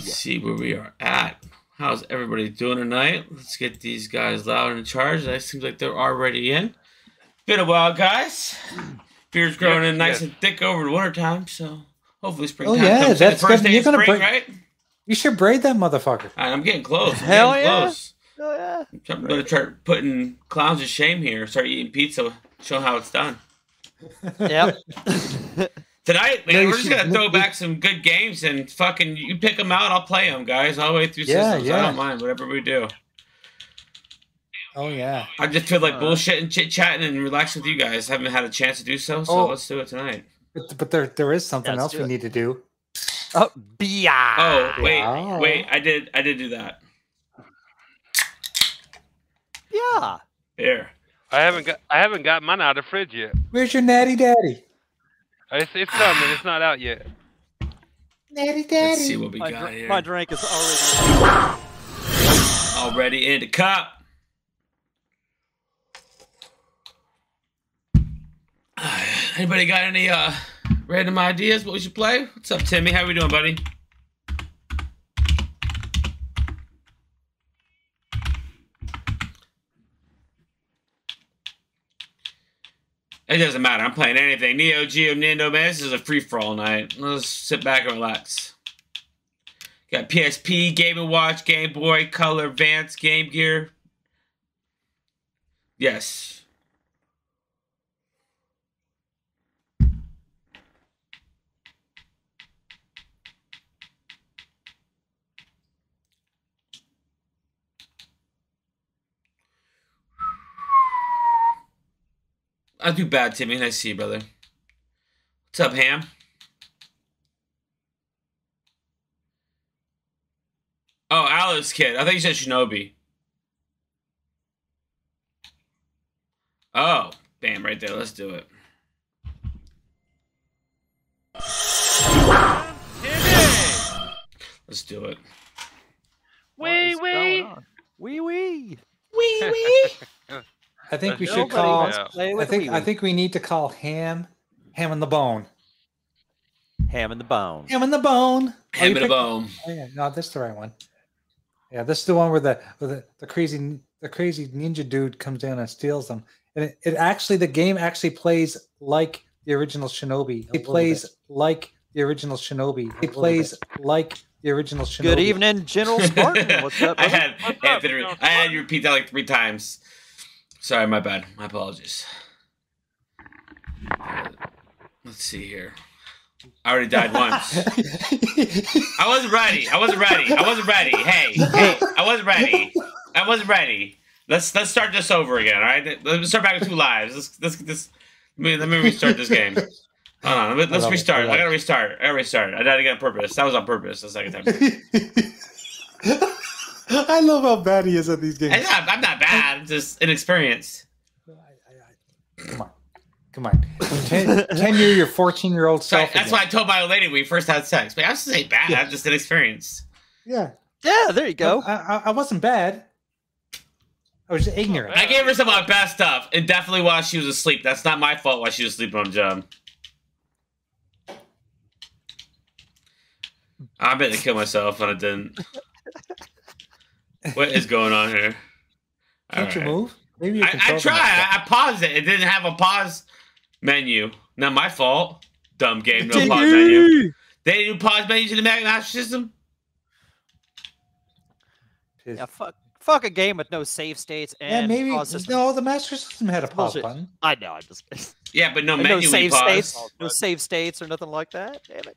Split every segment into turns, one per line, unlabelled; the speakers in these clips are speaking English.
see where we are at. How's everybody doing tonight? Let's get these guys loud and charged. That seems like they're already in. Been a while, guys. Beer's growing in nice
yes.
and thick over the wintertime, so hopefully springtime
Oh, yeah,
comes. in.
that's
the first
gonna-
day
you're
of
gonna
spring,
bring-
right?
You should braid that motherfucker.
All right, I'm getting close. I'm
Hell
getting
yeah.
close.
Oh, yeah.
I'm gonna start putting clowns to shame here. Start eating pizza. Show 'em how it's done.
Yep.
Tonight, man,
No, you
we're just
should-
gonna
no,
throw
you-
back some good games and fucking you pick them out, I'll play them, guys, all the way through
Yeah,
systems. I
yeah.
don't mind, whatever we do.
Oh yeah.
I just feel like
Uh,
bullshit and chit chatting and relaxing with you guys. Haven't had a chance to do so, so
Oh.
let's do it tonight.
But, but there there is something
Let's
else
do
we
it.
need to do.
oh, beer.
Oh wait,
Wow.
wait, I did, I did do that.
Yeah.
There.
I haven't got I haven't got mine out of the fridge yet.
Where's your natty daddy?
It's it's coming. It's not out yet.
Natty
Let's see what we
My,
got
dr-
here.
my drink is already.
Already in the cup. Anybody got any uh random ideas what we should play? What's up, Timmy? How we doing, buddy? It doesn't matter. I'm playing anything. Neo Geo, Nintendo, man. This is a free for all night. Let's sit back and relax. Got PSP, Game and Watch, Game Boy, Color, Vance, Game Gear. Yes. I do bad, Timmy. Nice to see you, brother. What's up, Ham? Oh, Alice Kid. I thought you said Shinobi. Oh, bam, right there. Let's do it. Let's do it.
Wee wee.
Wee wee.
Wee wee.
I think we should
Nobody
call.
wants-
Play
I
with
think
wee
I think we need to call Ham, Ham and the Bone,
ham in the bone.
Ham and the Bone. Oh, you
Ham and a
picked-
bone.
Oh, yeah, no, that's the right one. Yeah, this is the one where the where the, the crazy the crazy ninja dude comes down and steals them. And it, it actually the game actually plays like the original Shinobi. It plays like the original Shinobi. It plays like the original Shinobi.
Good evening, General Spartan. What's up?
I
brother?
had
What's up,
Anthony.
you know,
I had you repeat that like three times. Sorry, my bad. My apologies. Let's see here. I already died once. I wasn't ready. I wasn't ready. I wasn't ready. Hey, hey, I wasn't ready. I wasn't ready. Let's let's start this over again. All right, let's start back with two lives. Let's let's get this. Let me, let me restart this game. Hold on. Let,
love
us
it. I
restart.
love
I
it.
gotta restart. I gotta restart. I died again on purpose. That was on purpose the second time.
I love how bad he is at these
I'm
games.
not, I'm not bad. I'm just inexperienced.
Come on, come on. Ten, ten year your fourteen year old
So
self.
that's why I told my lady we first had sex. But I was just ain't bad.
Yeah.
I'm just inexperienced.
Yeah.
yeah, there you go.
I, I, I wasn't bad. I was just ignorant.
I gave her some of my best stuff, and definitely while she was asleep. That's not my fault while she was sleeping on the job. I meant to kill myself, and I didn't. What is going on here? All
Can't you
right.
move? Maybe you
I,
can.
I
solve
tried.
that.
I, I paused it. It didn't have a pause menu. Not my fault. Dumb game. No
Ding
pause menu. They didn't do pause menus in the Mac Master System.
Piss.
Yeah, fuck, fuck a game with no save states
Yeah,
and
maybe.
pause system.
No, the master system had a pause
bullshit.
button.
I know. I'm just kidding.
Yeah, but no
And
menu.
no
we
save
paused.
states, no save states or nothing like that. Damn it!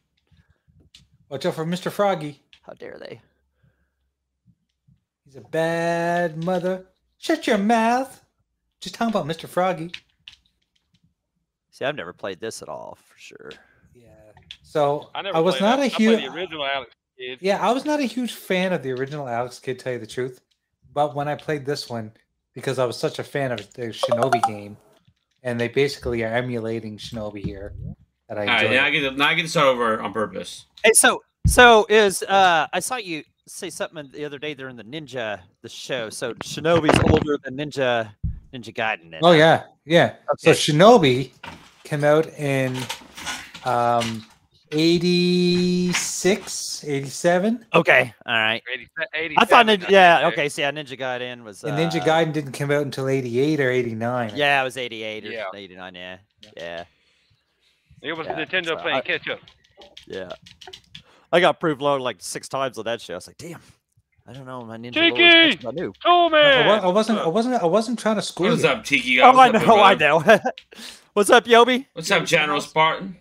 Watch out for Mr. Froggy.
How dare they?
He's a bad mother. Shut your mouth. Just talking about Mr. Froggy.
See, I've never played this at all for sure.
Yeah. So I,
I never.
was
played
not
that.
a
I played
huge.
the original Alex Kidd.
Yeah, I was not a huge fan of the original Alex Kidd. Tell you the truth, but when I played this one, because I was such a fan of the Shinobi game, and they basically are emulating Shinobi here, that I
All
enjoyed.
right, now I
it.
get to, now I get to start over on purpose.
Hey, so so is uh I saw you say something the other day during the Ninja the show. So Shinobi's older than Ninja Ninja Gaiden. then,
Oh
huh?
yeah, yeah. So
Okay.
Shinobi came out in um 86, 87.
Okay, all right.
80, 80,
I thought, Ninja, yeah, okay. See, yeah, Ninja Gaiden was.
And Ninja
uh,
Gaiden didn't come out until 88 or 89.
Yeah, it was 88 or
Yeah.
89. Yeah, yeah,
It was
Yeah,
Nintendo
so
playing
I-
catch up.
yeah. I got proved low like six times on that show. I was like, damn, I don't know my Ninja. lore as much
Tiki!
as I knew.
Cool
I,
man.
wa- I wasn't. I wasn't. I wasn't trying to score
What's
you.
up, Tiki? Guy?
Oh, I
What's up,
know, I
everybody?
know. What's up, Yobi?
What's up, General Spartan?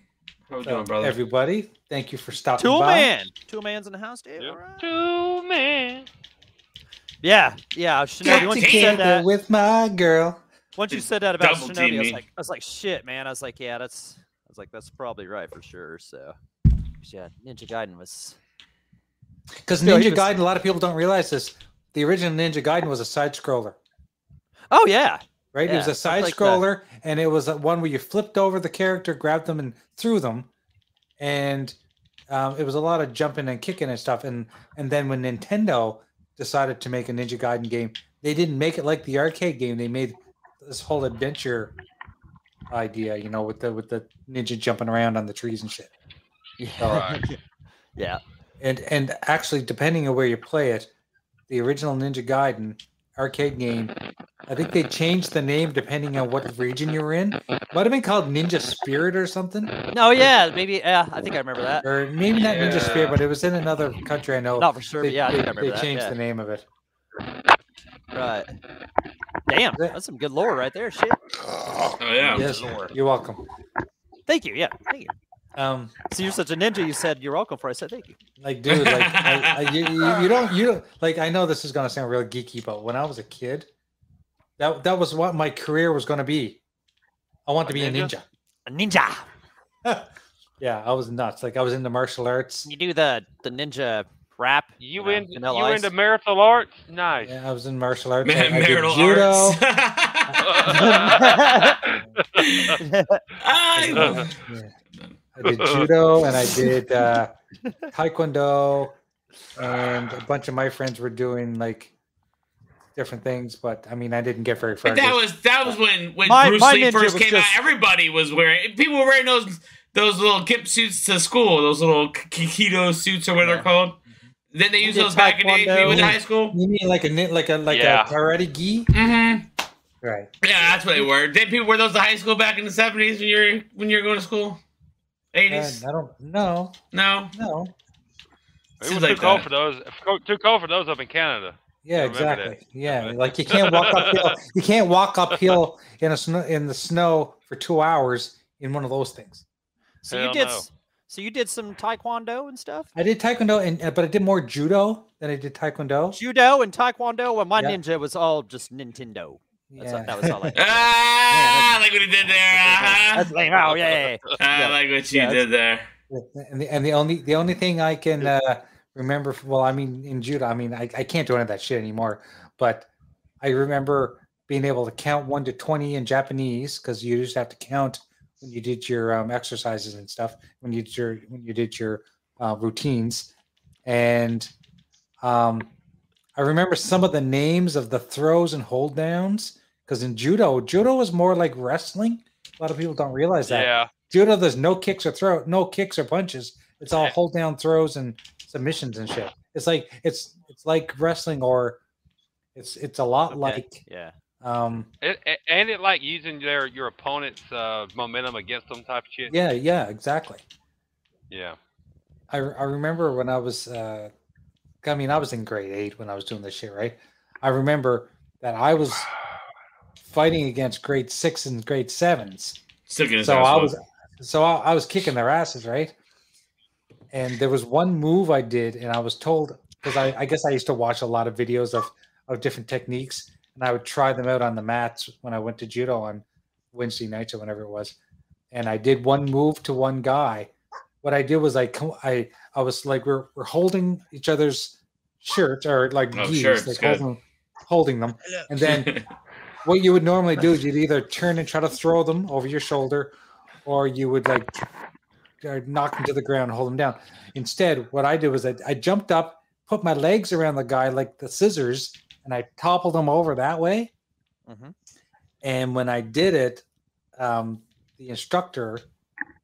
How we
So,
doing, brother?
Everybody, thank you for stopping
Tool
by.
man. Tool man's in the house, dude.
Yep.
All right.
Cool man.
Yeah, yeah. Shinobi,
God
once you
damn.
said that,
Together with my girl.
once you
Just
said that about
double
Shinobi, I was
team me.
like, I was like, shit, man. I was like, yeah, that's, I was like, that's probably right for sure. So, 'Cause, yeah, Ninja Gaiden was.
Because
Yo, he
Ninja
was-
Gaiden, a lot of people don't realize this. The original Ninja Gaiden was a side scroller,
Oh yeah,
right? it was
Yeah,
a
stuff
side
like that.
scroller, and it was a- one where you flipped over the character, grabbed them, and threw them. And um, it was a lot of jumping and kicking and stuff. And and then when Nintendo decided to make a Ninja Gaiden game, they didn't make it like the arcade game. They made this whole adventure idea, you know, with the with the ninja jumping around on the trees and shit.
yeah,
Alright.
yeah.
And and actually, depending on where you play it, the original Ninja Gaiden arcade game, I think they changed the name depending on what region you were in. Might have been called Ninja Spirit or something,
No, Oh, yeah, maybe. Yeah, I think I remember that.
or maybe not Ninja Spirit,
Yeah.
but it was in another country. I know.
Not for sure,
they,
but yeah, I
they,
think I remember
they
that.
changed
yeah,
the name of it.
Right. Damn,
Yeah.
that's some good lore right there. Shit.
Oh yeah.
yes, you're welcome.
Thank you. Yeah. Thank you.
Um,
So you're such a ninja. You said you're welcome for. I said thank you.
like, dude, like, I, I, you, you, you don't, you don't, like, I know this is gonna sound real geeky, but when I was a kid, that that was what my career was gonna be. I want
A
to be a
ninja?
ninja.
A ninja.
yeah, I was nuts. Like I was into martial arts.
You do the the ninja rap.
You
know,
in
Vanilla
you
Ice.
into marital arts? Nice.
Yeah, I was in martial arts. I, I
Man,
did
marital
judo.
arts.
I,
I,
yeah. I did judo and I did uh, taekwondo, and a bunch of my friends were doing like different things. But I mean, I didn't get very far.
but that was that was when when
My-
Bruce
my
Lee
ninja
first
was
came
just-
out. Everybody was wearing people were wearing those those little gimp suits to school. Those little k- keto suits or what
Yeah.
they're called. Then they
We
use
did
those back in the day when we went to
taekwondo.
high school.
you mean like a knit- like a like
Yeah.
a karate gi?
hmm
Right.
Yeah, that's what they were. Did people wear those to high school back in the seventies when you're when you're going to school?
Uh,
Eighties?
I don't. No,
no.
no.
It
Seems
was too
like
cold
that.
for those. co- Too cold for those up in Canada.
Yeah,
I remember that.
exactly. Yeah, like you can't walk uphill. You can't walk uphill in a snow in the snow for two hours in one of those things.
So you
Hell
did.
no.
s- So you did some taekwondo and stuff.
I did taekwondo, and uh, but I did more judo than I did taekwondo.
Judo and taekwondo. When my
Yeah.
ninja was all just Nintendo. That's all, that was all. I did.
Ah, I like what he did there. Uh-huh.
That's like, oh yeah, yeah, yeah.
I like what you
Yeah,
did there.
and, the, and the only the only thing I can uh, remember, f- well, I mean, in judo, I mean, I, I can't do any of that shit anymore. But I remember being able to count one to twenty in Japanese because you just have to count when you did your um, exercises and stuff when you did your when you did your uh, routines, and um, I remember some of the names of the throws and hold downs because in judo, judo is more like wrestling. A lot of people don't realize that
Yeah.
judo there's no kicks or throw no kicks or punches it's all
Yeah.
hold down throws and submissions and shit it's like it's it's like wrestling or it's it's a lot
Okay.
like
yeah.
um
It, it, ain't it like using their your opponent's uh, momentum against them type shit?
yeah yeah exactly
Yeah.
I, re- I remember when I was, uh, I mean, I was in grade eight when I was doing this shit, right? I remember that I was fighting against grade six and grade sevens.
Still getting
So I was, so I, I was kicking their asses, right? And there was one move I did, and I was told because I, I guess I used to watch a lot of videos of of different techniques, and I would try them out on the mats when I went to judo on Wednesday nights or whenever it was. And I did one move to one guy. What I did was I co- I I was like we're we're holding each other's shirts or like
Oh,
gis,
shirts,
like
good.
holding, holding them, and then what you would normally do is you'd either turn and try to throw them over your shoulder, or you would like uh, knock them to the ground, and hold them down. Instead, what I did was I, I jumped up, put my legs around the guy like the scissors, and I toppled him over that way.
Mhm.
And when I did it, um, the instructor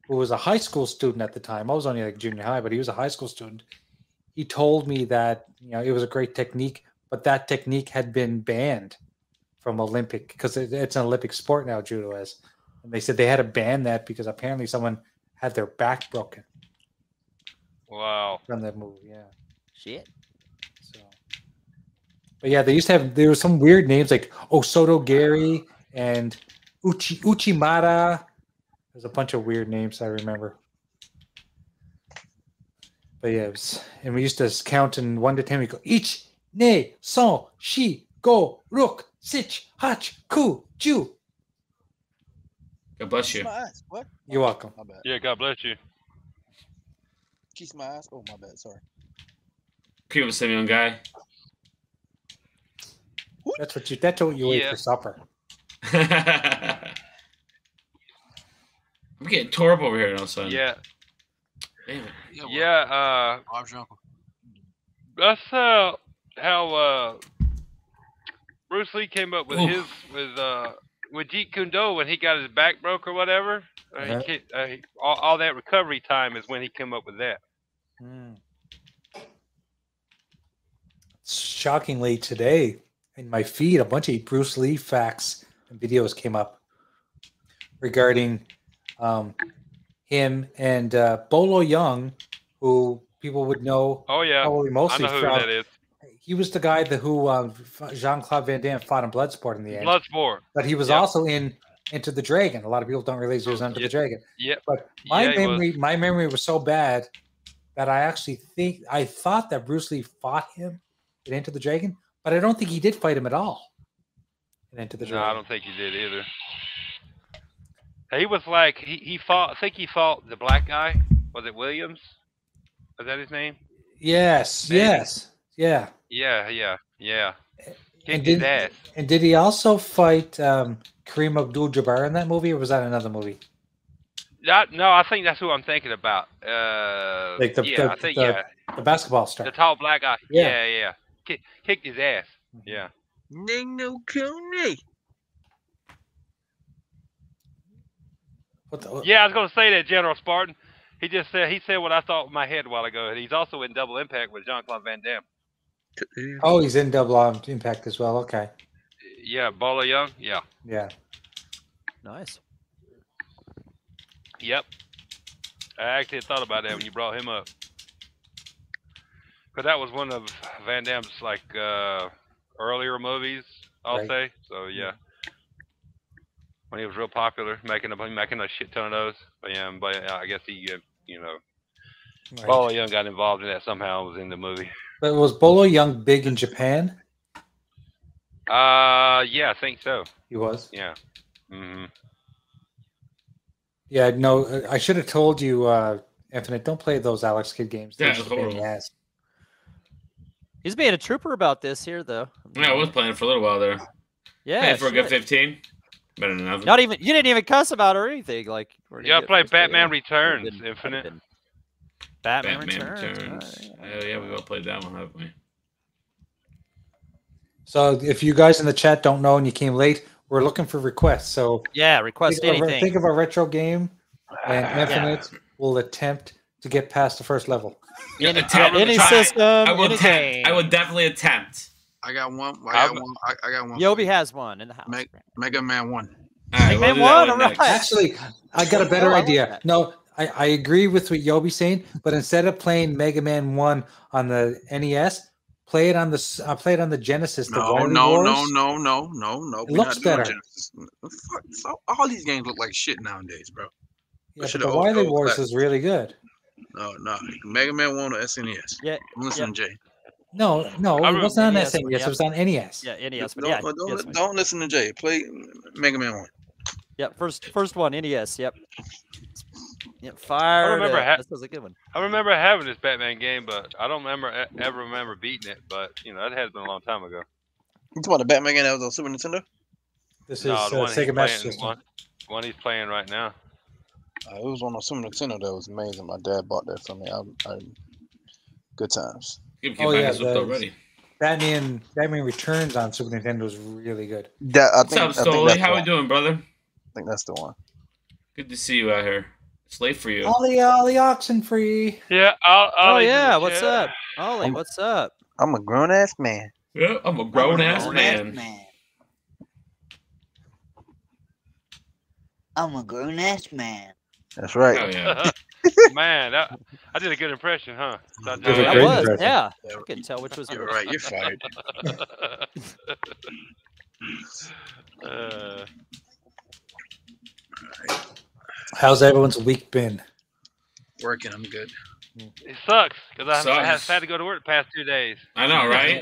who was a high school student at the time. I was only like junior high, but he was a high school student. He told me that you know it was a great technique, but that technique had been banned from Olympic because it, it's an Olympic sport now. Judo is, and they said they had to ban that because apparently someone had their back broken
Wow.
from that move. Yeah.
Shit.
So, but yeah, they used to have there were some weird names like Osoto Gary and Uchi Uchimara. There's a bunch of weird names I remember. But yeah, it was, and we used to just count in one to ten. We go each, ne, son, shi, go, rook, sich, hach, ku, ju.
God bless you.
My eyes. What? Oh,
You're welcome.
My bad.
Yeah, God bless you.
Kiss my eyes. Oh, my bad. Sorry.
Cuban Simeon guy.
That's what you. That's what you ate
Yeah.
for supper.
I'm getting tore up over here all of a sudden.
Yeah.
Damn it.
well,
Yeah, uh
Bob's your uncle.
that's uh how uh Bruce Lee came up with
Oof.
his with uh with Jeet Kune Do when he got his back broke or whatever. Uh, he
Uh-huh.
can't- uh, he- all, all that recovery time is when he came up with that.
Mm. Shockingly, today in my feed, a bunch of Bruce Lee facts and videos came up regarding um, him and uh, Bolo Young, who people would know
Oh yeah,
probably
I
mostly
know who
from.
that is.
He was the guy that who um, Jean Claude Van Damme fought in Bloodsport in the end,
Bloodsport.
but he was
yeah.
also in Into the Dragon. A lot of people don't realize he was Under
Yeah.
the Dragon.
Yep.
But my
yeah, he was.
memory, my memory was so bad that I actually think I thought that Bruce Lee fought him in Into the Dragon, but I don't think he did fight him at all in Into the
No, I
Dragon.
don't think he did either. He was like he, he fought. I think he fought the black guy. Was it Williams? Was that his name?
yes,
Maybe.
yes, yeah.
Yeah, yeah, yeah.
And
Kicked his
didn't-
ass.
And did he also fight um, Kareem Abdul-Jabbar in that movie, or was that another movie?
That, no, I think that's who I'm thinking about. Uh,
Like the-
yeah,
the-
I think
the-
yeah,
The basketball
the
star.
tall black guy.
Yeah. Mm-hmm.
Yeah, yeah. Kick, kicked his ass. Yeah.
Ning no Cooney.
What the,
Yeah, I was gonna say that General Spartan. He just said he said what I thought in my head a while ago. and He's also in Double Impact with Jean Claude Van Damme.
Oh, he's in Double um, Impact as well. Okay,
Yeah, Bolo Young. Yeah.
yeah.
Nice.
Yep. I actually thought about that when you brought him up. But that was one of Van Damme's like uh, earlier movies, I'll
Right.
say. So yeah. When he was real popular, making a making a shit ton of those. But yeah, and- but yeah, I guess he uh, you know
Right.
Paul Young got involved in that somehow was in the movie.
But was Bolo Young big in Japan?
Uh yeah, I think so.
He was.
Yeah. hmm
Yeah, no, uh, I should have told you, uh, Infinite, don't play those Alex Kidd games. They're
Yeah,
just a
it's
pain in the
horrible.
ass.
He's being a trooper about this here, though.
Yeah, I was playing for a little while there.
Yeah.
Yeah, for a good
shit.
15. Better than nothing.
Not even you didn't even cuss about or anything. Like we're gonna
Yeah,
get
play
frustrated.
Batman
Would've
Returns,
been- would've
Infinite.
been- Batman,
Batman
Returns.
Returns.
alright, alright.
Oh, yeah, we've all played that one, haven't we?
So if you guys in the chat don't know and you came late, we're looking for requests. So
Yeah, request
think, of a,
anything.
think of a retro game,
Ah,
and Infinite will attempt to get past the first level.
Yeah,
Any,
attempt. I will
any
try.
system,
I will
any
attempt. I
game.
will definitely attempt.
I got one. I got
I'm-
one. I, I got one.
Yobi has one in the house.
Make- Mega Man One.
All right,
Take
we'll
man
do that one
one, all
next.
right.
Actually, I got a better
Oh, I like
idea.
that.
No, I, I agree with what Yobi's saying, but instead of playing Mega Man One on the NES, play it on the s- uh, play it on the Genesis. the
No,
Wily
no, no,
Wars.
no, no, no, no. We're
looks
not doing
better.
Genesis. Fuck, so- all these games look like shit nowadays, bro.
Yeah, but
Should
the
have
Wily
old- old
Wars
class.
is really good.
No, no. Mega Man One or SNES.
Yeah,
I'm listening, Jay.
No, no,
I
it wasn't on
remember-
SNES.
Yes,
It was on E NES.
yeah, NES, but
don't,
yeah,
don't,
yes,
don't,
mate.
listen to Jay. Play Mega Man One.
yeah, first first one NES. Yep. Yep. Fire.
remember ha-
this was a good one.
I remember having this Batman game, but I don't remember e- ever remember beating it. But you know, that has been a long time ago.
You talking about the Batman game that was on Super Nintendo?
This is
No,
uh,
the one he's
Sega Master
playing-
System.
One, one he's playing right now.
Uh, it was on a Super Nintendo that was amazing. My dad bought that for me. I, I, good times.
Keep, keep
Oh,
my
yeah,
hands up
the-
already.
Batman Batman Returns on Super Nintendo is really good.
That, I
What's
think,
up,
I think
Stoli?
that's
How
the
we
one.
doing, brother?
I think that's the one.
Good to see you out here. It's late for you.
Ollie, Ollie, oxen free.
Yeah. I'll, I'll
oh
leave it
yeah,
at
what's
that.
up, Ollie?
I'm-
What's up?
I'm a grown ass man.
Yeah, I'm a grown ass
grown-ass
man.
I'm a grown ass man.
That's right.
Hell yeah.
Man, that, I did a good impression, huh? Not
That was
bad.
That
great
was
impression.
yeah.
Yeah.
I couldn't tell which was
You're right. You're fired.
uh,
How's everyone's week been?
Working. I'm good.
it sucks because I, I have
Sucks.
had to go to work the past two days.
I know, right?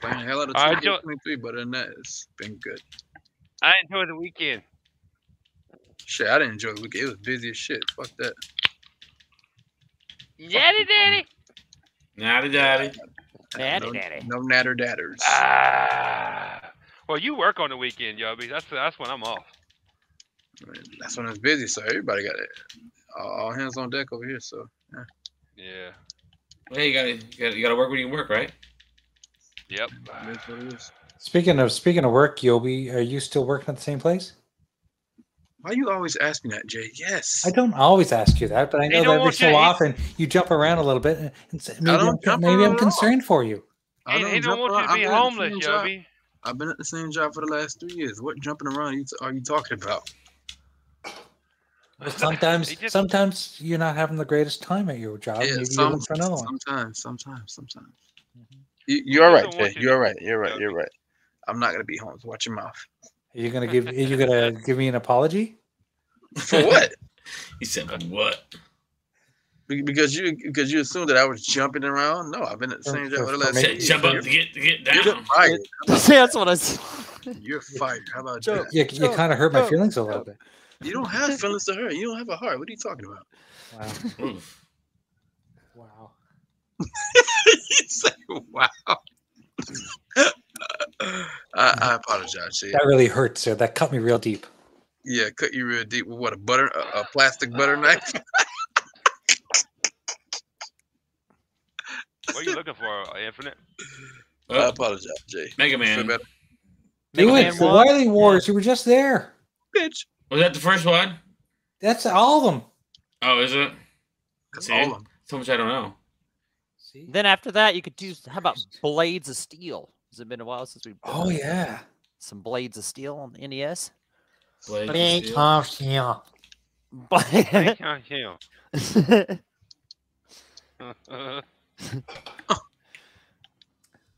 Playing the hell out of
I
2K
don't-
23, but other than that, it's been good.
I enjoyed the weekend.
Shit, I didn't enjoy the weekend. It was busy as shit. Fuck that.
Yaddy daddy.
Natty daddy.
Natty
no,
natty.
No natter datters.
Ah. Well, you work on the weekend, y'all. That's that's when I'm off.
I mean, that's when it's busy, so everybody got it. All, all hands on deck over here, so.
Yeah.
Hey, you gotta, you gotta you gotta work when you work, right?
Yep.
it is what it is.
Speaking of speaking of work, Yobi, are you still working at the same place?
Why you always ask me that, Jay? Yes.
I don't always ask you that, but I
He
know
don't
that every
want
so
you- he-
often you jump around a little bit, and, and say, maybe I'm,
don't jump
maybe I'm
around.
concerned for you.
I
He, he
jump
don't want
around.
you to
I've
be
been at the
homeless,
same job-
Yobi.
I've been at the same job for the last three years. What jumping around you are you talking about?
Well, sometimes,
He just-
sometimes you're not having the greatest time at your job.
yeah,
maybe you're
some,
looking for another one.
sometimes, sometimes, sometimes.
Mhm.
You, you're right,
don't
Jay.
Mm-hmm. want you to
You're
be
right. You're right.
joking.
You're right. I'm not gonna be homeless. Watch your mouth.
Are you gonna give? Are you gonna give me an apology?
For what?
He said, "What?"
Be- because you because you assumed that I was jumping around. No, I've been at the
For-
same job for
for-
the
for
last.
He said,
Maybe
Three
"Jump
years.
up
You're,
and get get
you're
down."
fired.
That's what I. s-
You're fired. How about
Jump.
that?
You, you
No,
kind of hurt my
no,
feelings a little
no.
bit.
You don't have feelings to her. You don't have a heart. What are you talking about?
Oof.
Wow. wow.
He said, wow. I, I apologize. Jay.
That really hurt, sir. That cut me real deep.
Yeah, cut you real deep with what a butter, a, a plastic butter knife.
What are you looking for? Infinite.
I
Oh,
apologize, Jay.
Mega
Feel
Man.
better.
You
Man
went to the
one?
Wily Wars. You were just there.
Bitch,
Was that the first one?
That's all of them.
Oh, is it?
that's
See?
all of them.
So much I don't know.
See?
Then after that, you could do. How about Blades of Steel? Has it been a while since we?
Oh yeah.
some Blades of Steel on the NES.
Blade of Steel.
yeah.
They
But
count him.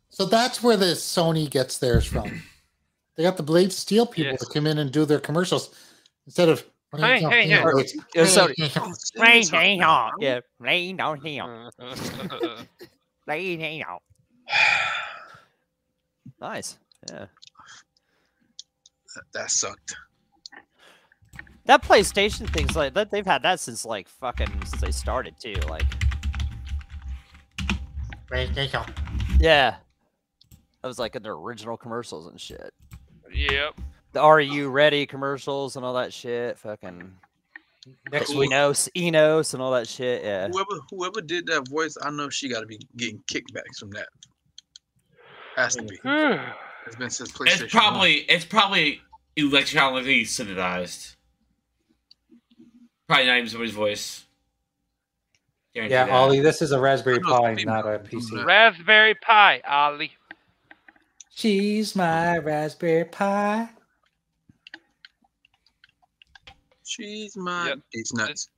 So that's where the Sony gets theirs from. They got the Blade of Steel people
Yes.
to come in and do their commercials instead of.
Hey, hey, hey.
It's-
Yeah, so-
oh, Rain, rain,
yeah, rain down here,
That's
rain here. Nice. Yeah.
That sucked.
That PlayStation things like that they've had that since like fucking since they started too. Like yeah. That was like in their original commercials and shit.
Yep.
The Are You Ready commercials and all that shit. Fucking
Next week.
Enos, Enos and all that shit. Yeah.
Whoever whoever did that voice, I know she got to be getting kickbacks from that. Has to be.
Mm-hmm.
It's been since PlayStation.
It's probably it's probably electronically synthesized. Probably not even somebody's voice. Guarantee
Yeah,
that.
Ollie, this is a Raspberry
I know,
Pi,
maybe
not a
not.
PC.
Raspberry Pi, Ollie.
She's my Raspberry Pi.
She's my.
Yep.
It's nuts.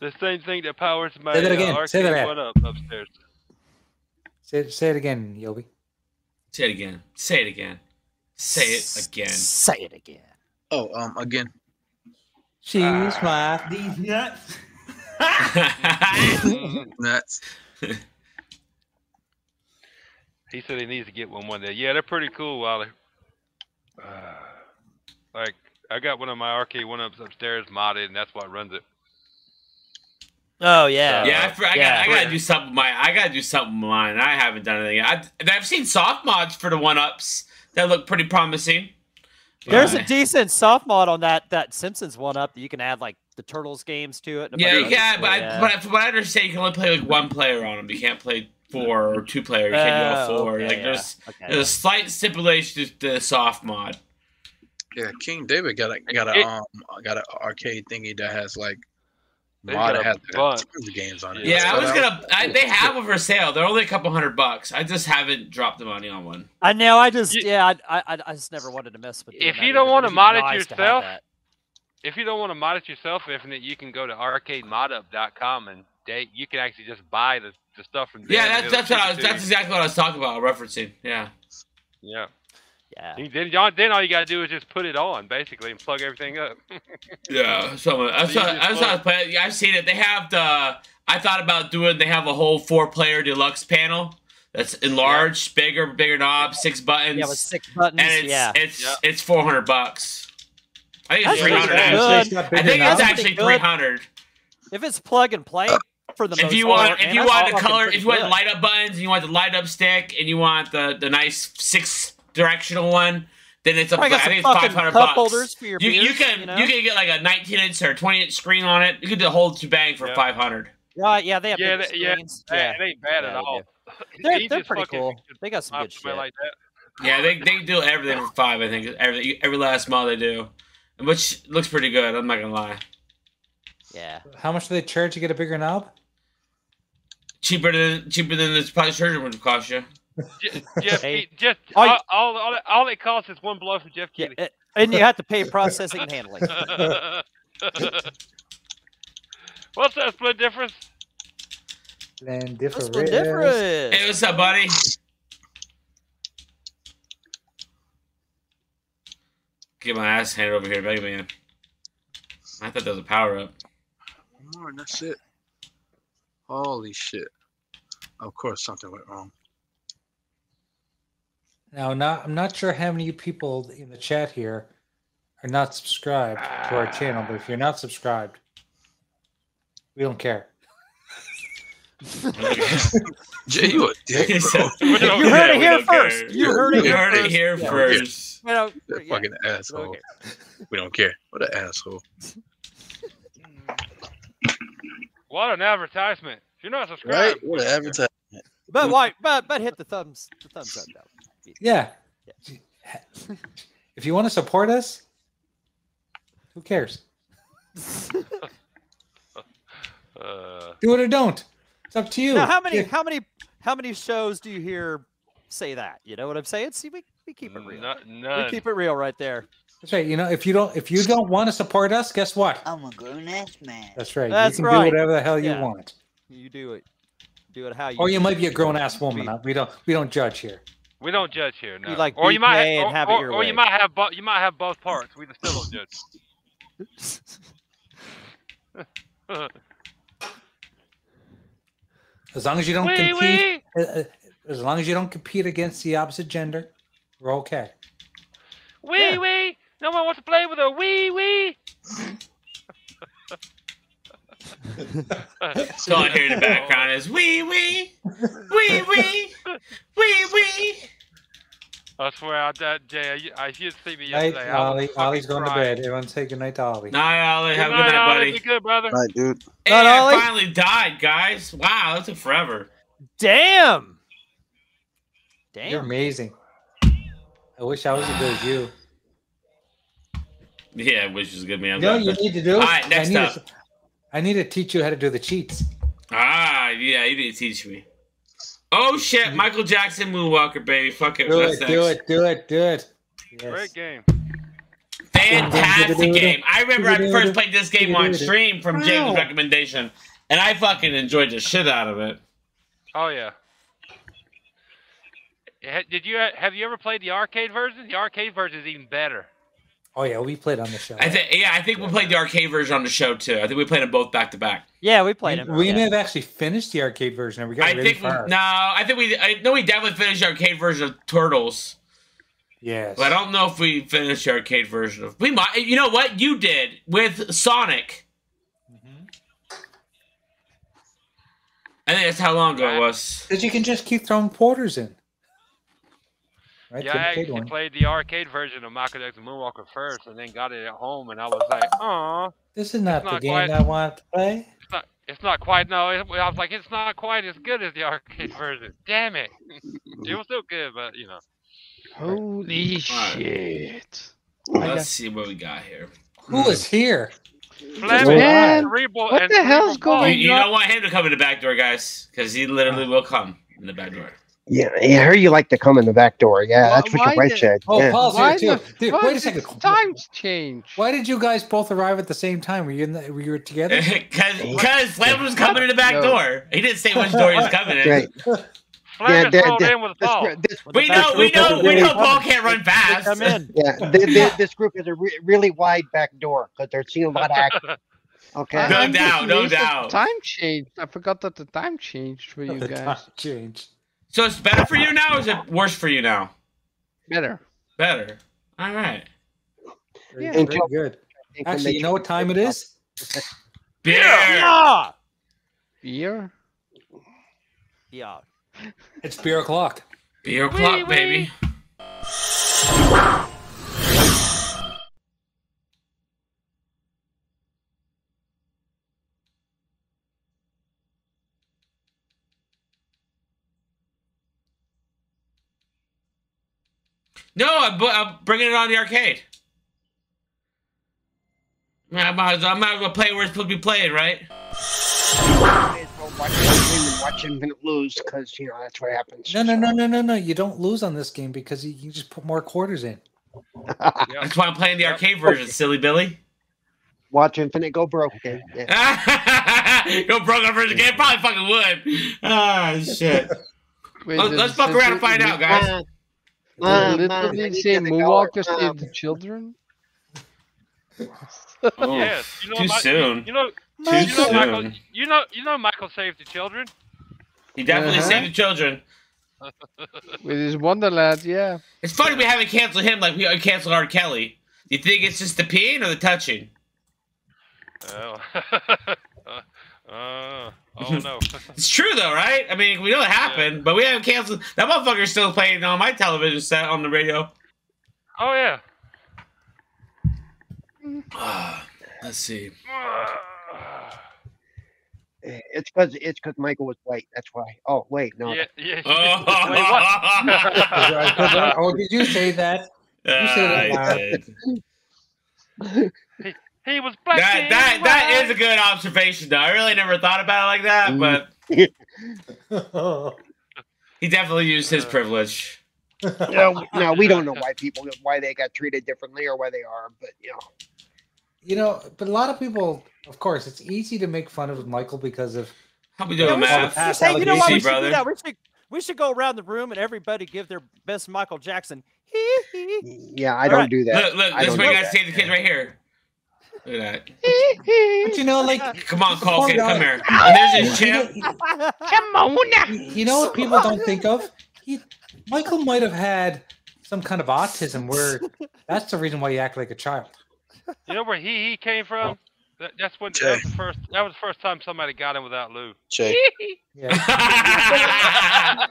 The same thing that powers my
Say that
uh,
again, say
arcade
that again.
one up upstairs.
Say it, say it again, Yobi.
Say it again. Say it again. Say it again.
Say it again.
Oh, um, again.
She's
Ah.
my.
These nuts.
Mm.
Nuts.
he said he needs to get one one day. Yeah, they're pretty cool, Wally. like I got one of my arcade one ups upstairs modded, and that's what runs it.
Oh yeah.
yeah, I, fr- I,
Yeah.
Gotta, I gotta do something. with My I gotta do something. with Mine. I haven't done anything. I, I've seen soft mods for the one ups that look pretty promising.
There's
Uh,
a decent soft mod on that that Simpsons one up that you can add like the Turtles games to it. and a
yeah,
bunch
you
of other
can,
shit,
but, I,
yeah.
but I- from what I understand, you can only play like one player on them. You can't play four or two player. You can't do all
Oh,
four.
okay,
like
yeah,
there's
okay.
there's a slight stipulation to the soft mod.
Yeah, King David got a got a
It-
um got an arcade thingy that has like
They've
mod
got
that
a
has
bunch.
tons of games on it. uh,
Yeah,
It's
I was
got
gonna. I, they have them for sale. They're only a couple hundred bucks. I just haven't dropped the money on one.
I know. I just
You-
yeah. I, I I just never wanted to mess with. doing
If
that
you
either,
don't
but
wanna
it'd be
mod it
nice to have
yourself,
that.
If you don't want to mod it yourself, Infinite, you can go to arcademodup.com and they, you can actually just buy the, the stuff from
Yeah,
them and
that's that's
it'll
what I
ship
was,
it to
that's
you.
exactly what I was talking about referencing. Yeah.
Yeah.
Yeah.
You- Then, y'all- then all you got to do is just put it on, basically, and plug everything up.
Yeah, so uh, I saw, I saw, but I've seen it. They have the. I thought about doing. They have a whole four-player deluxe panel that's enlarged, bigger, bigger knob, six buttons,
Yeah, with six buttons.
and it's
yeah.
it's
Yeah.
it's four hundred bucks. I think
That's
it's three
pretty
hundred.
good.
I
It's not big
think
enough.
it's
That's
actually
pretty good.
three hundred.
If it's plug and play for the
If
most
you
part,
want, if
man,
you
that's all
want the
fucking
color,
pretty
if you want
good.
light up buttons, and you want the light up stick, and you want the the nice six directional one, then it's a, I
Probably got some
think it's
fucking
five hundred bucks.
cup holders for your
you, you
beers,
can you,
you know?
can get like a 19 inch or 20 inch screen on it. You could do the whole shebang for
Yeah.
500.
Right, yeah, they have
Yeah,
big
they- yeah,
screens.
Hey,
Yeah,
It ain't bad
Yeah,
at
they
all.
they're,
Easy
they're
as
pretty
fuck if you
cool.
could
They got some
mod
good
something
shit.
like that.
Yeah, they they do everything for five. I think every every last model they do, which looks pretty good. I'm not gonna lie.
yeah,
How much do they charge to get a bigger knob?
Cheaper than cheaper than this probably surgeon would cost you.
Je- Jeff,
Hey.
Ke- just
Oh,
all,
you-
all, all, all it costs is one blow from Jeff
yeah.
Keighley.
it- and you have to pay processing and handling.
What's that split difference?
Then different.
That's the difference.
Hey, what's up, buddy? Get my ass handed over here, baby man. I thought that was a power up.
one more and that's it. Holy shit! Of course, something went wrong.
Now, not, I'm not sure how many people in the chat here are not subscribed to our channel, but if you're not subscribed, we don't care.
Jay, you a dick, bro.
We don't
You heard
care,
it
we
here
don't care.
first. You heard
You
it here
heard it
first.
here
Yeah.
first.
You know,
That
yeah.
fucking asshole.
Okay.
We don't care. What an asshole.
What an advertisement. If you're not
Right?
subscribed,
What an advertisement.
But why? But but hit the thumbs the thumbs up though.
Yeah. If you want to support us, who cares?
uh,
Do it or don't. It's up to you.
Now how many
If-
how many how many shows do you hear say that? You know what I'm saying? See, we, we keep it real.
no-
We
none.
keep it real right there.
That's right. You know, if you don't, if you don't want to support us, guess what?
I'm a grown ass man.
That's right.
That's
you can
right.
do whatever the hell you
Yeah.
want.
You do it. Do it how you.
Or you
do
might
it.
be a grown ass woman.
Be-
huh? We don't, we don't judge here.
We don't judge here. No.
like
or you might,
BPA
or,
and have it
or,
your
or you
way.
might have both. You might have both parts. We just still don't judge.
As long as you don't
Wee
compete,
wee.
uh, uh, as long as you don't compete against the opposite gender, we're okay.
Wee wee! No one wants to play with a wee wee!
So all I hear in the background is wee wee, wee wee, wee wee.
I swear, I, that Jay, you- I, you see me
Night,
yesterday. I was
Ollie. Ollie's
fucking
going to
crying.
bed. Everyone say goodnight to Ollie.
Night, Ollie.
Good
Have a good
night,
night,
Ollie.
buddy.
Be good, brother.
All right, dude.
Hey,
Night,
I
Ollie.
finally died, guys. Wow, that took forever.
Damn. Damn.
You're amazing. I wish I was as good as you.
Yeah, which is good, man.
You know what you need to do?
All right, next
I need
up.
To, I need to teach you how to do the cheats.
Ah, yeah, you didn't teach me. Oh shit, Michael Jackson Moonwalker, baby. Fuck it.
Do
That's
it, do
next.
it, do it, do it.
Great
Yes.
game.
Fantastic game. I remember I first played this game on stream from James'
Wow.
recommendation, and I fucking enjoyed the shit out of it.
Oh yeah. Ha- Did you have you ever played the arcade version? The arcade version is even better.
Oh yeah, we played on the show.
I think, yeah, I think we played the arcade version on the show too. I think we played them both back to back.
Yeah, we played him.
we
yeah.
may have actually finished the arcade version, and we got
I
really
think we,
far.
no, I think we, I know we definitely finished the arcade version of Turtles.
yes.
But I don't know if we finished the arcade version of. We might. You know what? You did with Sonic. I think that's how long ago it was.
Because you can just keep throwing quarters in. Right?
yeah,
the
I
arcade
actually
one.
played the arcade version of Michael Jackson Moonwalker first, and then got it at home, and I was like, "Aw,
This is not, the
not
game
quite-
I want to play.
it's not, it's not quite." No, it, I was like, "It's not quite as good as the arcade version." Damn it! it was still good, but you know.
Holy
Alright.
shit.
Let's see what we got here.
Who is here?
Flaming
Man,
cerebral
what
and
the hell's
cerebral
going
palsy.
You, you don't want him to come in the back door, guys, because he literally will come in the back door.
Yeah, yeah, I heard you like to come in the back door. Yeah,
Why-
that's what
why
your wife
did-
said.
Oh,
yeah.
Paul's
why
here
the-
too. Dude,
why
wait a
did
second.
Times change.
Why did you guys both arrive at the same time? Were you in the, were you together?
Because Flam was coming in the back door. He didn't say which door he was coming in.
Right.
Flaming
Yeah, that-
rolled
that-
in with a
This,
ball.
gr- this,
Well, the
We
back
know,
door
we know,
opens,
we
they
know
come-
Paul can't run
they
fast.
Come in.
yeah, th- th- this group has a re- really wide back door because they're seeing a lot of action. Okay.
No
Yeah,
I'm
doubt,
just
no
amazed that the
doubt.
Time changed. I forgot that the time changed for you guys.
Change.
So it's better for you now, or is it worse for you now?
Better.
Better. All right.
Very,
Yeah.
very
Until-
good.
they can
Actually,
make
you know
sure
what time it is?
Beer.
Yeah.
Beer.
Yeah.
It's beer o'clock.
Beer o'clock, baby. No, I'm, bu- I'm bringing it on the arcade. I might, as well, I might as well play where it's supposed to be played, right?
Watch him watch him lose because you know that's what happens.
No, no, no, no, no, no. You don't lose on this game because you can just put more quarters in.
Yeah.
That's why I'm playing the arcade version, silly Billy.
Watch Infinite go broke. Okay. Yeah.
Go broke up for the game? Probably fucking would. Ah, shit.
Wait,
Let's-
does
let's
it
fuck around and
simply-
find out, guys.
Does it
Mom, Mom, I
literally
need
say
to get the
moonwalk to
dollar.
save the children?
Oh,
Yes, you know
too
my-
soon.
You know,
Too
you know, Michael,
soon.
you know, you know, Michael saved the children.
He definitely
Uh-huh.
saved the children.
With his Wonderland, yeah.
It's funny we haven't canceled him like we uh, canceled R. Kelly. You think it's just the peeing or the touching?
Oh. uh, uh, oh no.
It's true though, right? I mean, we know it happened, but we haven't canceled. That motherfucker's still playing on my television set on the radio.
Oh yeah.
Ah, Let's see.
Eh, It's because it's because Michael was white. That's why. Oh wait, no.
Yeah, yeah.
Oh,
Wait,
Ah,
what?
oh, did you say that? You say that
Ah,
loud.
shit.
he was black.
that that that is a good observation though. I really never thought about it like
Mm.
that, but he definitely used
Uh,
his privilege.
No, no, we don't know why people why they got treated differently or why they are, but you know.
You know, but a lot of people, of course, it's easy to make fun of Michael because of
How we
Yeah,
doing,
we
man?
should pass
Hey, you know what?
Easy,
We should
brother.
do that. We should, we should go around the room and everybody give their best Michael Jackson. Hee hee.
Yeah, I
All
don't
right.
do that.
Look, look,
I
this
don't
is where
know
you gotta
that.
save the kids right here. Look at
But you know, like
that. Come on,
It's a
call kid,
poor
come
guy.
here. And there's his
you know,
chip.
you know what people don't think of? He, Michael might have had some kind of autism where that's the reason why you act like a child.
You know where he he came from? That, that's when
Jay.
that was the first. That was the first time somebody got him without Lou.
Jay.
Yeah.
Well,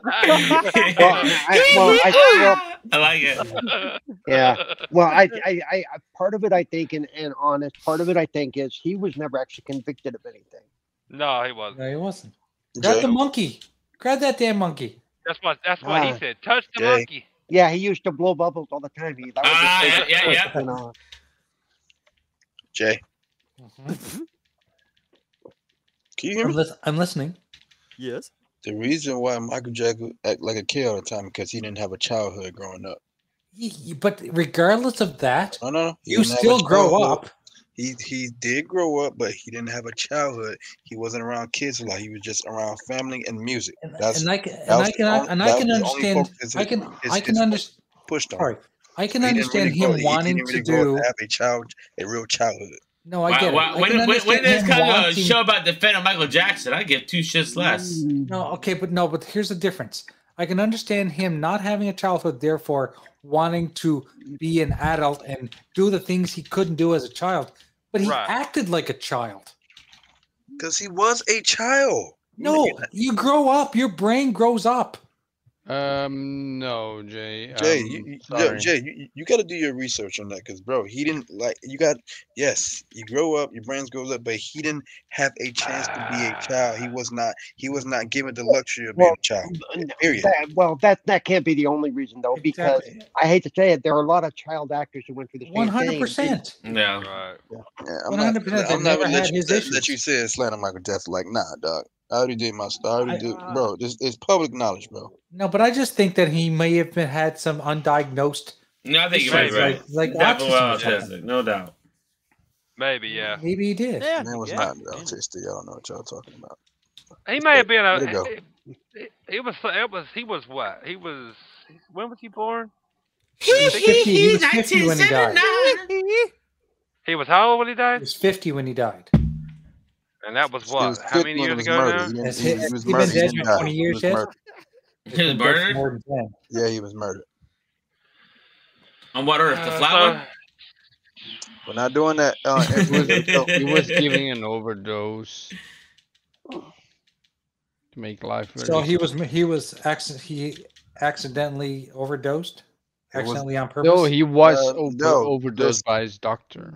I, well, I, well,
I like it.
yeah. Well, I, I, I, I- part of it I think, and, and honest, part of it I think is he was never actually convicted of anything.
no, he wasn't.
No, he wasn't. Grab
Jay.
the monkey. Grab that damn monkey.
That's what that's what
Ah.
he said. Touch the
Jay.
monkey.
Yeah, he used to blow bubbles all the time. He, that was
Ah,
his
yeah,
favorite
yeah,
trick, you know.
Jay. Can you hear
I'm,
me?
lis- I'm listening.
Yes.
The reason why Michael Jackson act like a kid all the time because he didn't have a childhood growing up.
He- he- but regardless of that,
No, no, no. he
you
didn't have a
still grow
childhood.
up.
He he did grow up, but he didn't have a childhood. He wasn't around kids a lot. He was just around family and music.
And,
That's
and I can, and
that was
I
the
can,
only-
and
that
I
was
can
the only
understand.
focus
I
it-
can,
his-
I can
his
understand.
pushed on.
Sorry, I can
He didn't
understand
really grow-
him
he-
wanting
he didn't really
to
grow up
do.
have a child, a real childhood.
No, Oh, I
Why-
get
why-
it. I
When,
can
when, when
understand
this
him
comes to a
wanting-
show about defending Michael Jackson, I give two
Mm.
shits less.
No, okay, but no, but here's the difference. I can understand him not having a childhood, therefore wanting to be an adult and do the things he couldn't do as a child. But he
Right.
acted like a child.
Because he was a child.
No, you grow up. Your brain grows up.
Um, no, Jay.
Jay,
um,
you, you, yo,
sorry.
Jay, you, you got to do your research on that because, bro, he didn't like you got. Yes, you grow up, your brains grows up, but he didn't have a chance to be a child. He was not. He was not given the luxury of being a child. Period.
That, well, that that can't be the only reason though, because
Exactly.
I hate to say it, there are a lot of child actors who went through the same thing.
100%.
Yeah.
Right.
Yeah, I'm not,
100%
I'm
they've
not
never
gonna
had
let you,
his
let, let you say it's slander Michael Jackson. Like, nah, dog. I already did my. I already
I-
did, bro. This it's public knowledge, bro.
No, but I just think that he may have been, had some undiagnosed.
No, I think you're right,
Right,
bro.
like- like
Definitely
autism or
autistic, no doubt.
Maybe, yeah.
Maybe he did.
Yeah,
Man was
yeah,
not autistic. I don't know what y'all talking about.
He may have been a.
There you go.
It, it, it was. It was. He was what? He was. When was he born?
He was 50, he was 50 when he died.
He was how old when he
He
died?
was 50 when he died.
And that was what? How many years ago now?
Has he, has he been dead for 20 years yet?
He was
Been dead for
murdered?
more than 10.
Yeah, he was murdered.
On what earth?
Uh,
The flat one?
We're not doing that. Uh,
he was giving an overdose to make life.
So
very-
he was he was accident he accidentally overdosed,
It was-
accidentally on purpose.
No, he was
Uh,
over-
no,
overdosed
this-
by his doctor.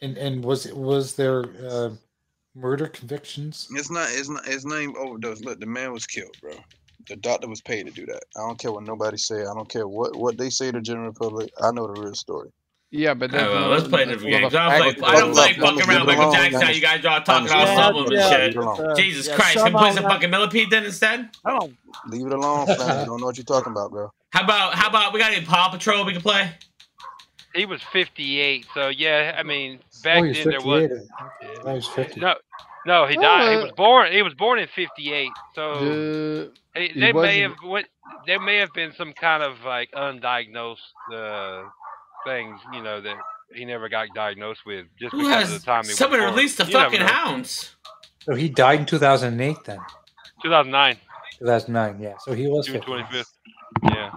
and and was was there uh, murder convictions?
It's not. It's not. It's not even overdose. Look, the man was killed, bro. The doctor was paid to do that. I don't care what nobody say. I don't care what what they say to the general public. I know the real story.
Yeah, but
Yeah,
that's
well,
not-
let's play
that's
different
not a
games. I don't
fact.
play, I don't play
Leave it alone,
fucking around
leave it
Michael
alone,
Jackson. How
guys.
you guys all talking
Understand.
about
Leave
some of
it
them
alone,
shit.
leave it alone.
Jesus Christ, can we play some fucking millipede then instead?
Oh,
Leave it alone. fam. You don't know what you're talking about, bro.
How about how about we got any Paw Patrol we can play?
He was 58. So yeah, I mean, back
oh, he's
then there was.
58. Oh, he's 50.
No, no, he died. He
Oh,
Uh,
was born. He was born in '58. So
The-
Hey,
It
they may have
wasn't-
went, there may have been some kind of like undiagnosed uh, things, you know, that he never got diagnosed with just
Who
because of
has
the time he
somebody
was born.
released the
You never
fucking
know.
hounds?
So he died in 2008 then.
2009,
2009, yeah. So he was
June
50.
25th. Yeah.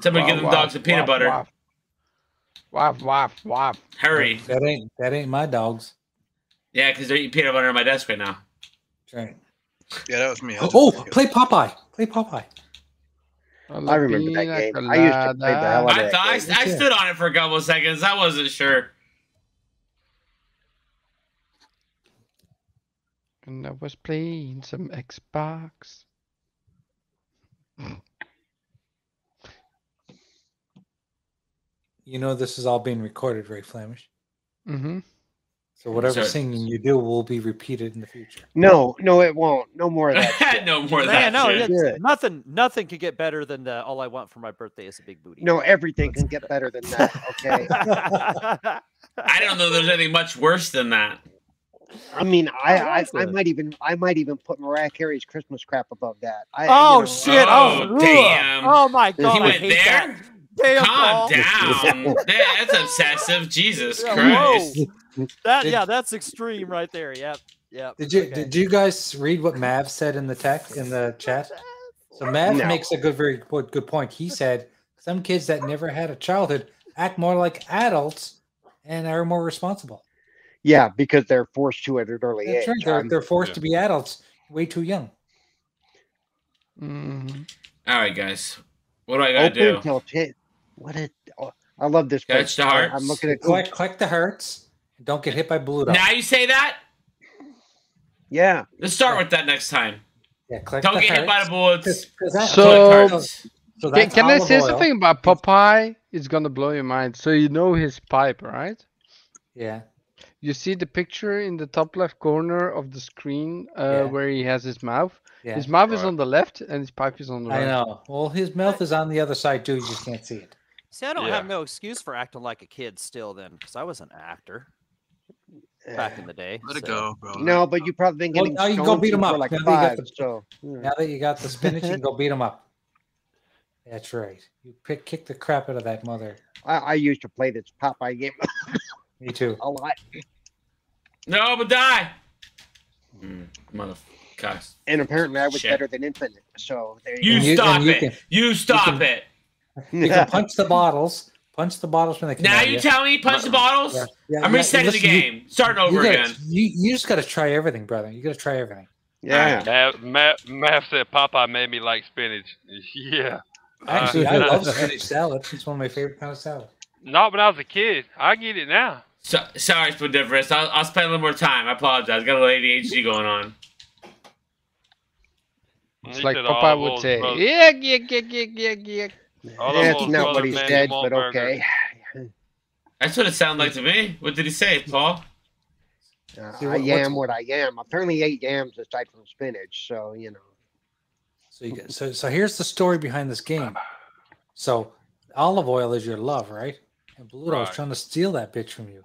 Somebody
Wah,
give them
wah,
dogs some peanut
wah,
butter.
wah. Waf waf waf.
Hurry.
That ain't that ain't my dogs.
Yeah, because they're eating peanut butter on my desk right now.
Right.
Yeah, that was me. I just
Oh,
forgot.
play Popeye. Play Popeye.
La
remember
pina
that game. I used to play the hell
colada.
out-
I, thought, I, I stood on it for a couple of seconds. I wasn't sure.
And I was playing some Xbox.
You know this is all being recorded, Ray Flamish.
Mm-hmm.
So whatever
Sorry.
singing you do will be repeated in the future.
No, no, it won't. No more of that.
no more of that.
man, no,
shit.
yeah,
Yeah.
nothing, nothing could get better than the "All I Want for My Birthday Is a Big Booty."
No, everything can get better than that. Okay.
I don't know. There's anything much worse than that.
I mean, I, I, I
Awesome.
might even I might even put Mariah Carey's Christmas crap above that. I, you
oh
know, uh,
shit! Oh,
Oh,
ugh.
damn.
Oh my
He
god!
he
I
went
hate
there.
That. Damn,
Calm
Paul.
down. Yeah, that's obsessive. Jesus
Yeah,
Christ.
whoa. That
Did-
yeah, that's extreme right there. Yep, yep.
Did you
okay.
did you guys read what Mav said in the text in the chat? So Mav
No.
makes a good, very good, good point. He said some kids that never had a childhood act more like adults and are more responsible.
Yeah, because they're forced to at an early
That's
age.
right. They're,
I'm-
they're forced to be adults way too young.
hmm
All right, guys. What do I gotta
open
do?
till ten. What a, oh, I love this.
Catch
place.
the
I-
hearts.
I'm looking at.
Collect, collect the hearts. and Don't get hit by blue dot.
Now you say that?
Yeah,
Let's start with that next time.
Yeah, collect
Don't
the
get hit by the
hearts.
bullets.
'Cause- 'cause that-
So-
so
Can,
that's
can I
olive
say
oil.
something about Popeye? It's gonna blow your mind. So you know his pipe, right?
Yeah.
You see the picture in the top left corner of the screen uh,
Yeah.
where he has his mouth.
Yeah.
His mouth is
Right.
on the left and his pipe is on the right.
I know. Well, his mouth is on the other side too. You just can't see it.
See, I don't
Yeah.
have no excuse for acting like a kid still then, because I was an actor back in the day.
Let it
so-
go, bro.
no, but you've probably been
Well,
getting
now you go
stoned
beat 'em
for
up.
like
Now they got
five.
the-
So mm.
Now that you got the spinach, you can go beat him up. That's right. You pick, kick the crap out of that mother.
I, I used to play this Popeye game
Me too.
a lot,
No, but die. Mm, Motherfuckers.
and apparently I was
Shit.
better than Infinite. So there
You,
you,
And you-
stop
and you
it.
can-
you stop
can-
it.
go.
You can punch the bottles. Punch the bottles when they come.
Now
at
you
ya.
tell me punch the bottles?
Yeah, yeah,
I'm
yeah,
resetting the
listen, you-
game. Starting
You,
over
gotta-
again.
you- you just got to try everything, brother. You got to try everything.
Yeah.
Mav, Mav, Mav said Popeye made me like spinach. Yeah.
Actually,
Uh,
I love spinach salad. It's one of my favorite kind of salad.
Not when I was a kid. I get it now.
So, sorry, Splendiferous. I'll, I'll spend a little more time. I apologize. Got a little ADHD going on.
It's like
"Oh,
Popeye would say, yeah, yeah, yeah, yeah, yeah, yeah.
Yeah, it's not what he said, but okay.
That's what it sounded like to me. What did he say, Paul?
Uh,
See,
I
what-
am what I am. Apparently, ate yams aside from spinach. So you know.
So you
Mm-hmm.
get, so so here's the story behind this game. So olive oil is your love, right? And Bluto is
Right.
trying to steal that bitch from you.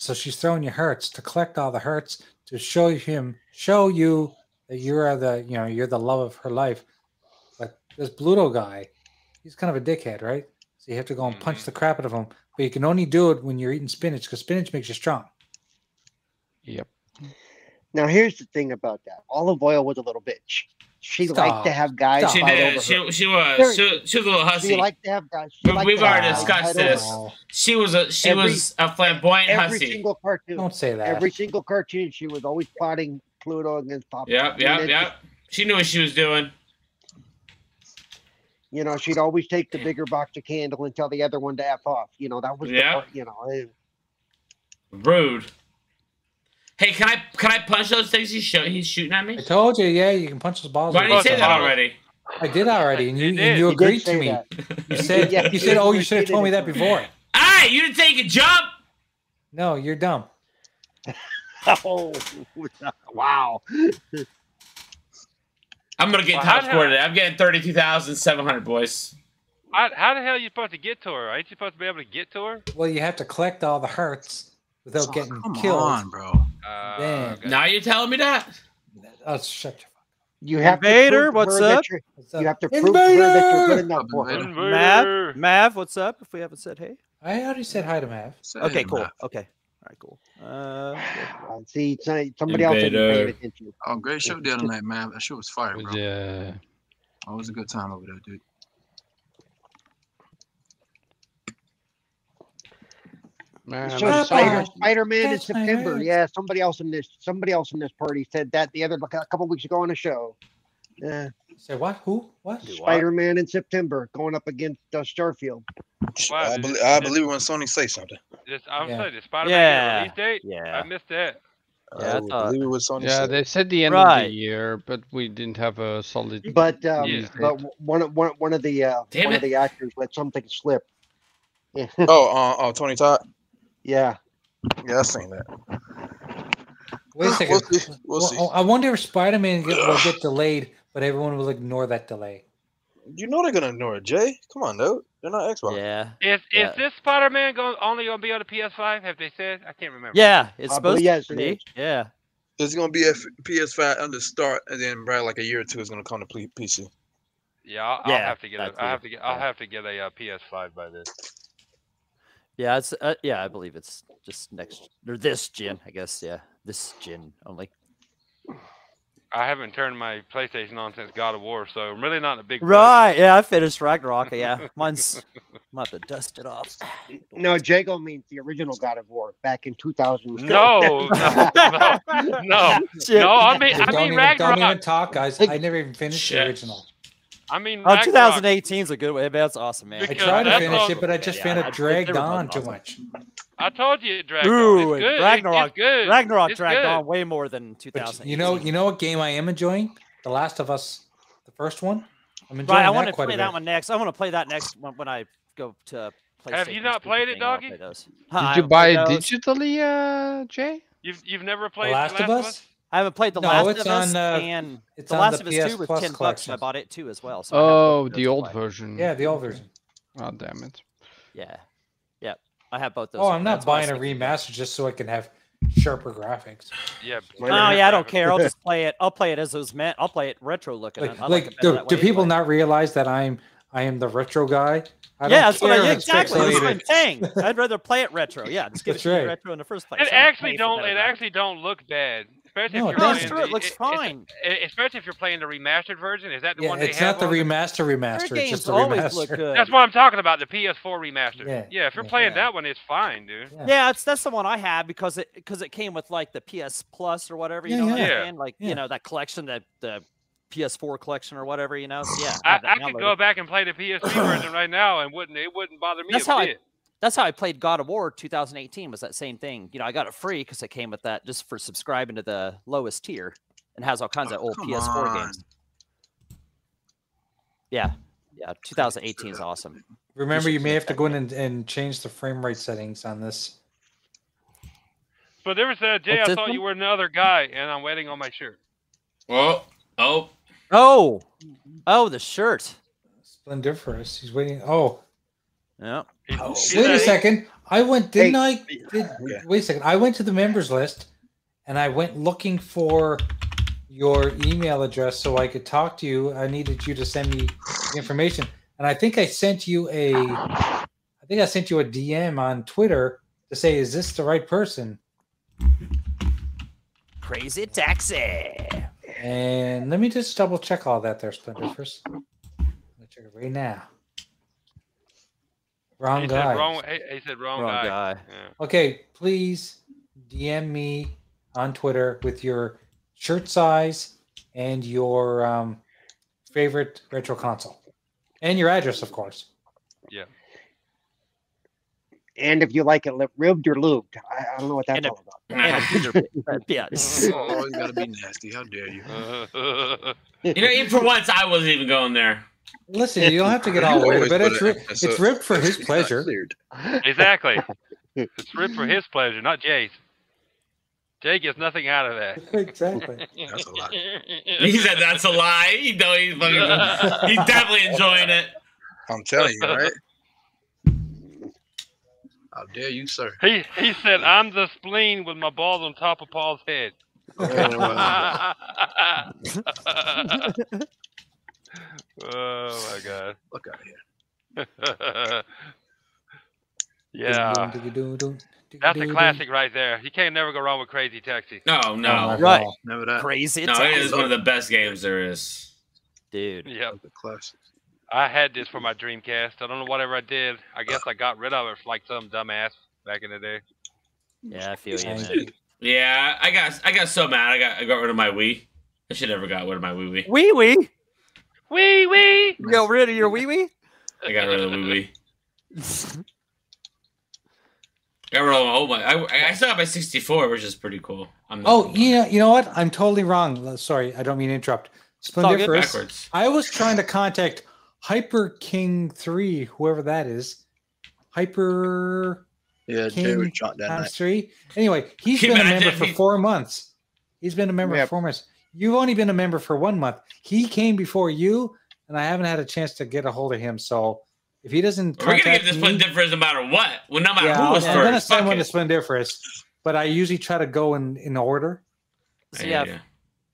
So she's throwing you hearts to collect all the hearts to show him, show you that you are the you know you're the love of her life. But this Bluto guy, he's kind of a dickhead, right? So you have to go and
Mm-hmm.
punch the crap out of him. But you can only do it when you're eating spinach because spinach makes you strong.
Yep.
Now here's the thing about that. Olive oil was a little bitch. She liked
Stop.
to have guys.
she
fight
did.
over her.
She, she was. She, she was a little hussy.
She liked to have guys. She
We-
liked
We've
to have
already
guys
discussed
fight over
this.
her.
She was a she
Every-
was a flamboyant
Every
hussy.
single cartoon.
Don't say that.
Every single cartoon, she was always plotting Pluto against Papa. I
Yep,
mean,
yep,
it-
yep. She knew what she was doing.
You know, she'd always take the bigger box of candle and tell the other one to f off. You know, that was the
Yeah.
part, you know. eh.
Rude. Hey, can I can I punch those things he's show, he's shooting at me?
I told you, yeah, you can punch those balls.
Why
with
did you
a
say
baseball
that
bat.
already?
I did already, and you,
did.
and
You
you
did
agreed
say
to me.
that.
You said
Yeah,
you
you
said, "Oh, you
repeated
should have told me
it.
that before."
Hey, you didn't take a jump.
No, you're dumb.
oh, wow.
I'm gonna get
Well,
top
how-
score today. I'm getting thirty-two thousand seven hundred, boys.
I, how the hell are you supposed to get to her? Ain't you supposed to be able to get to her?
Well, you have to collect all the hearts
Oh,
without getting
come
killed.
on,
bro.
Uh, okay.
Now you're telling me that?
Oh, shut your
You have
Invader,
to prove to her
what's
that
up?
you're-
What's
You
up?
have to prove to her that you're good
Invader!
enough for her.
Mav, Mav, what's up? If we haven't said hey.
I already said hi to Mav.
Okay, cool.
Mav.
Okay, all right, cool. Uh,
Uh, See, some- somebody else isn't paying
Invader.
attention.
Oh, great show the other night, man. That show was fire, bro.
Yeah.
Always a good time over there, dude.
Man,
So
I'm
Spider,
sorry.
Spider-Man in
That's my
September.
right.
Yeah, somebody else in this somebody else in this party said that the other a couple weeks ago on a show. Yeah.
Say what? Who? What?
Spider-Man in September going up against uh, Starfield.
Wow,
I,
did-
believe, I
did-
believe when Sony say something.
Just, I'm
Yeah.
sorry, did Spider-Man get a
Yeah,
release date?
yeah.
I missed that.
Yeah, I believe it was Sony
Yeah,
said.
they said the end of
Right.
the year, but we didn't have a solid.
But um,
release
but
date.
w- one of one, one of the uh,
Damn
one
it.
of the actors let something slip.
oh, uh, oh, Tony Todd.
Yeah.
Yeah, I seen that.
Wait a second.
We'll see. We'll
Well, oh,
see.
oh,
I wonder if Spider-Man get, will get delayed, but everyone will ignore that delay.
You know they're gonna ignore it, Jay. Come on, no, they're not Xbox.
Yeah.
Is, is this Spider-Man go, only going to be on the PS5? Have they said? I can't remember.
Yeah.
It's gonna be a f- PS5 under start, and then probably like a year or two is gonna come to P- PC.
Yeah, I'll, I'll
Yeah,
have to get. A,
that
I'll
too.
have to get. I'll
Yeah.
have to get a uh, PS5 by this.
Yeah, it's uh, yeah, I believe it's just next or this gen, I guess. Yeah, this gen only.
I haven't turned my PlayStation on since God of War, so I'm really not a big.
Right. Yeah, I finished Ragnarok. Yeah, mine's. I'm about to dust it off.
No, Jago means the original God of War back in 2000.
No, no, no, no, no.
oh,
I mean,
don't,
I mean
even,
Ragnarok.
don't even talk, guys. I never even finished
Shit.
the original.
I mean
Oh,
Ragnarok.
2018 is a good way. That's awesome, man.
I tried to finish it, but I just found it
I-
dragged
they were both
on too
awesome.
much.
I told you it dragged on. It's
Ooh, and
good. It-
Ragnarok.
It's good.
Ragnarok
It's
dragged
good.
on way more than 2000.
You know, you know what game I am enjoying? The Last of Us, the first one. I'm enjoying
right, I
that
want to
quite
play
a
that
bit.
one next. I want to play that next one when I go to. PlayStation
Have you not
speaker
played it,
thing, I wanna
Doggy?
play those. Huh, I
Did you
haven't
buy
played
it
those.
digitally, uh, Jay?
You've you've never played
Last of Us?
I haven't played The
No,
Last
it's
of Us
on, uh,
and
it's
The
on
Last
the
of Us
PS
2 was
Plus
10 bucks. and I
collection.
bought it too as well. So I have both
Oh,
of
the
those to
old
play.
version.
Yeah, the old version.
Oh, damn it.
Yeah. Yeah. I have both those.
Oh,
to
I'm
play.
not
That's why I
buying a
said-
remaster just so I can have sharper graphics.
Yeah.
Oh yeah, I don't care. I'll just play it. I'll play it as it was meant. I'll play it retro looking.
Like,
I like, it
like
better
do,
that
do
way
people
anyway.
not realize that I'm I am the retro guy? I
yeah,
don't
that's what
care
I,
if
yeah,
it's
exactly. That's what I'm
pixelated.
saying. I'd rather play it retro. Yeah, just give it
That's
to me
right.
retro in the first place.
It
I don't
actually
pay for
don't.
better
It actually don't look bad. especially
No,
if
it
you're playing
doesn't. True, it
the-
looks
it's-
fine.
e- especially if you're playing the remastered version. Is that the
Yeah,
one they
it's
have?
not the
on there?
remaster remaster. It's just the remaster.
That's what I'm talking about. The PS4 remaster.
Yeah,
Yeah, if you're playing that one, it's fine, dude.
Yeah, it's, that's the one I have because it because it came with like the PS Plus or whatever. You
Yeah,
know what
yeah.
I'm
Yeah.
saying? Like you know that collection, that the PS4 collection or whatever. You know, so yeah.
I,
have that
I could go
downloaded.
back and play the PSP version right now, and wouldn't it wouldn't bother me
That's
a
how I.
bit.
That's how I played God of War 2018. Was that same thing? You know, I got it free because it came with that just for subscribing to the lowest tier, and has all kinds of old
come
PS4
on.
games. Yeah, yeah. 2018 is awesome.
Remember, you may have to go in and, and change the frame rate settings on this.
But there was a day
What's
I
this
thought
one?
you were another guy, and I'm waiting on my shirt.
Oh, oh.
Oh, oh, the shirt.
Splendiferous. He's waiting. Oh,
yeah.
Wait a second. I went, didn't
Hey.
I? Did, Wait a second. I went to the members list and I went looking for your email address so I could talk to you. I needed you to send me the information. And I think I sent you a I think I sent you a DM on Twitter to say, is this the right person?
Crazy taxi.
And let me just double check all that there, Splinter first. I'm gonna check it right now. Wrong
he
guy.
Said wrong, he, he said wrong,
Wrong
guy.
guy.
Yeah.
Okay, please DM me on Twitter with your shirt size and your um, favorite retro console and your address, of course.
Yeah.
And if you like it li- ribbed or lubed, I, I don't know what that's all about.
Yes.
Oh, you gotta be nasty. How dare you?
you know, even for once, I wasn't even going there.
Listen, you don't have to get all
You
weird
always
about
put
it. It's,
it
ri-
in, so
it's ripped for his pleasure.
Exactly. it's ripped for his pleasure, not Jay's. Jay gets nothing out of that.
Exactly.
That's a lot.
He said that's a lie. You know he's fucking. He's definitely enjoying it.
I'm telling you, right?
How dare you, sir?
He he said, "I'm the spleen with my balls on top of Paul's head."
wow.
oh my god!
Look out here.
yeah, that's a classic right there. You can't never go wrong with Crazy Taxi.
No, no,
Right.
Never that.
Crazy
No, it is
taxi.
one of the best games there is.
Dude,
Yeah,
The classic.
I had this for my Dreamcast. I don't know whatever I did. I guess I got rid of it for like some dumbass back in the day.
yeah, I feel you. Man.
Dude. Yeah, I got I got so mad. I got I got rid of my Wii. I should never got rid of my Wii Wii.
Wee wee.
Wee wee.
Yo, rid of your wee wee.
I got rid of the Wii Wii. I got rid of my old one. I, I- I still have my 64, which is pretty cool. I'm not
Oh,
gonna lie.
you know, you know what? I'm totally wrong. L- Sorry, I don't mean to interrupt.
all good.
Splendiferous.
Backwards.
I was trying to contact Hyper King Three, whoever that is. Hyper
Yeah, Jay
King
was drunk that
times
night.
three. Anyway, he's
He
been a
might
member
have
for
been-
four months. He's been a member for four months. You've only been a member for one month. He came before you, and I haven't had a chance to get a hold of him. So if he doesn't,
We're gonna
contact
give this
me-
one difference no matter what. Well, no matter
yeah,
who
I'm,
was
I'm gonna
first.
send
Fuck
one to
it.
Splendiferous, but I usually try to go in in order.
So yeah, if-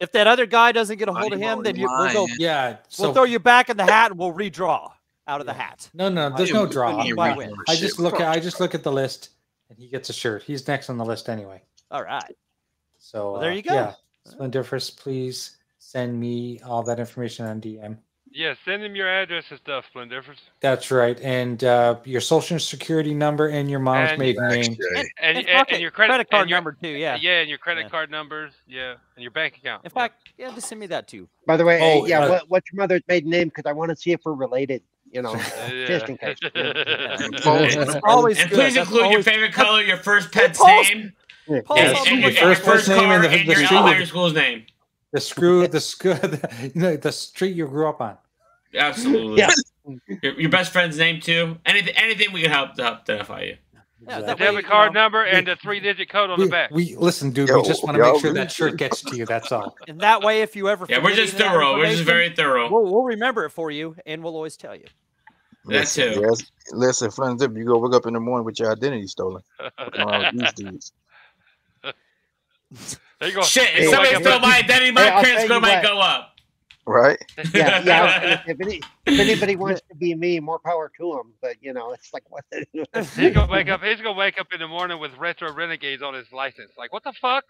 if that other guy doesn't get a
Oh,
hold of
you
him, then you, we'll
lying.
go.
Yeah, so
We'll throw you back in the hat and we'll redraw out of the hat.
No, no, there's
You
no
wouldn't
draw.
even
Why
read
win?
more
I
shit.
just look
Fuck.
at I just look at the list, and he gets a shirt. He's next on the list anyway.
All right.
So
Well, there
uh,
you go.
Yeah, Splendiferous, please send me all that information on DM.
Yeah, send him your address and stuff, Splendiferous.
That's right, and uh, your social security number and your mom's
And-
maiden name.
Jay.
And,
And
and-
fuck
and
it,
your credit,
credit card
and your,
number too. Yeah.
Yeah, and your credit
Yeah.
card numbers. Yeah, and your bank account.
In fact, yeah, just send me that too.
By the way, hey,
Oh,
yeah,
uh,
what, what's your mother's maiden name? Because I want to see if we're related. You know,
Yeah.
just in case.
Paul,
Always
And
good.
please
That's
include your
always-
favorite color, your first pet's
Paul's-
name,
Paul's
and,
always
and your,
Your
and your
first
first
name and
car,
the-
and
the
your
street.
elementary school's name.
The screw, the screw, the, you know, the street you grew up on.
Absolutely.
Yeah.
Your, your best friend's name too. Anything, anything we can help to help identify you.
Yeah,
the
that way,
debit
you
card
know,
number and the three-digit code on
We,
the back.
we- listen, dude.
Yo,
we just want to
yo.
make sure that shirt gets to you. That's all.
And that way, if you ever
Yeah, we're
forget
just
any of that
thorough. We're just very
information,
thorough.
We'll, we'll remember it for you, and we'll always tell you.
That too.
Yes. Listen, friends, if you go wake up in the morning with your identity stolen, fucking around with these dudes.
There you go.
Shit, if
Hey,
somebody
wait,
stole
wait.
my identity, my
Hey, I'll
credit
tell
score
you
might
what.
go up.
Right?
yeah, yeah. I was gonna say, If, any, if anybody wants to be me, more power to them. But you know, it's like what.
He's gonna wake up. He's gonna wake up in the morning with retro renegades on his license. Like, what the fuck?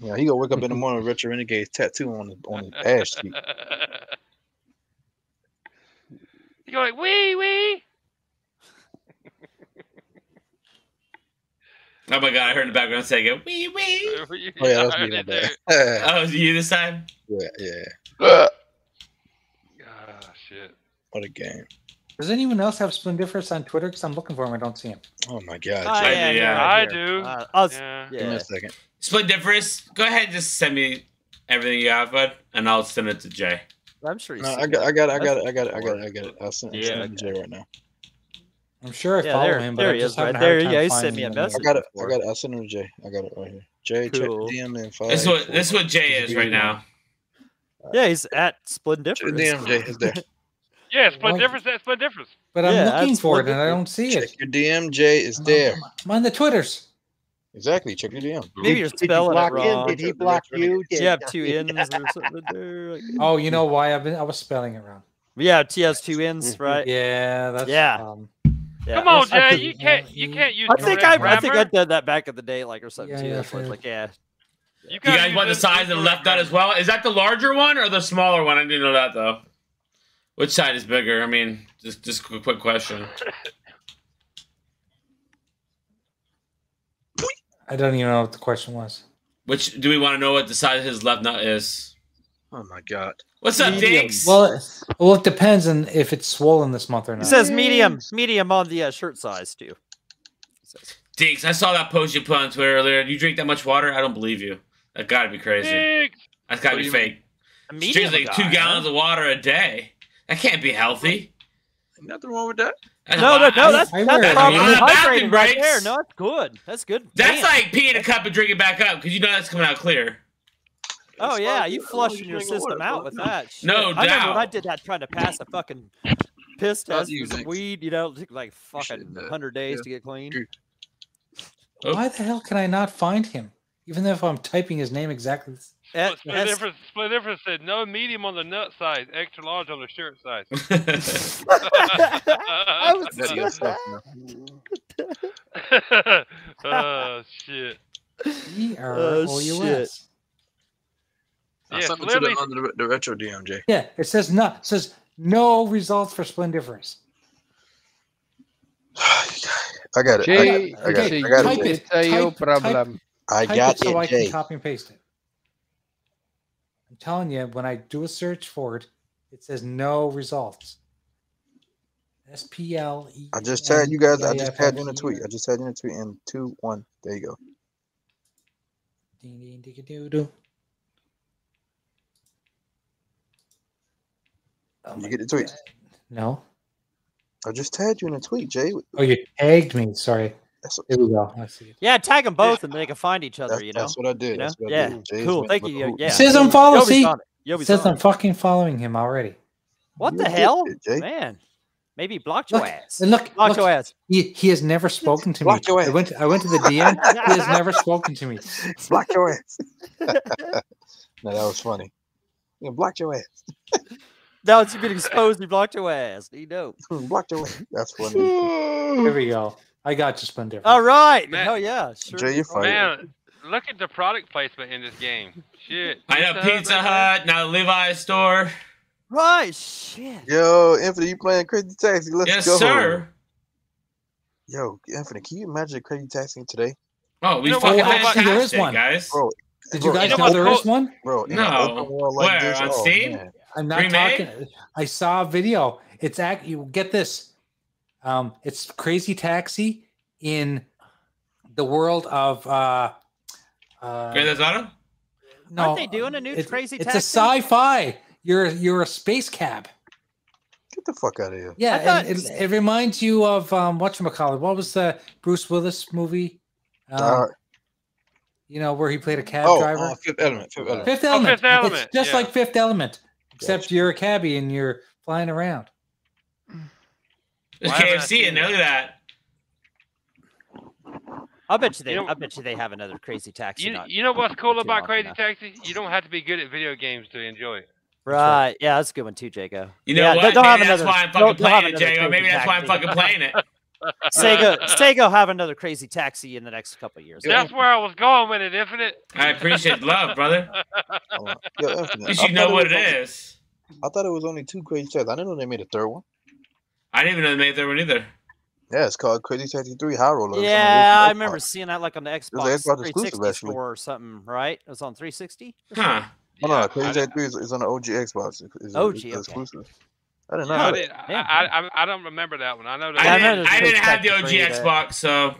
Yeah, he gonna wake up in the morning with Retro Renegade's tattoo on his on his ass cheek.
You go like wee wee.
Oh my god, I heard in the background say again. Wee wee.
Oh yeah,
that was me, my bad.
oh, it was you this time?
Yeah, yeah.
Ah shit.
What a game.
Does anyone else have Splendiferous on Twitter? Because I'm looking for him. I don't see him.
Oh my god.
Ah,
Jake.
yeah,
do, yeah.
yeah,
I
right here.
do.
Uh, I'll s-
yeah.
Give me
yeah.
a second.
Split difference. Go ahead and just send me everything you have, bud, and I'll send it to Jay.
I'm sure he's
No,
seen
I got,
it.
I got, it, I got it, I got it, I got it, I got it. I'll send,
Yeah,
yeah, send it to Jay right now.
I'm sure I
Yeah,
follow
there-
him, but
there
I'm
he
just
is, right
having a
there.
hard time
Yeah, he sent
fending
me a
him.
I
message.
got it, I got it. I'll send it to Jay. I got it right here. Jay,
Cool.
check the DM in five.
This is what this is what Jay is right now.
Yeah, he's at
Check the
Splendiferous.
DM, Jay. It's there.
Yeah, split
Why-
difference. That's split difference.
But I'm
Yeah,
looking
that's
for it
what-
and I don't see
Check
it.
your DM, Jay. It's
Oh.
there.
I'm on the Twitters.
Exactly. Check your DM.
Maybe you're spelling
block
it
him?
wrong.
Did he block you?
Do
Did
you have two N's or something there? Like,
Oh, you know why? I've been I was spelling it wrong.
yeah, T has two N's, right?
Yeah, that's
Yeah.
Um,
Yeah.
Come on,
Yes, I
Jay.
could-
You can't. You can't use
I
correct
think I, I
grammar.
think I did that back in the day, like or something.
Yeah,
too.
yeah,
That's why it's
fair.
like, yeah,
You,
You
gotta
guys
use
want the size and
incorrect
left out as
grammar.
well? Is that the larger one or the smaller one? I didn't know that though. Which side is bigger? I mean, just just a quick question.
I don't even know what the question was.
Which do we want to know what the size of his left nut is?
Oh my god.
What's up,
Medium.
Diggs?
Well, it, well, it depends on if it's swollen this month or
he
not.
says medium, medium on the uh, shirt size too. He says.
Diggs, I saw that post you put on Twitter earlier. You drink that much water? I don't believe you. That gotta be
Eh.
crazy.
Big.
That's gotta
What do
be
you
fake.
A
She
medium
drinks like
guy,
two
huh?
gallons of water a day. That can't be healthy.
Nothing wrong with that.
That's
No, no,
wild.
no, that's,
I
that's
wear it.
probably
I'm on the bathroom
hydrated right
breaks.
there. No, that's good. That's good.
That's
Damn.
like peeing a cup and drinking back up because you know that's coming out clear.
oh
That's
yeah,
why-
you
that's why
flushing your
drink water,
system
bro.
out with
No.
that. Shit.
No
I remember when I
doubt.
did that trying to pass a fucking piss
Not
test,
you,
with some
Nick.
weed. You know, it took like
shouldn't
fucking
do that.
hundred days to get clean.
Why the hell can I not find him? Even if I'm typing his name exactly.
Split,
At-
split,
that's-
difference, split difference said no medium on the nut size, extra large on the shirt size.
I was
That's
uh,
yourself, man.
oh shit!
E R
Oh,
O U
shit.
S.
Now,
Yeah,
something to
literally-
the, on the, the retro DM, Jay.
Yeah, it says not. It says no results for Splendiferous.
I got it. I got
Jay,
it. I got
Jay,
it. I got
type
it. Jay.
it.
it's a you
Type- type-
problem.
I
Type
got
it so I
it,
can
Jay.
copy and paste it. I'm telling you, when I do a search for it, it says no results. S P L E.
I just tagged you guys. I just tagged you in a tweet. I just tagged you in a tweet. And two, one. There you go. You get the tweet.
No.
I just tagged you in a tweet, Jay.
Oh, you tagged me. Sorry.
That's,
Here we go. I see it.
Yeah, tag them both and they can find each other.
that's,
you know.
that's what I did.
You
That's
know?
what I did. Jay's
Cool.
been
Thank
with
you.
who-
Yeah.
It says unfollow.
Yobi's
Oh, See,
on it.
it
Yobi's
says
on
I'm
it.
fucking following him already.
What the
You did
hell,
it, Jay.
man? Maybe he blocked your
Look,
ass.
and look,
Blocked
look,
your ass.
He, he has never spoken to me.
Block your
I
ass.
went. I went to the DM. he has never spoken to me.
Block your ass. no, that was funny. Yeah, block your ass.
Now that you've been exposed, he blocked your ass. You know.
block your ass. That's funny.
Here we go. I got you, Splendor.
All right.
Man.
Hell yeah. Sure.
Jay, you're fired.
Man, look at the product placement in this game. Shit.
I know Pizza
right
Hut, now Levi's store.
Right. Shit.
Yo, Infinite, you playing Crazy Taxi? Let's
yes,
go.
sir.
Yo, Infinite, can you imagine Crazy Taxi today,
Oh, we
You know what,
fucking
how about-
fantastic,
There is one.
guys.
bro?
Did you
bro,
guys
in
know
know
what
an
there
Col-
is one?
open- bro? In an
No.
open world like
Where,
this,
on
oh,
Steam?
man.
I'm not
Remade?
talking. I saw a video. It's act. You get this. Um, it's Crazy Taxi in the world of. Uh, uh,
Grand Theft Auto?
no,
Aren't they doing a new
it-
Crazy
It's
Taxi?
a sci-fi. You're you're a space cab.
Get the fuck out of here.
Yeah,
I thought-
and it, it reminds you of um, what What was the Bruce Willis movie? Um,
Uh,
you know where he played a cab
oh,
driver.
uh, Fifth Element. Fifth Element.
Fifth Element.
Oh, Fifth Element,
It's just
yeah.
like Fifth Element, except you're a cabbie and you're flying around.
There's
Why haven't I
KFC in
seen
there. Look at that.
I bet you they.
You know-
I bet you they have another crazy taxi.
You,
not-
you know what's cool
too
about
often
Crazy
now.
Taxi? You don't have to be good at video games to enjoy it.
right. Yeah, that's a good one too, Jacob.
You know
yeah,
what?
They, they'll have
Maybe that's
another,
why I'm
they'll-
fucking
they'll have
playing it,
another
Jay. Or
Crazy
maybe that's why I'm
Taxi.
fucking playing it.
Sega, Sega have another crazy taxi in the next couple of years.
That's where I was going with it, Infinite.
I appreciate love, brother.
Yo, Anthony,
You
I
should know
thought
what it
was only-
is.
I thought it was only two Crazy Taxi. I didn't know they made a third one.
I didn't even know they made that one either.
Yeah, it's called Crazy Taxi Three High Roller. It's on the
Yeah,
original
I remember
Xbox.
seeing that like on the
an
Xbox
Xbox exclusive,
360
actually.
store or something, right? It was on 360.
Huh?
Oh, no, Crazy Taxi Three is, is on the OG Xbox. It's, it's,
OG,
it's
okay.
exclusive. I didn't know.
I,
that.
didn't, I, I, I- I don't remember that one. I know that.
I didn't, I didn't have the
Taxi
OG
three that-
Xbox, so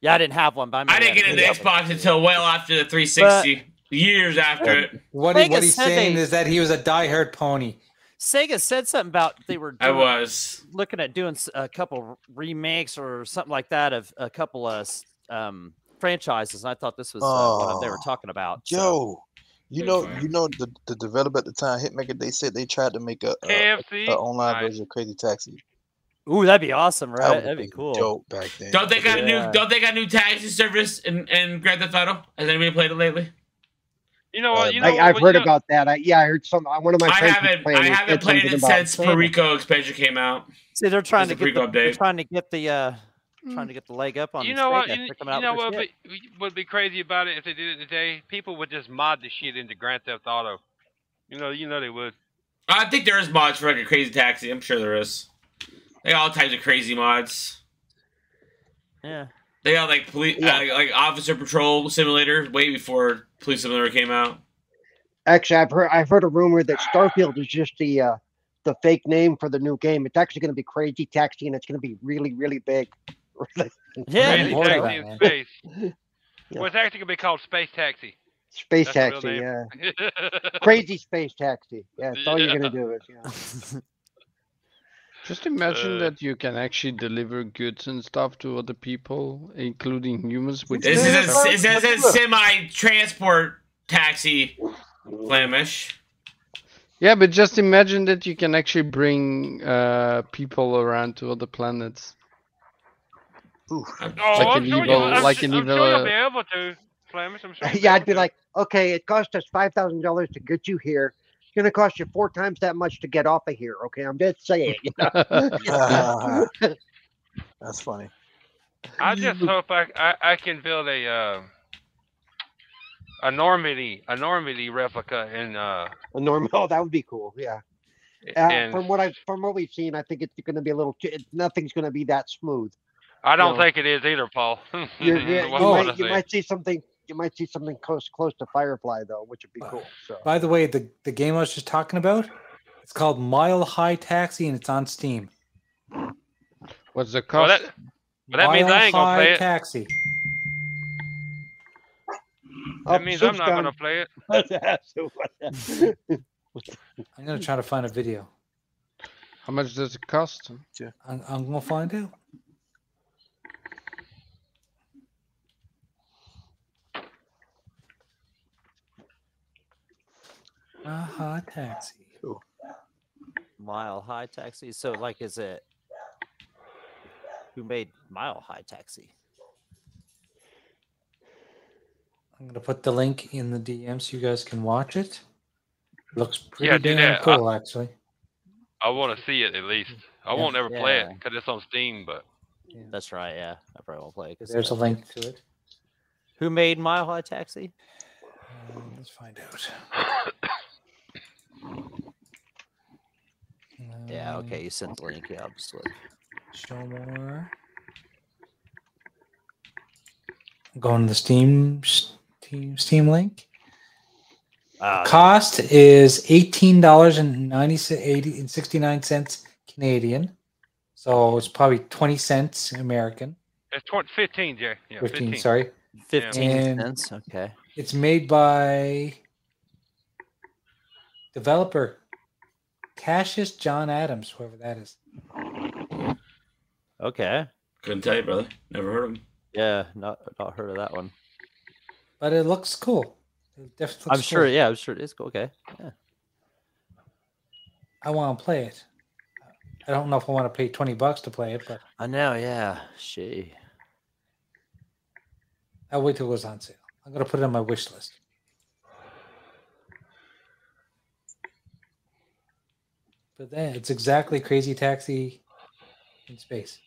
Yeah, I didn't have one, but I,
I
remember
didn't get into
that.
Xbox until well after the 360, years after it.
What, he,
Vegas
what he's
said
saying
they-
is that he was a diehard pony.
Sega said something about they were
I
doing-
was.
looking at doing s- a couple remakes or something like that of a couple of s- um, franchises. And I thought this was uh, one of- they were
Oh,
talking about. so-
Yo, you
Good
know,
plan.
you know, the, the developer at the time, Hitmaker, they said they tried to make a, a,
KFC.
a
Uh,
online
Nice.
version of Crazy Taxi.
Ooh, that'd be awesome,
That
right?
would've
That'd be
been
cool.
Dope back then.
Don't they got a
Yeah.
new? Don't they got new taxi service in, in Grand Theft Auto? Has anybody played it lately?
You know what? You know
I,
what-
I've
what-
heard
you know-
about that. I, yeah, I heard some. I- One of my
I
friends was
haven't.
playing.
I
he said
haven't played
something
it
about
since
Sega.
Perico expansion came out.
See, they're trying to
There's a
get the,
prequel
they're
update.
trying to get the uh, trying to get the leg up on.
Hmm. You know what?
Sega
You,
for coming
you
out
know
with their
what would
shit.
be, would be crazy about it if they did it today? People would just mod the shit into Grand Theft Auto. You know, you know they would.
I think there is mods for like a crazy taxi. I'm sure there is. They got all types of crazy mods.
Yeah.
They got like police,
Yeah.
uh, like, like officer patrol simulator way before police simulator came out.
Actually, I've heard. I've heard a rumor that Starfield is just the uh, the fake name for the new game. It's actually going to be Crazy Taxi, and it's going to be really, really big.
Yeah.
Crazy
I'm bored of
Taxi
that,
in
man.
space.
Yeah.
Well, it's actually gonna be called Space Taxi.
Space
That's the
Taxi,
real
yeah.
name.
Crazy Space Taxi. Yeah, it's all you're going to do is. Yeah.
Just imagine
Uh,
that you can actually deliver goods and stuff to other people, including humans. With
This
different
is
stuff.
a, it says a semi transport taxi, Flemish.
yeah, but just imagine that you can actually bring uh, people around to other planets.
oh,
Like
I'm
an
sure
evil-
you, I'm,
like
su-
an
I'm
evil,
sure you'll
uh,
be able to, Flemish. I'm sure. you'll
yeah, I'd
able
be
to.
like, okay, it cost us five thousand dollars to get you here. It's going to cost you four times that much to get off of here. Okay, I'm just saying. you know?
That's funny.
I just hope I, I, I can build a uh, a Normandy a Normandy replica in uh
A normal. Oh, that would be cool. Yeah. Uh,
in
from what I from what we've seen, I think it's going to be a little. It, nothing's going to be that smooth.
I don't
no.
think it is either, Paul.
You're,
What
you're- you
would I
might, you
say?
might see something. You might see something close close to Firefly though, which would be
Uh,
cool. So
By the way, the, the game I was just talking about, it's called Mile High Taxi and it's on Steam.
What's the
Well, that,
cost?
but that means
Mile
I ain't gonna
High
play it.
Taxi.
Up
That means I'm
soup's
not
Oh, gone.
gonna play it.
So what the-
I'm gonna try to find a video.
How much does it cost?
I'm, I'm gonna find out. Aha, taxi.
Mile High Taxi. So, like, is it who made Mile High Taxi?
I'm gonna put the link in the DM so you guys can watch it. Looks pretty
Yeah, do
damn
that.
cool, actually.
I want to see it at least. I
Yeah.
won't ever play it
Yeah.
because it's on Steam. But
That's right. Yeah, I probably won't play. it 'cause
There's a link to it.
Who made Mile High Taxi?
Um, let's find out.
Yeah.
Um,
Okay, you sent the link. Yeah, I'll just look.
Show more. I'm going to the Steam Steam Steam link.
Ah,
Cost is eighteen dollars and ninety eighty and sixty nine cents Canadian, so it's probably twenty cents American.
it's 20, 15, Jay. Yeah, 15.
15, sorry.
fifteen
And-
cents. Okay.
It's made by developer Cassius John Adams, whoever that is.
Okay.
Couldn't tell you, brother. Never heard of him.
Yeah. Not not heard of that one.
But it looks cool. It definitely
I'm
looks
sure.
cool.
Yeah, I'm sure it is. cool, Okay.
I want to play it. I don't know if I want to pay twenty bucks to play it, but
I know. Yeah. She.
I'll wait till it goes on sale. I'm gonna put it on my wish list. But then it's exactly Crazy Taxi in space.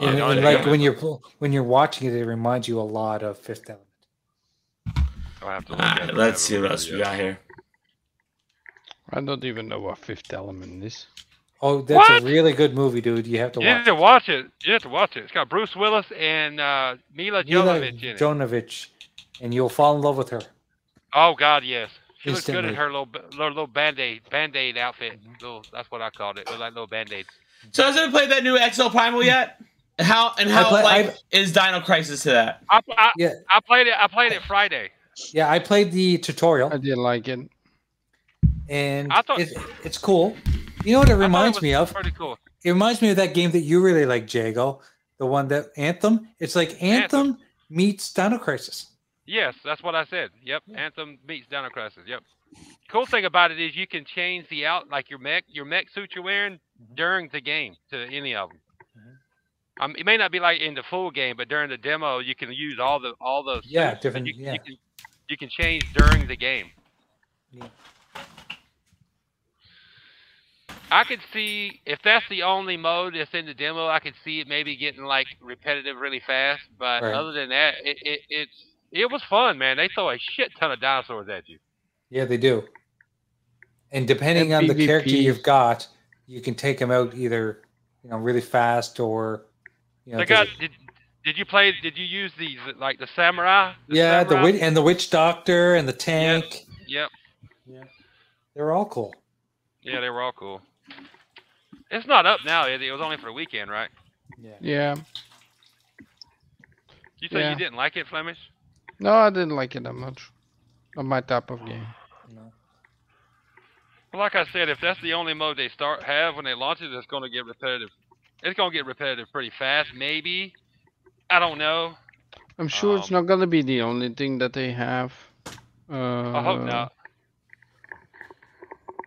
Oh,
And,
Yeah,
and
yeah,
like
yeah.
when you're when you're watching it, it reminds you a lot of Fifth Element.
I'll have to look at
Alright,
it.
Ah, let's see what else we got here.
I don't even know what Fifth Element is.
Oh, that's a really good movie, dude. You have to
You
watch.
need to watch it. You have to watch it. It's got Bruce Willis and uh, Mila
Mila
Jovovich in it.
Jonovich, and you'll fall in love with her.
Oh God, yes. She looks good in
Instantly.
her little b- little, little band aid band aid outfit. Little, that's what I called it. Look like little band aids.
So has anybody played that new Exo Primal yet? And how and how
I play-
like is Dino Crisis to that?
I, I,
Yeah.
I played it. I played it Friday.
Yeah, I played the tutorial. I
didn't like it,
and
I thought-
it, it's cool. You know what it
I thought it
reminds
was
me of?
Pretty cool.
It reminds me of that game that you really like, Jago. The one that Anthem. It's like Anthem, meets Dino Crisis.
Yes, that's what I said. Yep, Anthem meets Dino Crisis. Yep. Cool thing about it is you can change the out like your mech your mech suit you're wearing during the game to any of them. Um, it may not be like in the full game, but during the demo you can use all the all the
Yeah,
suits that
different-
You, you
yeah.
can you can change during the game.
Yeah.
I could see if that's the only mode that's in the demo. I could see it maybe getting like repetitive really fast, but
Right.
other than that, it, it it's it was fun, man. They throw a shit ton of dinosaurs at you.
Yeah, they do. And depending on the character
MPVP.
you've got, you can take them out either you know really fast or you know.
They
there's
got did, did you play? Did you use these like the samurai?
a- yeah, the witch and the witch doctor and the tank.
Yep.
They're all cool.
Yeah, they were all cool. It's not up now. It, it was only for the weekend, right?
Yeah.
You said
Yeah.
you didn't like it, Flemish.
No, I didn't like it that much. Not my type of game.
Well, like I said, if that's the only mode they start have when they launch it, it's going to get repetitive. It's going to get repetitive pretty fast, maybe. I don't know.
I'm sure it's not gonna be the only thing that they have. Uh, I
hope not.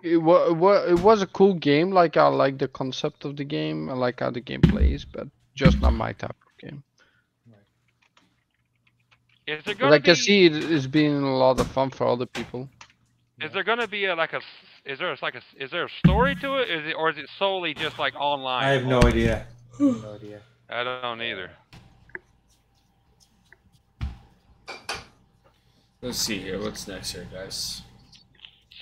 It was, it was a cool game. Like I like the concept of the game. I like how the game plays, but just not my type of game.
Is there
But
going
I
to be?
can see it is being a lot of fun for other people.
Is there going to be a, like a? s- Is there like a? s- Is there a story to it? Is it or is it solely just like online?
I have no
only?
idea. I have
Oh,
no idea.
I don't either.
Let's see here. What's next here, guys?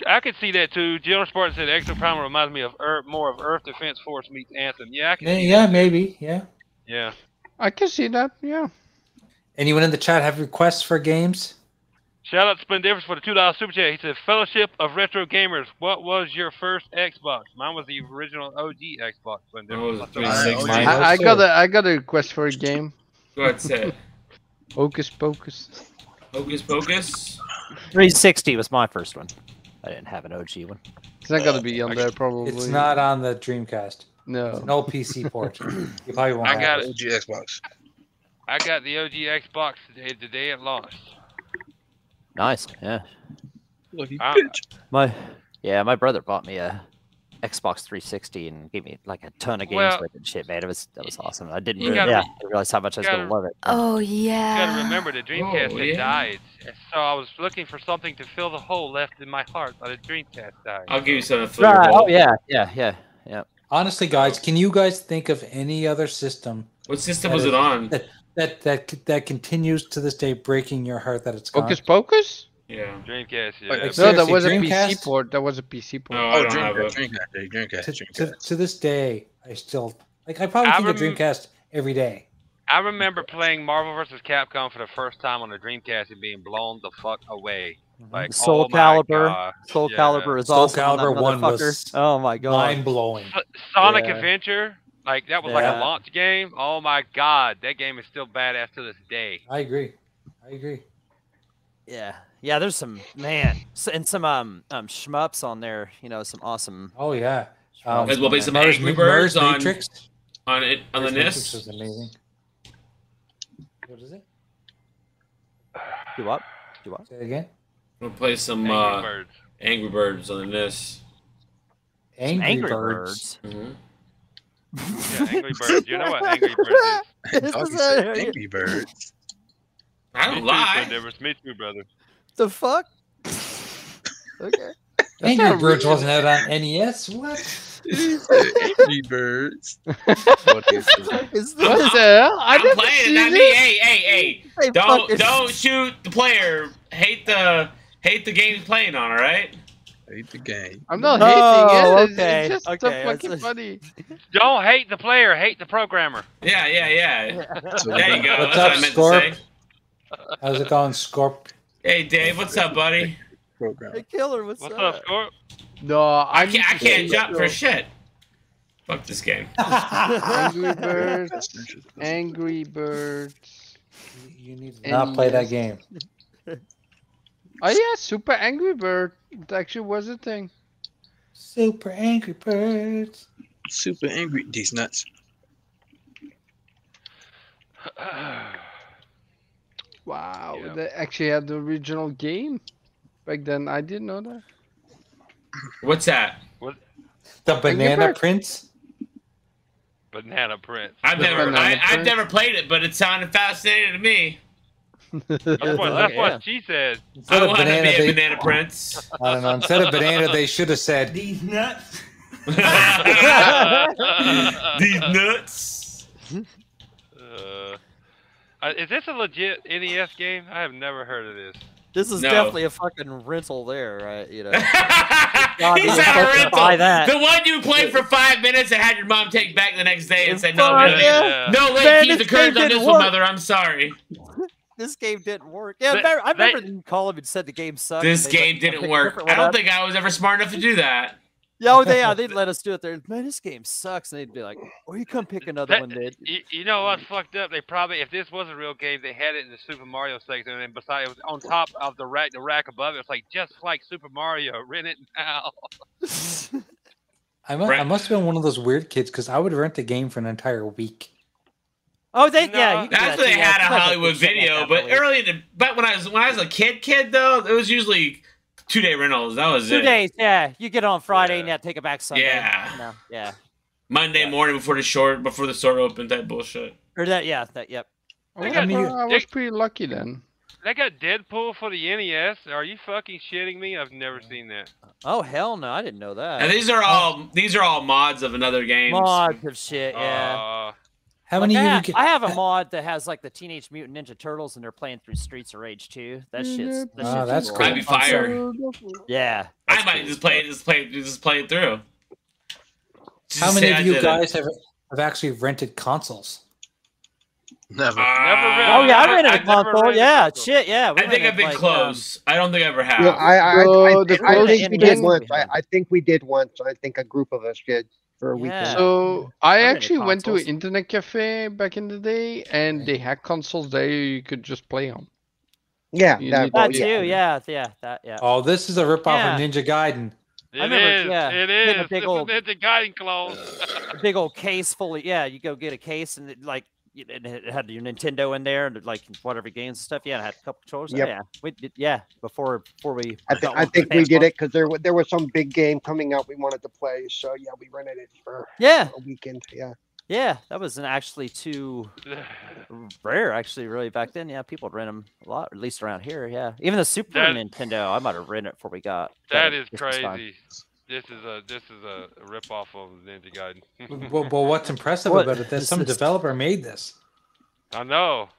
I could see that too. Jill Spartan said Exo Primal reminds me of Earth, more of Earth Defense Force meets Anthem. Yeah, I can
Yeah,
see
Eh, yeah, maybe. Yeah.
that. Yeah.
I can see that. Yeah.
Anyone in the chat have requests for games?
Shout out to Splendiferous for the two dollar super chat. He said, "Fellowship of Retro Gamers, what was your first Xbox? Mine was the original OG Xbox."
Mine was
Splendiferous.
a
I thought-
360.
I, I got a I got a request for a game.
Go ahead, say it.
Hocus Pocus.
Hocus Pocus.
360 was my first one. I didn't have an OG one.
It's not gonna be on there probably.
It's not on the Dreamcast. It's
No.
an old PC port. You probably won't.
I
have
got
it.
it.
OG Xbox.
I got the OG Xbox the, the day it launched.
Nice. Yeah.
Lucky
I-
bitch.
My yeah, my brother bought me a Xbox 360 and gave me like a ton of games
Well,
with it. Shit, man, it was that was awesome. I didn't
you
really,
gotta
yeah,
re-
I realize how much I was gonna
gotta-
love it.
Oh
You
yeah.
gotta remember the Dreamcast
Oh,
had
yeah.
died, so I was looking for something to fill the hole left in my heart by the Dreamcast died.
I'll give you something to fill your
Right.
hole.
Oh yeah, yeah, yeah, yeah.
Honestly, guys, can you guys think of any other system
What system
that
was it
is-
on?
that that that that continues to this day breaking your heart that it's gone?
Hocus Pocus?
Yeah.
Dreamcast, yeah.
Like,
No, that
seriously,
was a
Dreamcast?
PC port. That was a PC port.
No, I
Oh,
don't have
Dreamcast,
it.
Dreamcast, Dreamcast,
to,
Dreamcast.
to, to this day, I still like. I probably
I
think
remem-
of Dreamcast every day.
I remember playing Marvel vs. Capcom for the first time on the Dreamcast and being blown the fuck away. Like
Mm-hmm. Soul
oh my
Calibur,
God.
Soul
yeah.
Calibur is
Soul
awesome. on that
Calibur 1 was
motherfucker. oh my god,
Mind blowing.
So- Sonic
Yeah.
Adventure, like that was like a
Yeah.
launch game. Oh my god, that game is still badass to this day.
I agree. I agree.
yeah, yeah. There's some man s- and some um um shmups on there. You know, some awesome.
Oh yeah. Um,
There's- well, there's some
Mars-
Angry Birds
Mars
on-
Matrix.
On it on the E
Mars
NES.
Matrix was amazing. What is it?
You what? You what?
Say it again.
We'll play some
Angry
uh,
Birds.
Angry Birds on the E NES.
Angry,
Angry
Birds.
Birds.
Mm-hmm.
hmm
Yeah, Angry Birds. You know what Angry Birds is?
This
Doggy
is
said
a-
Angry Birds.
I
Me
don't
too,
lie.
Spendiferous, Me too, brother.
the fuck. okay.
That's
Angry
not
Birds
real.
wasn't out on NES. E What?
Angry birds. what is
Is
I'm-
this there? I
I'm
didn't
playing,
see
not me.
this.
Hey, hey,
They
hey! Don't
fucking-
don't shoot the player. Hate the hate the game he's playing on. All right.
Hate the game.
I'm not
Oh,
hating it. It's,
okay,
it's just
okay,
so fucking
it's-
funny.
Don't hate the player, hate the programmer.
Yeah, yeah, yeah. There you go. That's what
What's
I
up,
meant
Scorp?
to say.
How's it going, Scorp?
Hey, Dave, what's up, buddy?
program.
Hey, Killer, what's,
What's
up?
up, Scorp?
No, I,
I can't, I can't jump for shit. Fuck this game.
Angry Birds. Angry Birds.
You need to not
E
play that game.
Oh yeah, Super Angry Bird. It actually was a thing.
Super Angry Birds.
Super angry. These nuts.
Wow,
Yeah.
they actually had the original game back then. I didn't know that.
What's that?
The Banana
Birds.
Prince.
Banana Prince.
I've never,
Banana
I, I've
Prince.
never played it, but it sounded fascinating to me.
That's what, that's what she says.
Instead
I
of
want to
banana,
be a
they,
banana prince.
I don't know. Instead of banana, they should have said
These nuts.
These nuts.
Uh, uh, is this a legit NES game? I have never heard of this.
This is
No.
definitely a fucking rental there, right? You know.
he said
fucking
a rental.
buy that.
The one you played for five minutes and had your mom take back the next day and say, "No,
Fuck
no,
yeah.
no,
Man,
wait, keep the
this
curtains
thing
on
didn't
this one,
work.
mother. I'm sorry.
this game didn't work. Yeah, I
They-
remember, I
they-
remember you call him and said the game sucked. and
This
they
game
let you pick
didn't
a
work.
different
I
one
don't
up.
think I was ever smart enough to do that.
Yeah, oh, they, yeah, they'd let us do it. There, man, this game sucks. And they'd be like, "Or you come pick another
That-
one, dude."
You, you know what's fucked up? They probably, if this was a real game, they had it in the Super Mario section, and besides, it was on top of the rack, the rack above it. It's like just like Super Mario, rent it now.
I must, I
Right.
must have been one of those weird kids because I would rent the game for an entire week.
Oh, they,
No.
yeah, you can do
That's
that
what they
too, yeah,
had
it's
a
not like
Hollywood
they shut
video,
that
but
down for
early in the but when I was when I was a kid kid though, it was usually two day rentals. That was
two
it.
days. Yeah, you get on Friday and
Yeah.
yeah, take it back Sunday.
Yeah.
you know, yeah,
Monday morning before the short before the store opened type bullshit.
or that, yeah, that, yep.
Oh,
got-
well, I
they-
was pretty lucky then.
They got Deadpool for the NES. Are you fucking shitting me? I've never seen that.
Oh hell no, I didn't know that.
And these are all these are all mods of another game.
Mods of shit, yeah.
Uh,
How
Like,
many
I,
of you
ha-
get?
I have a mod that has like the Teenage Mutant Ninja Turtles, and they're playing through Streets of Rage 2. That shit's that
Oh,
shit's
that's
cool.
cool.
I'd be fired.
Yeah,
I might just play just play just play it through. Just
How
say
many
I
of you
did it.
guys have, have actually rented consoles?
Never.
Ah,
rented-
Oh yeah, I
I-
rented a
I've never
console.
rented a
Yeah,
console.
shit. Yeah, we
I think
rented,
I've been
like, um,
close. I don't think I ever have.
Yeah, I, I, I,
So
I,
the
I think
closest
we did
thing-
once. I, I think we did once. I think a group of us did for a weekend.
Yeah.
So I
I've been to
actually went to an
consoles.
internet cafe back in the day, and they had consoles there you could just play on.
Yeah,
You
that
need
well,
that
to-
yeah.
too. Oh, Yeah, yeah, that yeah.
Oh, this is a ripoff off of Ninja Gaiden.
it
remember,
is,
yeah,
It
getting a
is.
big
It's
old-
a Ninja Gaiden clone.
A big old case full of yeah. You go get a case and it, like y- and it had your Nintendo in there and like whatever games and stuff. Yeah, and it had a couple controllers. Oh,
Yep.
Yeah, we did, yeah. Before before we.
I,
got
th-
one
I
for
think we did
Xbox.
it because there, wa- there was some big game coming out we wanted to play. So yeah, we rented it for
Yeah,
a weekend. Yeah.
yeah. That was an actually too rare actually really back then. Yeah, people rent them a lot, at least around here. Yeah, even the Super
That-
Nintendo, I might have rented it before we got. got
that
it
is
Christmas time.
crazy. This is a this is a rip off of Ninja Gaiden.
well, well, what's impressive
What
about it? That
is
some
this?
developer made this.
I know.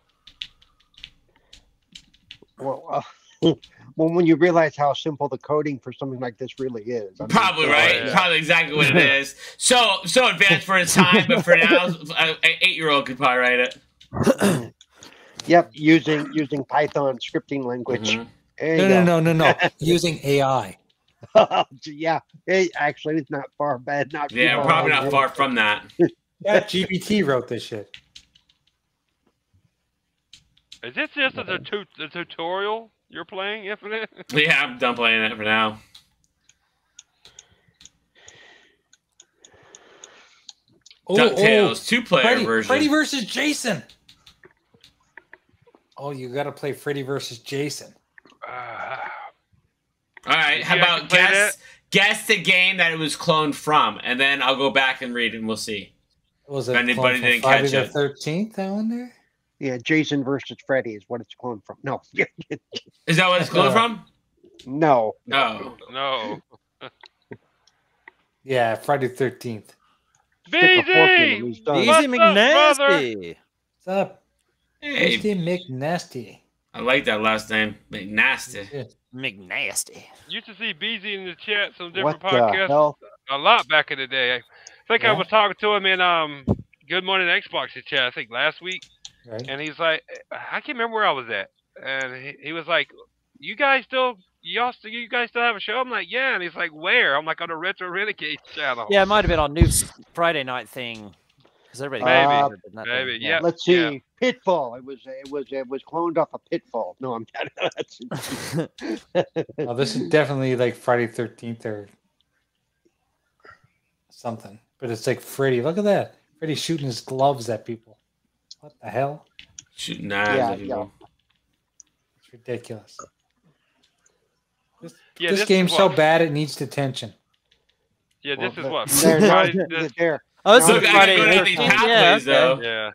Well, uh, well, when you realize how simple the coding for something like this really is. I mean,
Probably
so-
right.
yeah.
Probably exactly what it is. So so advanced for its time, but for now, an eight year old could probably write it.
Yep, using using Python scripting language.
Mm-hmm.
Mhm.
There
No, no,
you
no,
go.
no, no. Using AI.
yeah, it, actually, it's not far bad. Not too
Yeah, we're
far
probably
off.
not far from that.
Yeah, GBT wrote this shit.
Is this just a, tut- a tutorial you're playing, Infinite?
Yeah, I'm done playing it for now.
Oh,
Ducktales, two player
Freddy,
version.
Freddy versus Jason. Oh, you got to play Freddy versus Jason.
Ah, All right, how
You actually
about
played
guess guess the game that it was cloned from, and then I'll go back and read, and we'll see.
Was
If
it
anybody
clone from
didn't
Friday
catch
the
it.
Thirteenth? That one there.
Yeah, Jason versus Freddy is what it's going from. No,
Is that what it's cloned
Uh,
from?
no.
No.
no.
Yeah, Friday Thirteenth.
BZ!
Easy McNasty.
What's up?
Hey.
Mr. McNasty.
I like that last name, McNasty.
McNasty.
Used to see BZ in the chat some different
What the
podcasts
hell?
a lot back in the day. I think I
Yeah.
was talking to him in um Good Morning Xbox in chat. I think last week,
Right.
and he's like, I can't remember where I was at, and he, he was like, "You guys still, y'all still, you guys still have a show?" I'm like, "Yeah," and he's like, "Where?" I'm like, "On the Retro Renegade channel."
Yeah, it might have been on New Friday night thing. Because everybody
Maybe.
got
Uh,
COVID, but not
maybe,
the-
yeah.
Let's see. Pitfall. It was. It was. It was cloned off a pitfall. No, I'm not.
Oh, this is definitely like Friday Thirteenth or something. But it's like Freddy. Look at that. Freddy shooting his gloves at people. What the hell?
Shooting knives
Yeah,
at people.
It's ridiculous.
Yeah,
this,
this is
game's so
what-
bad it needs detention.
Yeah, this
Well,
is what.
there-
Friday-
there-
this-
there.
Oh, this
Look,
is
I can
Friday.
go down
the
these
13th.
pathways,
yeah, okay.
though. Yeah.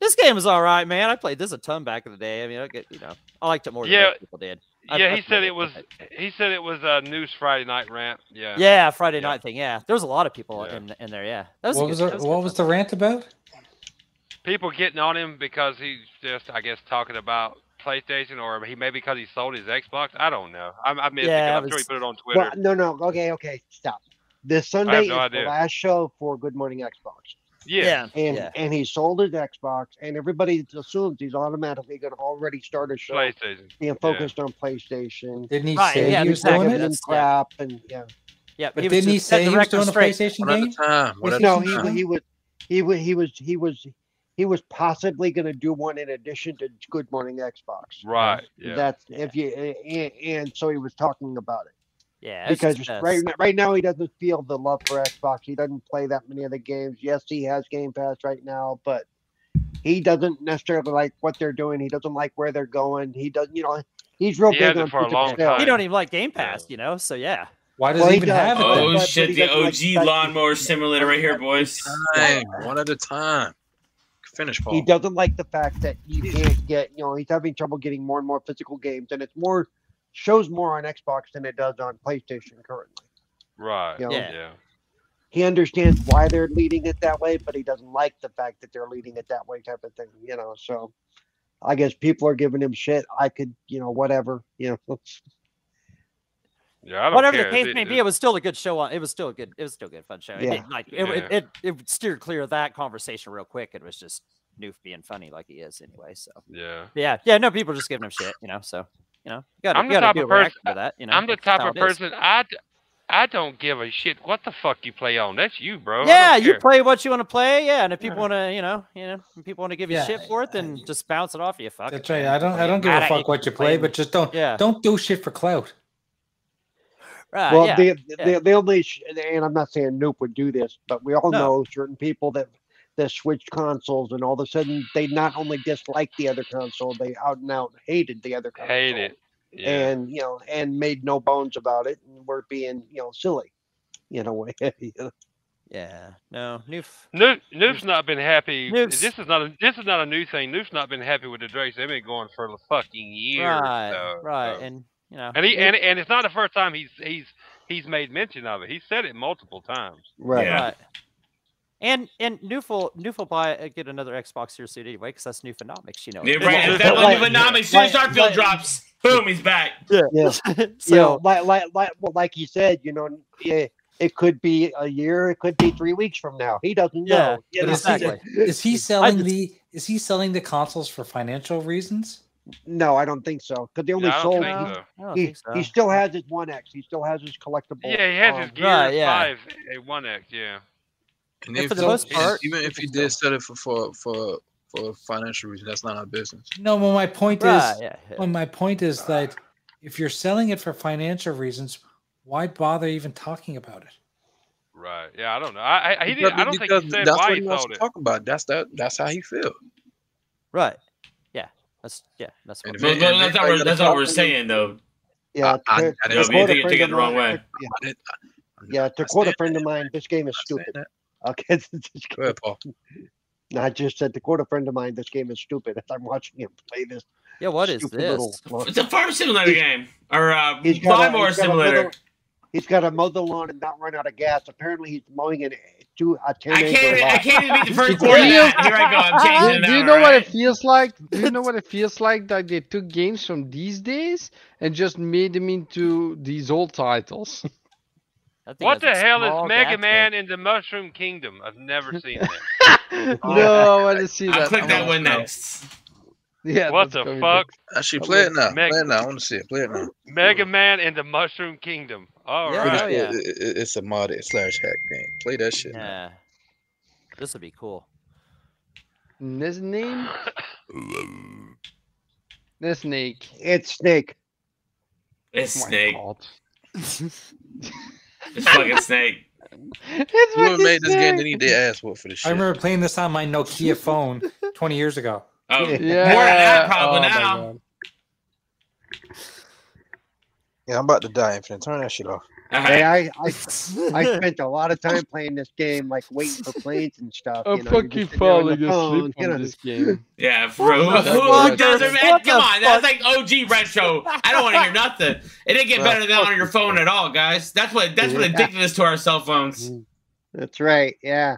This game was all right, man. I played this a ton back in the day. I mean, I get you know, I liked it more than
Yeah.
most people did. I- I
Yeah, he
played
said it was. He said it was a news Friday night rant. Yeah.
Yeah, Friday night thing. Yeah, there was a lot of people in, in there. Yeah, that was a
what
good-
was,
that
the,
was a good
what was the rant about?
People getting on him because he's just, I guess, talking about PlayStation, or he maybe because he sold his Xbox. I don't know. I, I missed
Yeah,
it. 'cause
I
I'm sure he
was-
put it on Twitter.
Well, no, no. Okay, okay. Stop. This
I have
Sunday
no
is
idea.
the last show for Good Morning Xbox.
Yeah.
And
Yeah.
and he sold his Xbox, and everybody assumes he's automatically going to already start a show
PlayStation.
being focused on PlayStation.
Didn't he Right, say yeah, he was exactly. doing it?
And
That's-
crap and yeah.
Yeah,
But he was didn't he just set say the he was record doing a straight. PlayStation
One at a
game?
time,
One at
No,
a
he, wa-
time.
he was he was he was he was he was possibly going to do one in addition to Good Morning Xbox.
Right, yeah.
That's if you and, and so he was talking about it.
Yeah, it's
because
just a
right
mess.
n- right now he doesn't feel the love for Xbox. He doesn't play that many of the games. Yes, he has Game Pass right now, but he doesn't necessarily like what they're doing. He doesn't like where they're going. He doesn't, you know, he's real
He
big
hasn't
on
for a
future
long
sales.
time. He don't even like Game Pass, you know. So yeah.
Why
does Well, he he even does. have it?
Oh
But- but
shit,
he
the
doesn't like
OG
that-
lawnmower simulator right here, boys.
Dang, one at a time. Finish, Paul.
He doesn't like the fact that you can't get, you know, he's having trouble getting more and more physical games, and it's more shows more on Xbox than it does on PlayStation currently.
Right.
Yeah.
Yeah.
He understands why they're leading it that way, but he doesn't like the fact that they're leading it that way, type of thing, you know. So, I guess people are giving him shit. I could, you know, whatever, you know.
Yeah, I don't
Whatever
care.
the case
It-
may be, it was still a good show. On it was still a good. It was still a good fun show. It
Yeah.
didn't, like it, it,
Yeah.
it, it steered clear of that conversation real quick. It was just Noof being funny like he is anyway. So
Yeah.
yeah, yeah. No, people are just giving him shit, you know. So you know, you gotta,
I'm
you
the
gotta
type
be
of
a reaction
person.
to that. You know,
I'm the
that's
type
how
of
it is.
person. I, d- I don't give a shit what the fuck you play on. That's you, bro. I
Yeah,
don't
you
care.
play what you want to play. Yeah, and if people want to, you know, you know, if people want to give you
Yeah,
shit for it, then just bounce it off you. Fuck.
That's right. I don't I don't give a fuck what you play, but just don't
Yeah.
don't do shit for clout.
Right,
well,
yeah,
the,
yeah.
the the only sh- and I'm not saying Noop would do this, but we all
No.
know certain people that that switched consoles, and all of a sudden they not only disliked the other console, they out and out hated the other console,
Hate it. Yeah.
and you know, and made no bones about it, and were being you know silly, you know. you know.
Yeah. No. Noof.
Noof, Noof's not been happy.
Noof's-
This is not a this is not a new thing. Noof's not been happy with the Drakes. They've been going for the fucking years.
Right,
so-
right,
so-
and you know,
and he
Noof-
and, and it's not the first time he's he's he's made mention of it. He said it multiple times.
Right.
right. And and Noof will Noof will buy uh, get another Xbox here soon anyway because that's Noofonomics, you know.
Yeah, right. If that
Right.
little Newfoundland, as soon as
Right.
Starfield drops, boom, he's back.
Yeah.
So-
you know, like, like, like, well, like you said, you know, yeah, it could be a year, it could be three weeks from now. He doesn't know. you
But
know?
is, he, is he selling the is he selling the consoles for financial reasons?
No, I don't think so. Because they only
Yeah, I don't
sold.
think
he-
so. I don't
He,
think so.
he still has his one X. He still has his collectible.
Yeah, he has his
um,
Gear Five, a One X. Yeah.
And if he- and even if he did sell it for for for, for financial reason, that's not our business.
No, well my point
Right,
is
yeah, yeah.
well, my point is that if you're selling it for financial reasons, why bother even talking about it?
Right. Yeah. I don't know. I, I he did. I don't think
Because
he said
that's
why
what
he
he wants
sold it.
to talk about. That's that. That's how he feels.
Right. Yeah. That's yeah. That's what.
And
No,
if it-
no,
if
that's, not
anybody
what,
got a
that's not what we're
problem-
saying, though.
I-
Yeah, to,
I
to
didn't-
quote a
Uh, you're
friend
taking it
of
the wrong
mine-
way.
I-
Yeah, to quote a friend of mine, this game is stupid. Okay, this is- No, I just said to quote a friend of mine, this game is stupid. As I'm watching him play this.
Yeah, what is
stupid
this?
little-
It's a farm simulator game or uh,
got
lawnmower
a- he's got a
simulator.
little- He's got to mow the lawn and not run out of gas. Apparently, he's mowing an two a ten
I
acre
can't.
lot.
I can't even beat the first
Do
quarter.
you-
Here I go. I'm changing it
Do you
out,
know what
alright?
it feels like? Do you know what it feels like that they took games from these days and just made them into these old titles?
What the hell is Mega Man in the Mushroom Kingdom? I've never seen that.
no, I want to see
I'll
that.
click
I
that
wanna
one
see that.
next.
Yeah.
What
that's
the
gonna be
fuck?
Actually, play it now. Play it now. I want to see it. Play it now.
Mega Man in the Mushroom Kingdom. All
Pretty
right.
sure it- it- it's a modded slash hack game. Play that shit.
Yeah. This would be cool.
good. This name. This snake.
It's
It's
Snake.
Oh my
snake.
It's
fucking snake.
Whoever
made this game, they need their ass whooped for this
I
shit.
remember playing this on my Nokia phone 20 years ago.
Oh,
Yeah.
more than that
Oh,
problem
my
now.
Um,
Yeah, I'm about to die, Infinite. Turn that shit off.
Hey, I, I I spent a lot of time playing this game, like waiting for planes and stuff.
I'm
you know, you're
Oh, fucking
just sitting there on the
falling asleep
phone, you
on
know.
this game.
Yeah, for who,
What the
who
fuck?
does it? man?
What the
Come on, that's like OG retro. I don't want to hear nothing. It didn't get
Well,
better than that on your phone at all, guys. That's what that's what
Yeah.
addicted us to our cell phones.
That's right. Yeah.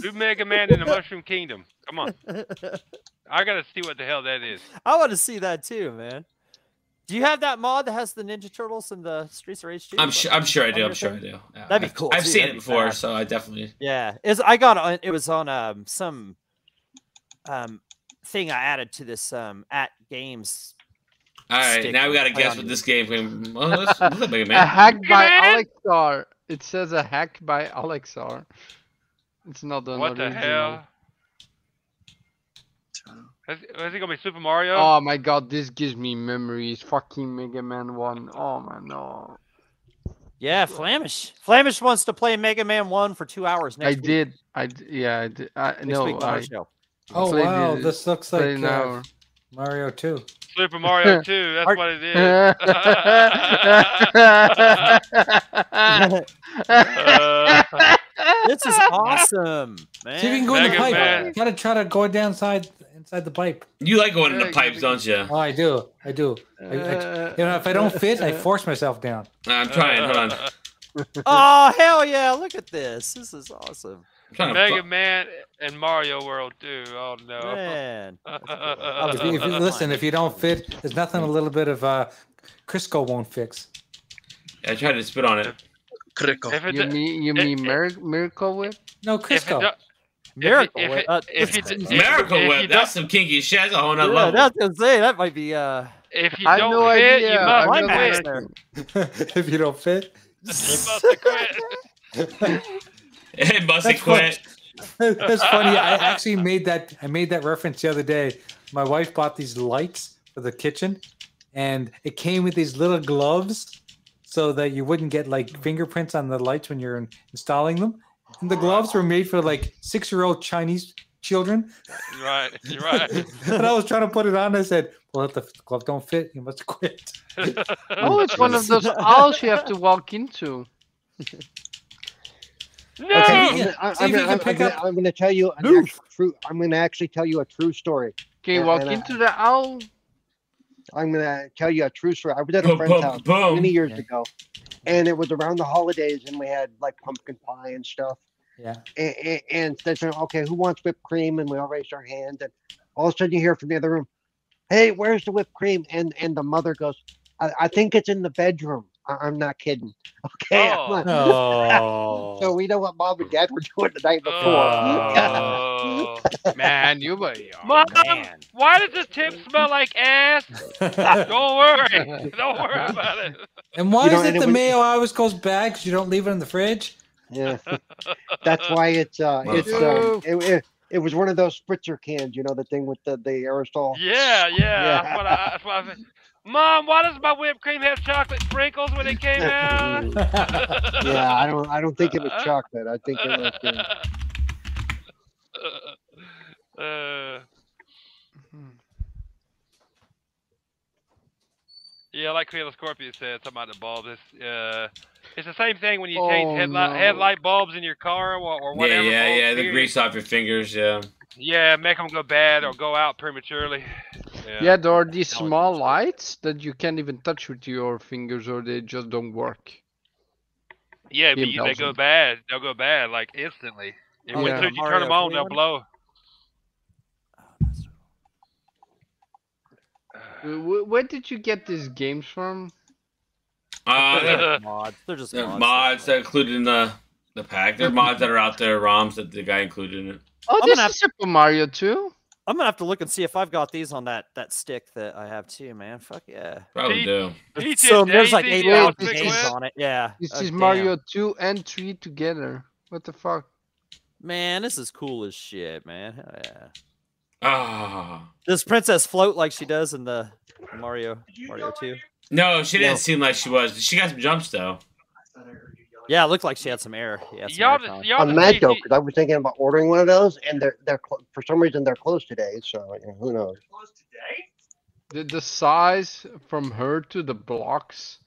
Do Mega Man in the Mushroom Kingdom. Come on. I gotta see what the hell that is.
I want to see that too, man. Do you have that mod that has the Ninja Turtles and the Streets of Rage 2?
I'm sure. I'm sure I do. I'm sure I do. Yeah,
That'd be
I've-
cool,
I've
too.
seen
That'd
it
be
before,
fast.
so I definitely.
Yeah, is I got on. It was on um some um thing I added to this um at games.
All right,
stick
now we
with
got to
play
guess
on
what
it.
this game. Can, well, let's, let's look at it,
A
man.
hack by
Man.
Alexar. It says a hack by Alexar. It's not the
What the hell? Is, is it gonna be Super Mario?
Oh my god, this gives me memories. Fucking Mega Man 1. Oh my no.
Yeah, Flamish. Flamish wants to play Mega Man One for two hours next
I
week.
did. I d- yeah, I did. I
Next
no.
week on our
I
show.
Oh,
played
wow.
it-
This looks like
played an
uh,
hour.
Mario 2.
Super Mario 2, that's
Art-
what it is. Uh,
this is awesome, man.
See if you can go in the
Eh, Mega
pipe.
Man.
Gotta try to go down side, inside the pipe.
You like going in the
Yeah,
pipes, don't you?
Oh, I do. I do. I, I, you know, if I don't fit, I force myself down.
I'm trying. Hold on.
Oh hell yeah! Look at this. This is awesome,
I'm trying to.
Mega Man and Mario World 2. Oh no.
man.
If you, if you- listen, if you don't fit, there's nothing a little bit of uh, Crisco won't fix.
fu- I tried to spit on it.
Critical.
If it,
You
do-
mean you
it-
mean Mir- Miracle Whip?
No,
if it,
Crisco.
do-
Miracle.
if
Whip.
it-
Uh,
if you
that's-
d-
Miracle
if you
Whip.
don't-
That's some kinky shit. That's a whole nother
yeah,
level.
that's gonna say that might be uh.
if you
I have
don't
no
quit,
idea.
you
I
must
have no
Climax
quit.
idea.
if you don't fit,
You must quit.
it must
That's
quit.
That's funny. I actually made that. I made that reference the other day. My wife bought these lights for the kitchen, and it came with these little gloves, so that you wouldn't get like fingerprints on the lights when you're in- installing them. And the gloves were made for like six-year-old Chinese children.
You're right. You're right.
and I was trying to put it on. I said, "Well, if the glove don't fit, you must quit."
Oh, it's one of those aisles you have to walk into.
No.
Okay.
I'm, I'm,
See if you
I'm,
can
I'm,
pick
gonna-
up-
I'm going to tell you an
Oof.
actual true. I'm going to actually tell you a true story.
Okay,
Yeah,
walk
and, uh,
into the aisle.
I'm going to tell you a true story. I was at a
Boom,
friend's
boom,
house
boom.
many years
Yeah.
ago, and it was around the holidays, and we had like pumpkin pie and stuff.
Yeah.
and, and, and they said, okay, who wants whipped cream? And we all raised our hands. And all of a sudden you hear from the other room, hey, where's the whipped cream? And and the mother goes, I, I think it's in the bedroom. I, I'm not kidding. Okay. I'm
Oh.
like,
No.
So we know what mom and dad were doing the night before.
Oh.
Man, you were. oh,
Mom,
man.
why does the tip smell like ass? Don't worry. Don't worry about it.
and why
You know,
is it
and it
the
would-
mayo always goes bad because you don't leave it in the fridge?
yeah. That's why it's uh it's um,
Motherfucker.
it, it, it was one of those spritzer cans, you know, the thing with the, the aerosol.
Yeah, yeah.
Yeah.
That's what I, that's what I think. Mom, why does my whipped cream have chocolate sprinkles when it came out?
yeah, I don't I don't think it was chocolate. I think it was uh,
Uh, yeah, like Creole Scorpius said, something about the bulbs. It's, uh, it's the same thing when you
Oh,
change headlight,
no.
headlight bulbs in your car or, or
Yeah,
whatever.
yeah,
bulbs,
yeah. The
period.
grease off your fingers. Yeah.
Yeah, make them go bad or go out prematurely. Yeah.
Yeah, there are these
Now I
small lights that you can't even touch with your fingers, or they just don't work.
Yeah, but
Game
you, they go
thousand.
bad. They'll go bad like instantly. And
Oh,
when
yeah.
soon as you
Mario
turn them on, they'll
21?
blow.
Uh,
Wh- wh- Where did you get these games from?
Uh,
They're
they're,
mods. They're just
mods,
mods.
that are included in the the pack. They're mods that are out there, ROMs that the guy included in it.
Oh,
I'm
this
gonna
is Super Mario 2?
I'm gonna have to look and see if I've got these on that that stick that I have too, man. Fuck yeah.
Probably do.
He
So
did
there's like
Daisy
eight hours
Duck
games
Quest.
on it. Yeah.
This
Oh,
is
damn.
Mario 2 and 3 together. What the fuck?
Man, this is cool as shit, man. Hell yeah.
Ah.
Does Princess float like she does in the Mario Mario 2?
No, she didn't
No.
seem like she was. She got some jumps though.
Yeah, it looked like she had some air. Yeah, some
Y'all
air
just-
time.
y'all
I'm mad though because I was thinking about ordering one of those, and they're they're clo- for some reason they're closed today. So you know, who knows?
The, the size from her to the blocks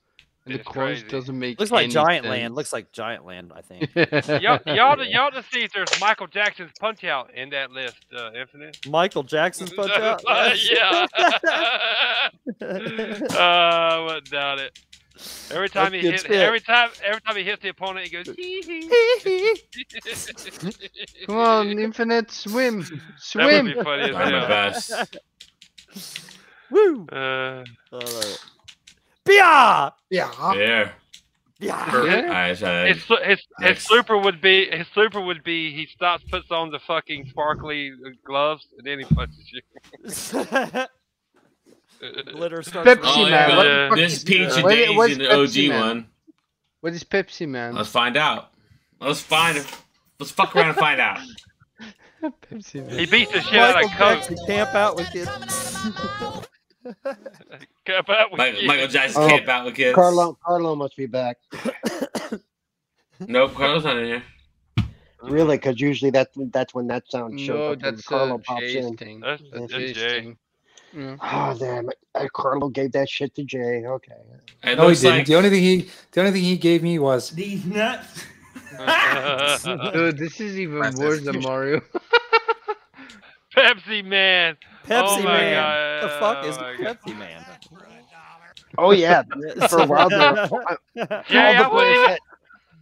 and the coins doesn't make
Looks like
any
Giant
sense.
Land. Looks like Giant Land, I think.
y'all, y'all, to- y'all to see if there's Michael Jackson's Punch Out in that list, uh, Infinite.
Michael Jackson's punch out.
Uh, yeah.
That's-
uh, I wouldn't doubt it. Every time he
That's good
hits,
shit.
every time, every time he hits the opponent, he goes. "Hee hee."
Come on, Infinite, swim.
That would
Swim.
be funny as
Try my
hell.
best.
Woo!
Uh,
I love it. Bia!
Yeah.
There.
Yeah.
Yeah.
All right, so
his, su- his, his
Next.
super would be his super would be he stops, puts on the fucking sparkly gloves, and then he punches you.
Glitter starts.
Pepsi
Oh,
raining.
Man.
yeah, but
what the fuck
this
is-
Peach and
what-
Daisy,
what's
the
Pepsi
OG
Man?
one.
What is Pepsi Man?
Let's find out. Let's find. Let's fuck around and find out.
Pepsi Man.
He beats the shit out
Michael
of Coke.
Jackson camp out with kids.
Cap out with
Michael,
you.
Michael Jackson
Oh.
can't battle kids.
Carlo Carlo must be back.
Nope, Carlos not in here.
Really, because usually that's that's when that sound shows
No,
up when
that's
Carlo
a
pops
Jay's
in.
thing.
That's,
Yeah,
that's
Jay's
Jay.
thing. Yeah.
Oh damn! it. Uh, Carlo gave that shit to Jay. Okay.
It
No, he
looks
didn't.
like
The only thing he the only thing he gave me was
These nuts.
Uh,
Dude, this is even
Princess
worse than Mario.
Pepsi Man.
Pepsi
Oh my
Man.
God.
The fuck is
Oh my God.
Pepsi Man?
Oh yeah. For a while there,
Yeah,
all
I
the boys
wouldn't even,
had,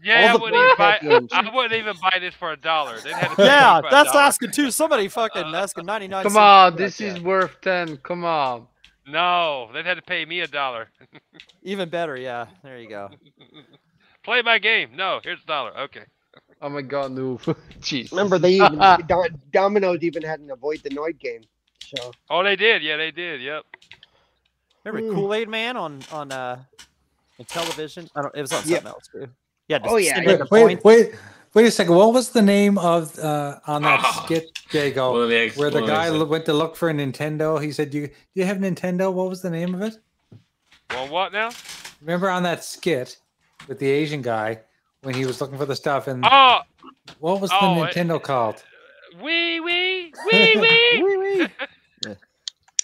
yeah, I
all the
wouldn't even
boys
buy.
had games.
I wouldn't even buy this for a dollar. They'd have to pay
yeah,
me for a
that's
dollar.
asking too. Somebody
Uh,
fucking asking 99
Come
cents
on,
for
this
that
is
shit.
worth 10. Come on.
No, they'd have to pay me a dollar.
even better. Yeah, there you go.
Play my game. No, here's a dollar. Okay.
Oh my god, no. Jeez.
Remember, they even, Dom- Domino's even had an avoid the Noid game. So
Oh, they did. Yeah, they did. Yep.
Remember
Mm.
Kool Aid Man on on uh on television? I don't. It was on
Yeah.
something else too. Yeah.
Oh, yeah,
send
yeah.
in
wait,
the
wait,
points.
wait, wait a second. What was the name of uh, on that
Ah.
skit, Jago,
One of the ex-
where the
one of the
guy
ex-
lo- went to look for a Nintendo? He said, "You you have Nintendo? What was the name of it?"
Well, what now?
Remember on that skit with the Asian guy when he was looking for the stuff and
Ah.
Oh,
what was the
oh, it-
Nintendo called?
wee wee wee wee
Wee wee.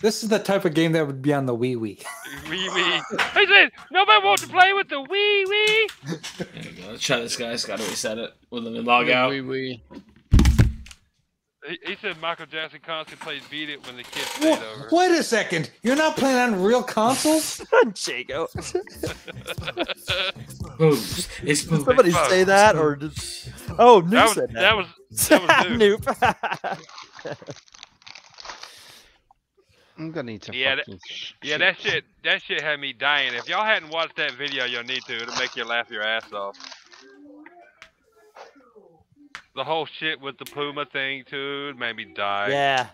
This is the type of game that would be on the Wii Wii.
wee wee. He said nobody wants to play with the wee wee.
There we go. Let's try this guy. It's got to reset it. We'll let me log out.
We, we.
He, he said Michael Jackson constantly plays "Beat It" when the kids
Wha-
played over.
Wait a second. You're not playing on real consoles?
Jago.
Booms. It's
Did
booms.
somebody
fuck.
say that or just? Oh, Noob
That was
said that.
that was that was new.
Noob.
I'm gonna eat some
Yeah, that-
fucking sh-
Yeah, that shit that shit had me dying. If y'all hadn't watched that video, you'll need to. It'll make you laugh your ass off. The whole shit with the Puma thing too it made me die.
yeah.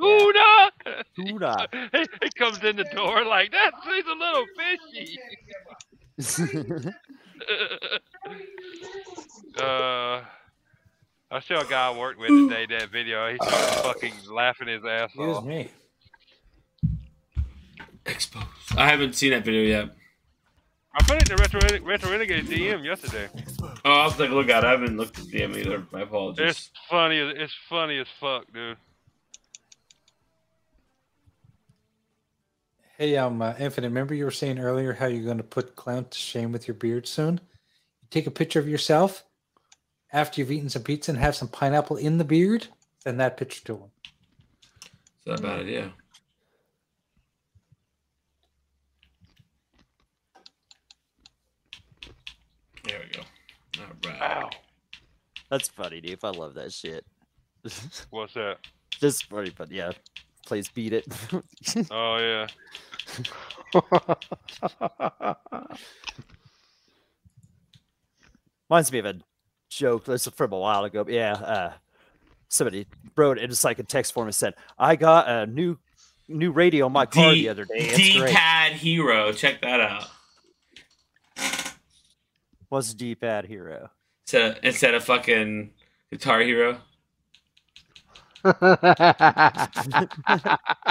Tuna!
Tuna.
he, he comes in the door like that. He's a little fishy. uh, I show a guy I worked with today that video. He's fucking laughing his ass
Excuse
off.
me.
Exposed. I haven't seen that video yet.
I put it in the Retro, Rene- Retro Renegade DM yesterday.
Oh, I'll have to look at it. I haven't looked at DM either. My apologies.
It's funny. as- It's funny as fuck, dude.
Hey, um, uh, Infinite, remember you were saying earlier how you're going to put clown to shame with your beard soon? You take a picture of yourself after you've eaten some pizza and have some pineapple in the beard, send that picture to him.
It's not a bad idea. There we go.
Wow.
That's funny, dude. I love that shit.
What's that?
Just funny, but yeah. Please beat it.
Oh yeah.
Reminds me of a joke that's from a while ago. but Yeah, uh, somebody wrote it just like a text form and said, "I got a new new radio in my car the other day. It's great."
D-pad hero. Check that out.
What's D-pad hero?
Instead of, instead of fucking guitar hero.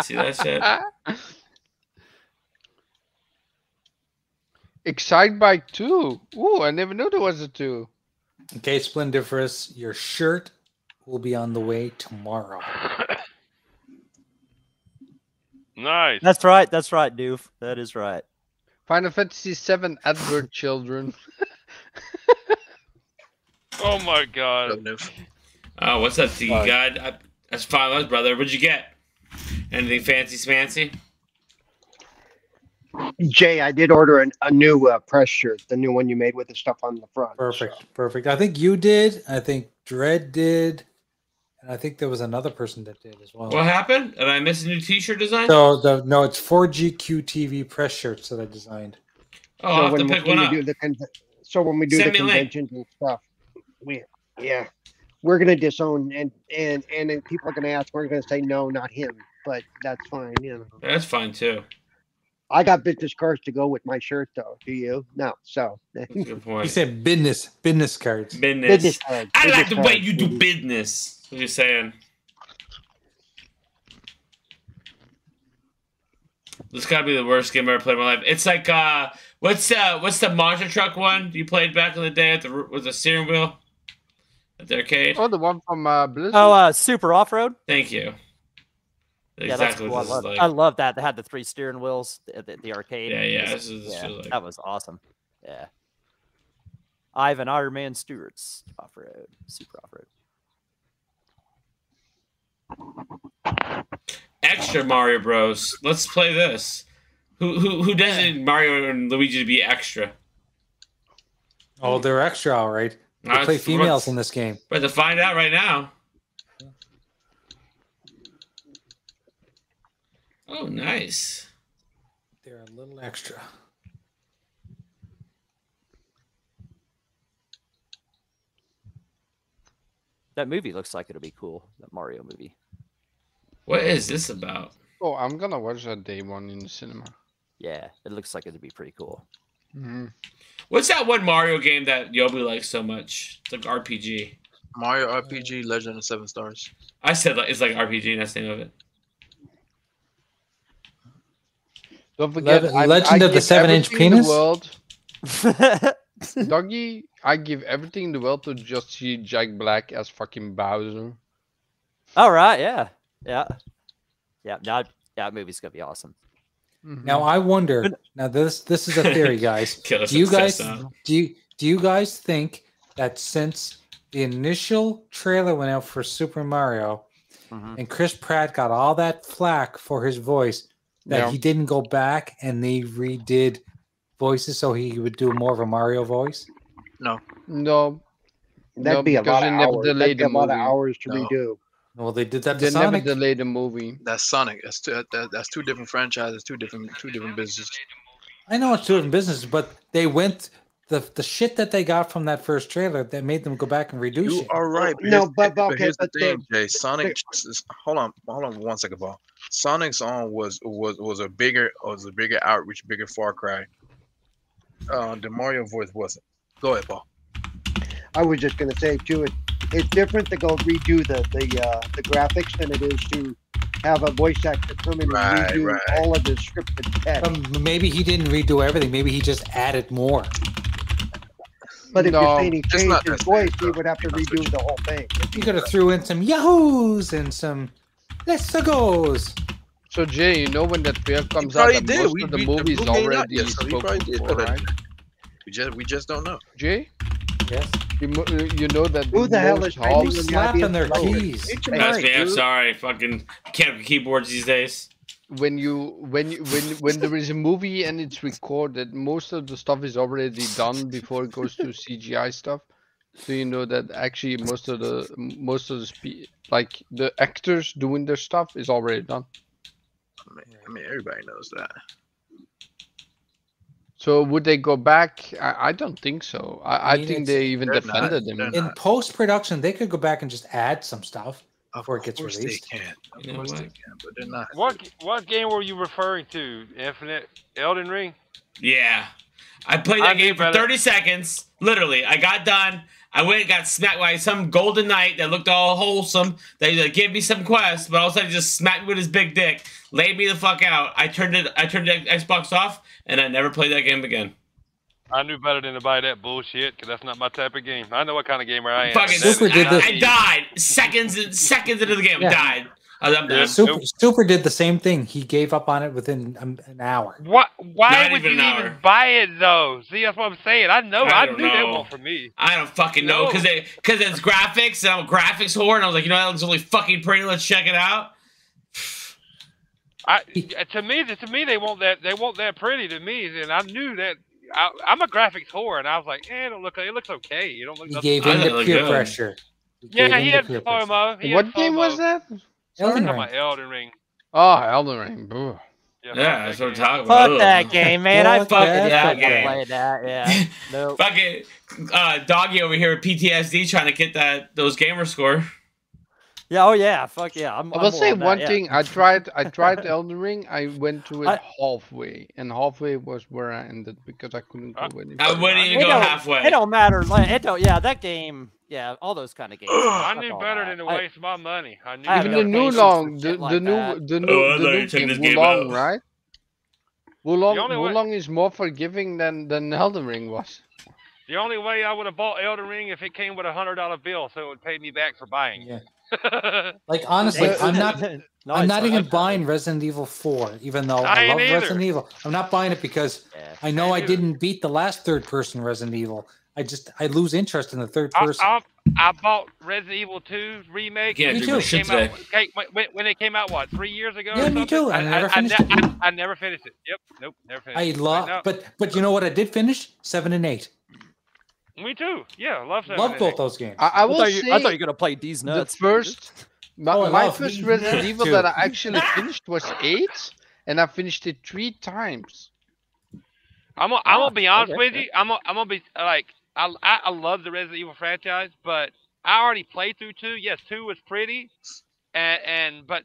See that shit?
Excite Bike 2. Ooh, I never knew there was a 2.
Okay, Splendiferous, your shirt will be on the way tomorrow.
Nice.
That's right. That's right, Doof. That is right.
Final Fantasy 7 Advert Children.
Oh my god.
Oh, what's up, Tiki
Hi.
God? I, that's five bucks, brother. What'd you get? Anything fancy, smancy?
Jay, I did order an, a new uh, press shirt, the new one you made with the stuff on the front.
Perfect, perfect. I think you did. I think Dread did, and I think there was another person that did as well.
What happened? Did I miss a new T-shirt design?
So the no, it's four GQ TV press shirts that I designed.
oh, I'll have to
when,
pick
when
one
we
up.
do the con- so when we do
Send
the
me a link.
conventions and stuff, we yeah, we're gonna disown and and and then people are gonna ask. We're gonna say no, not him. But that's fine. You know,
That's fine too.
I got business cards to go with my shirt, though. Do you? No. So
Good point.
You said business, business cards.
Business.
Business cards,
I like
business
the way
cards,
you do
baby.
business. What you saying? This gotta be the worst game I ever played in my life. It's like uh, what's uh, what's the monster truck one you played back in the day at the with the steering wheel at the arcade?
Oh, the one from uh, Blizzard.
Oh, uh, Super Off Road.
Thank you.
yeah, that's
Exactly
cool.
what
I
this is
love,
like.
I love that. They had the three steering wheels at the, the arcade.
Yeah,
It
yeah,
was-
this is- this
yeah,
is like-
that was awesome. Yeah. Ivan Iron Man Stewart's off road, super off road.
extra Mario Bros. Let's play this. Who who who doesn't Mario and Luigi to be extra?
Oh, they're extra, all right. They
Alright,
play
so what-
females in this game.
We're to find out right now. Oh, nice.
They're a little extra.
That movie looks like it'll be cool. That Mario movie.
What is this about?
Oh, I'm gonna watch that day one in the cinema.
Yeah, it looks like it'd be pretty cool.
Mm-hmm.
What's that one Mario game that Yobi likes so much? It's like RPG.
Mario RPG Legend of Seven Stars.
I said like it's like RPG. and That's the name of it.
Don't forget,
Leg-
I-
Legend
I
of the
give
Seven-Inch
everything in
Penis?
The world. Doggy, I give everything in the world to just see Jack Black as fucking Bowser.
All right. Yeah. Yeah. Yeah. That that movie's gonna be awesome.
Mm-hmm.
Now I wonder. Now this this is a theory, guys.
Killer
do you guys
success now.
do you, do you guys think that since the initial trailer went out for Super Mario, and Chris Pratt got all that flack for his voice, that
Yeah.
he didn't go back and they redid voices so he would do more of a Mario voice?
No.
No.
That'd
no,
be a
because
lot
they
of
never
hours.
delayed
That'd be a
the
lot of
movie.
hours to
No.
redo.
Well, they did that
They
to
never
Sonic.
delayed the movie.
That's Sonic. That's two. That, that's two different franchises. Two different. Two different businesses.
I know it's doing business, but they went the the shit that they got from that first trailer that made them go back and redo
You
shit.
are right. but
No,
here's-
but- but okay,
here's the
but the-
thing, Jay. Sonic. s- Hold on, hold on one second, Paul. Sonic's on was was was a bigger was a bigger outreach, bigger Far Cry. Uh, the Mario voice wasn't. Go ahead, Paul.
I was just gonna say too, it, it's different to go redo the the uh, the graphics than it is to have a voice actor come in
Right,
and redo
right.
all of the scripted text.
Um, maybe he didn't redo everything. Maybe he just added more.
but if
no,
you're saying he
that's
changed
not
his
necessary,
voice, he
though.
would have to
That's what
redo the whole thing.
You could have threw in some yahoos and some let's goes.
So Jay, you know when that film comes out,
probably
that
did.
most
We-
of the
we- the
movie is
movie ain't out
already
yet, so he probably
spoken
did
for,
put it in
right?
We just we just don't know.
Jay,
Yes.
you, mo- you know that
Who the hell
most
is making
half-
the
Slapping their
goddamn voice?
keys.
It's
That's
nice,
me. I'm
dude.
sorry. Fucking can't keyboards these days.
when you when you when when there is a movie and it's recorded most of the stuff is already done before it goes to cgi stuff Do you know that actually most of the most of the spe- like the actors doing their stuff is already done.
I mean, I mean, everybody knows that.
So would they go back? I, I don't think so. I, I,
mean,
think
it's-
they even
They're not-
defended him.
they're
In post production, they could go back and just add some stuff
Of
before it gets
course they
released.
can. Of
You know
course
what?
they can, but they're not.
What g- what game were you referring to? Infinite Elden Ring.
Yeah. I played that
I knew,
game for
brother.
30 seconds. Literally, I got done. I went and got smacked by some golden knight that looked all wholesome. They like, gave me some quests, but all of a sudden he just smacked me with his big dick, laid me the fuck out. I turned it. I turned the Xbox off, and I never played that game again.
I knew better than to buy that bullshit because that's not my type of game. I know what kind of gamer I am.
Fucking,
That's-
Super did
I,
this-
I died seconds and seconds into the game.
Yeah.
Died. I was, I'm done.
Super,
Nope.
Super did the same thing. He gave up on it within um, an hour.
What? Why
Not
would
even
you
an hour.
even buy it though? See, that's what I'm saying. I know.
I
I,
don't
knew that
know.
one for me.
I don't fucking know because
No.
they because it's graphics and I'm a graphics whore and I was like, you know that looks really fucking pretty. Let's check it out.
I to me to me they want that they want that pretty to me, and I knew that. I, I'm a graphics whore, and I was like, "Eh, it don't look. It looks okay. You don't look."
He
nothing-
gave
I
in
thought it
to
looked
peer
good.
pressure.
yeah,
gave
he
in to
had
peer pressure.
FOMO. He
What
had
game was
FOMO.
that?
Talking
Elden
about
Ring.
Elden Ring.
Oh, Elden Ring. boo.
Yeah,
Yeah,
fuck
that's
that
what I'm
game.
talking about.
Fuck that
Ugh.
game, man. I
Fuck
fucking
that
don't
game.
want to play that. Yeah. Nope.
Fucking uh, doggy over here with PTSD trying to get that those gamer score.
Yeah. Oh yeah. Fuck yeah. I'm,
I
I'm all
will say
on that,
one
yeah.
thing. I tried. I tried Elden Ring. I went to it
I-
halfway, and halfway was where I ended because I couldn't go
Uh,
any
I
further.
wouldn't even
It
go
don't-
halfway.
It don't matter. Like, it don't. Yeah, that game. Yeah, all those kind of games.
I
fuck
knew
all
better
that.
than to
I-
waste my money. I knew.
I have
Even
better.
the
no
new
patience for
long,
shit
the,
like
the new,
that.
the new,
Oh, I
the
thought
new
you took
game,
this game
Wulong,
out.
right? Wulong,
only way-
Wulong is more forgiving than than Elden Ring was.
The only way I would have bought Elden Ring if it came with a hundred dollar bill, so it would pay me back for buying. it.
Yeah. Like honestly,
But-
I'm not.
No,
I'm
it's
not even
okay.
buying Resident Evil 4, even though
I
I,
ain't
love
either.
Resident Evil. I'm not buying it because
Yeah.
I know
Ain't
I,
either.
didn't beat the last third person Resident Evil. I just I lose interest in the third
I,
person.
I, I bought Resident Evil 2 remake.
Yeah,
Me
dude,
too.
my
It
shit
came
today.
out, came, when, when it came out, what three years ago? or
Yeah, me
something?
too, and I never finished
ne-
it.
I, I never finished it. Yep, nope, never finished.
I
it.
love,
no.
but but you know what? I did finish seven and eight.
Me too. Yeah, love that.
Love both those games.
I, I
I
will
thought,
say
you, I thought you were gonna play these
the
nuts.
first, my,
Oh, I
my
love
first
these
Resident
nuts
Evil
too.
that I actually finished was eight, and I finished it three times.
I'm gonna, I'm
Ah,
gonna be honest
okay,
with
yeah.
you. I'm gonna, I'm gonna be like, I, I I love the Resident Evil franchise, but I already played through two. Yes, two was pretty, and and but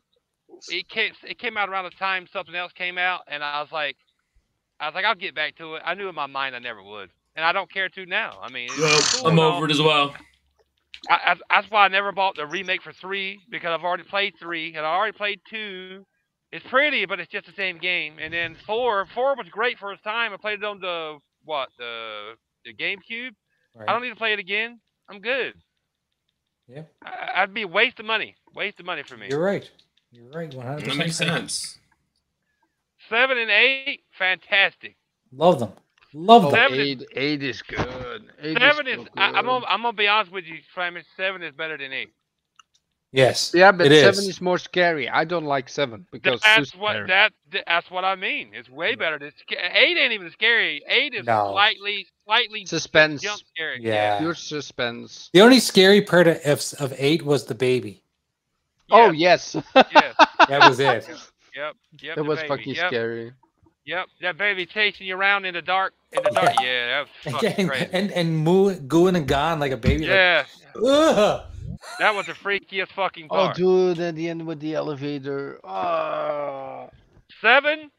it came it came out around the time something else came out, and I was like, I was like, I'll get back to it. I knew in my mind I never would, and I don't care to now. I mean, it's cool
I'm
and all,
over it as well.
I, I, that's why I never bought the remake for three because I've already played three and I already played two. It's pretty, but it's just the same game. And then four, four was great for its time. I played it on the what the the GameCube. I don't need to play it again. I'm good.
Yeah.
I, I'd be a waste of money. Waste of money for me.
You're right. You're right. 100.
That makes sense.
Seven and eight, fantastic.
Love them.
Oh,
Love them.
Seven is-
Oh, eight, eight is good. Eight
Seven
is,
is.
so
I, I'm
good.
gonna, I'm gonna be honest with you, Flemish. Seven is better than eight.
Yes.
Yeah, but
it
seven is.
is.
more scary. I don't like seven because it's
that's
too
what
scary.
that th- that's what I mean. It's way better. Than, sca- eight ain't even scary. Eight is
No.
slightly slightly
suspense,
jump scary.
Yeah.
pure suspense.
The only scary part of F's- of eight was the baby.
Oh yes,
yeah.
That was it.
Yep. Yep.
that
the
was
baby.
fucking
yep,
scary.
Yep. That baby chasing you around in the dark. In the dark. Yeah. That was fucking
and
crazy.
and, and moo, gooing and gone like a baby. like,
Yeah.
"Ugh."
That was the freakiest fucking
Oh,
part.
dude, at the end with the elevator. Oh.
seven.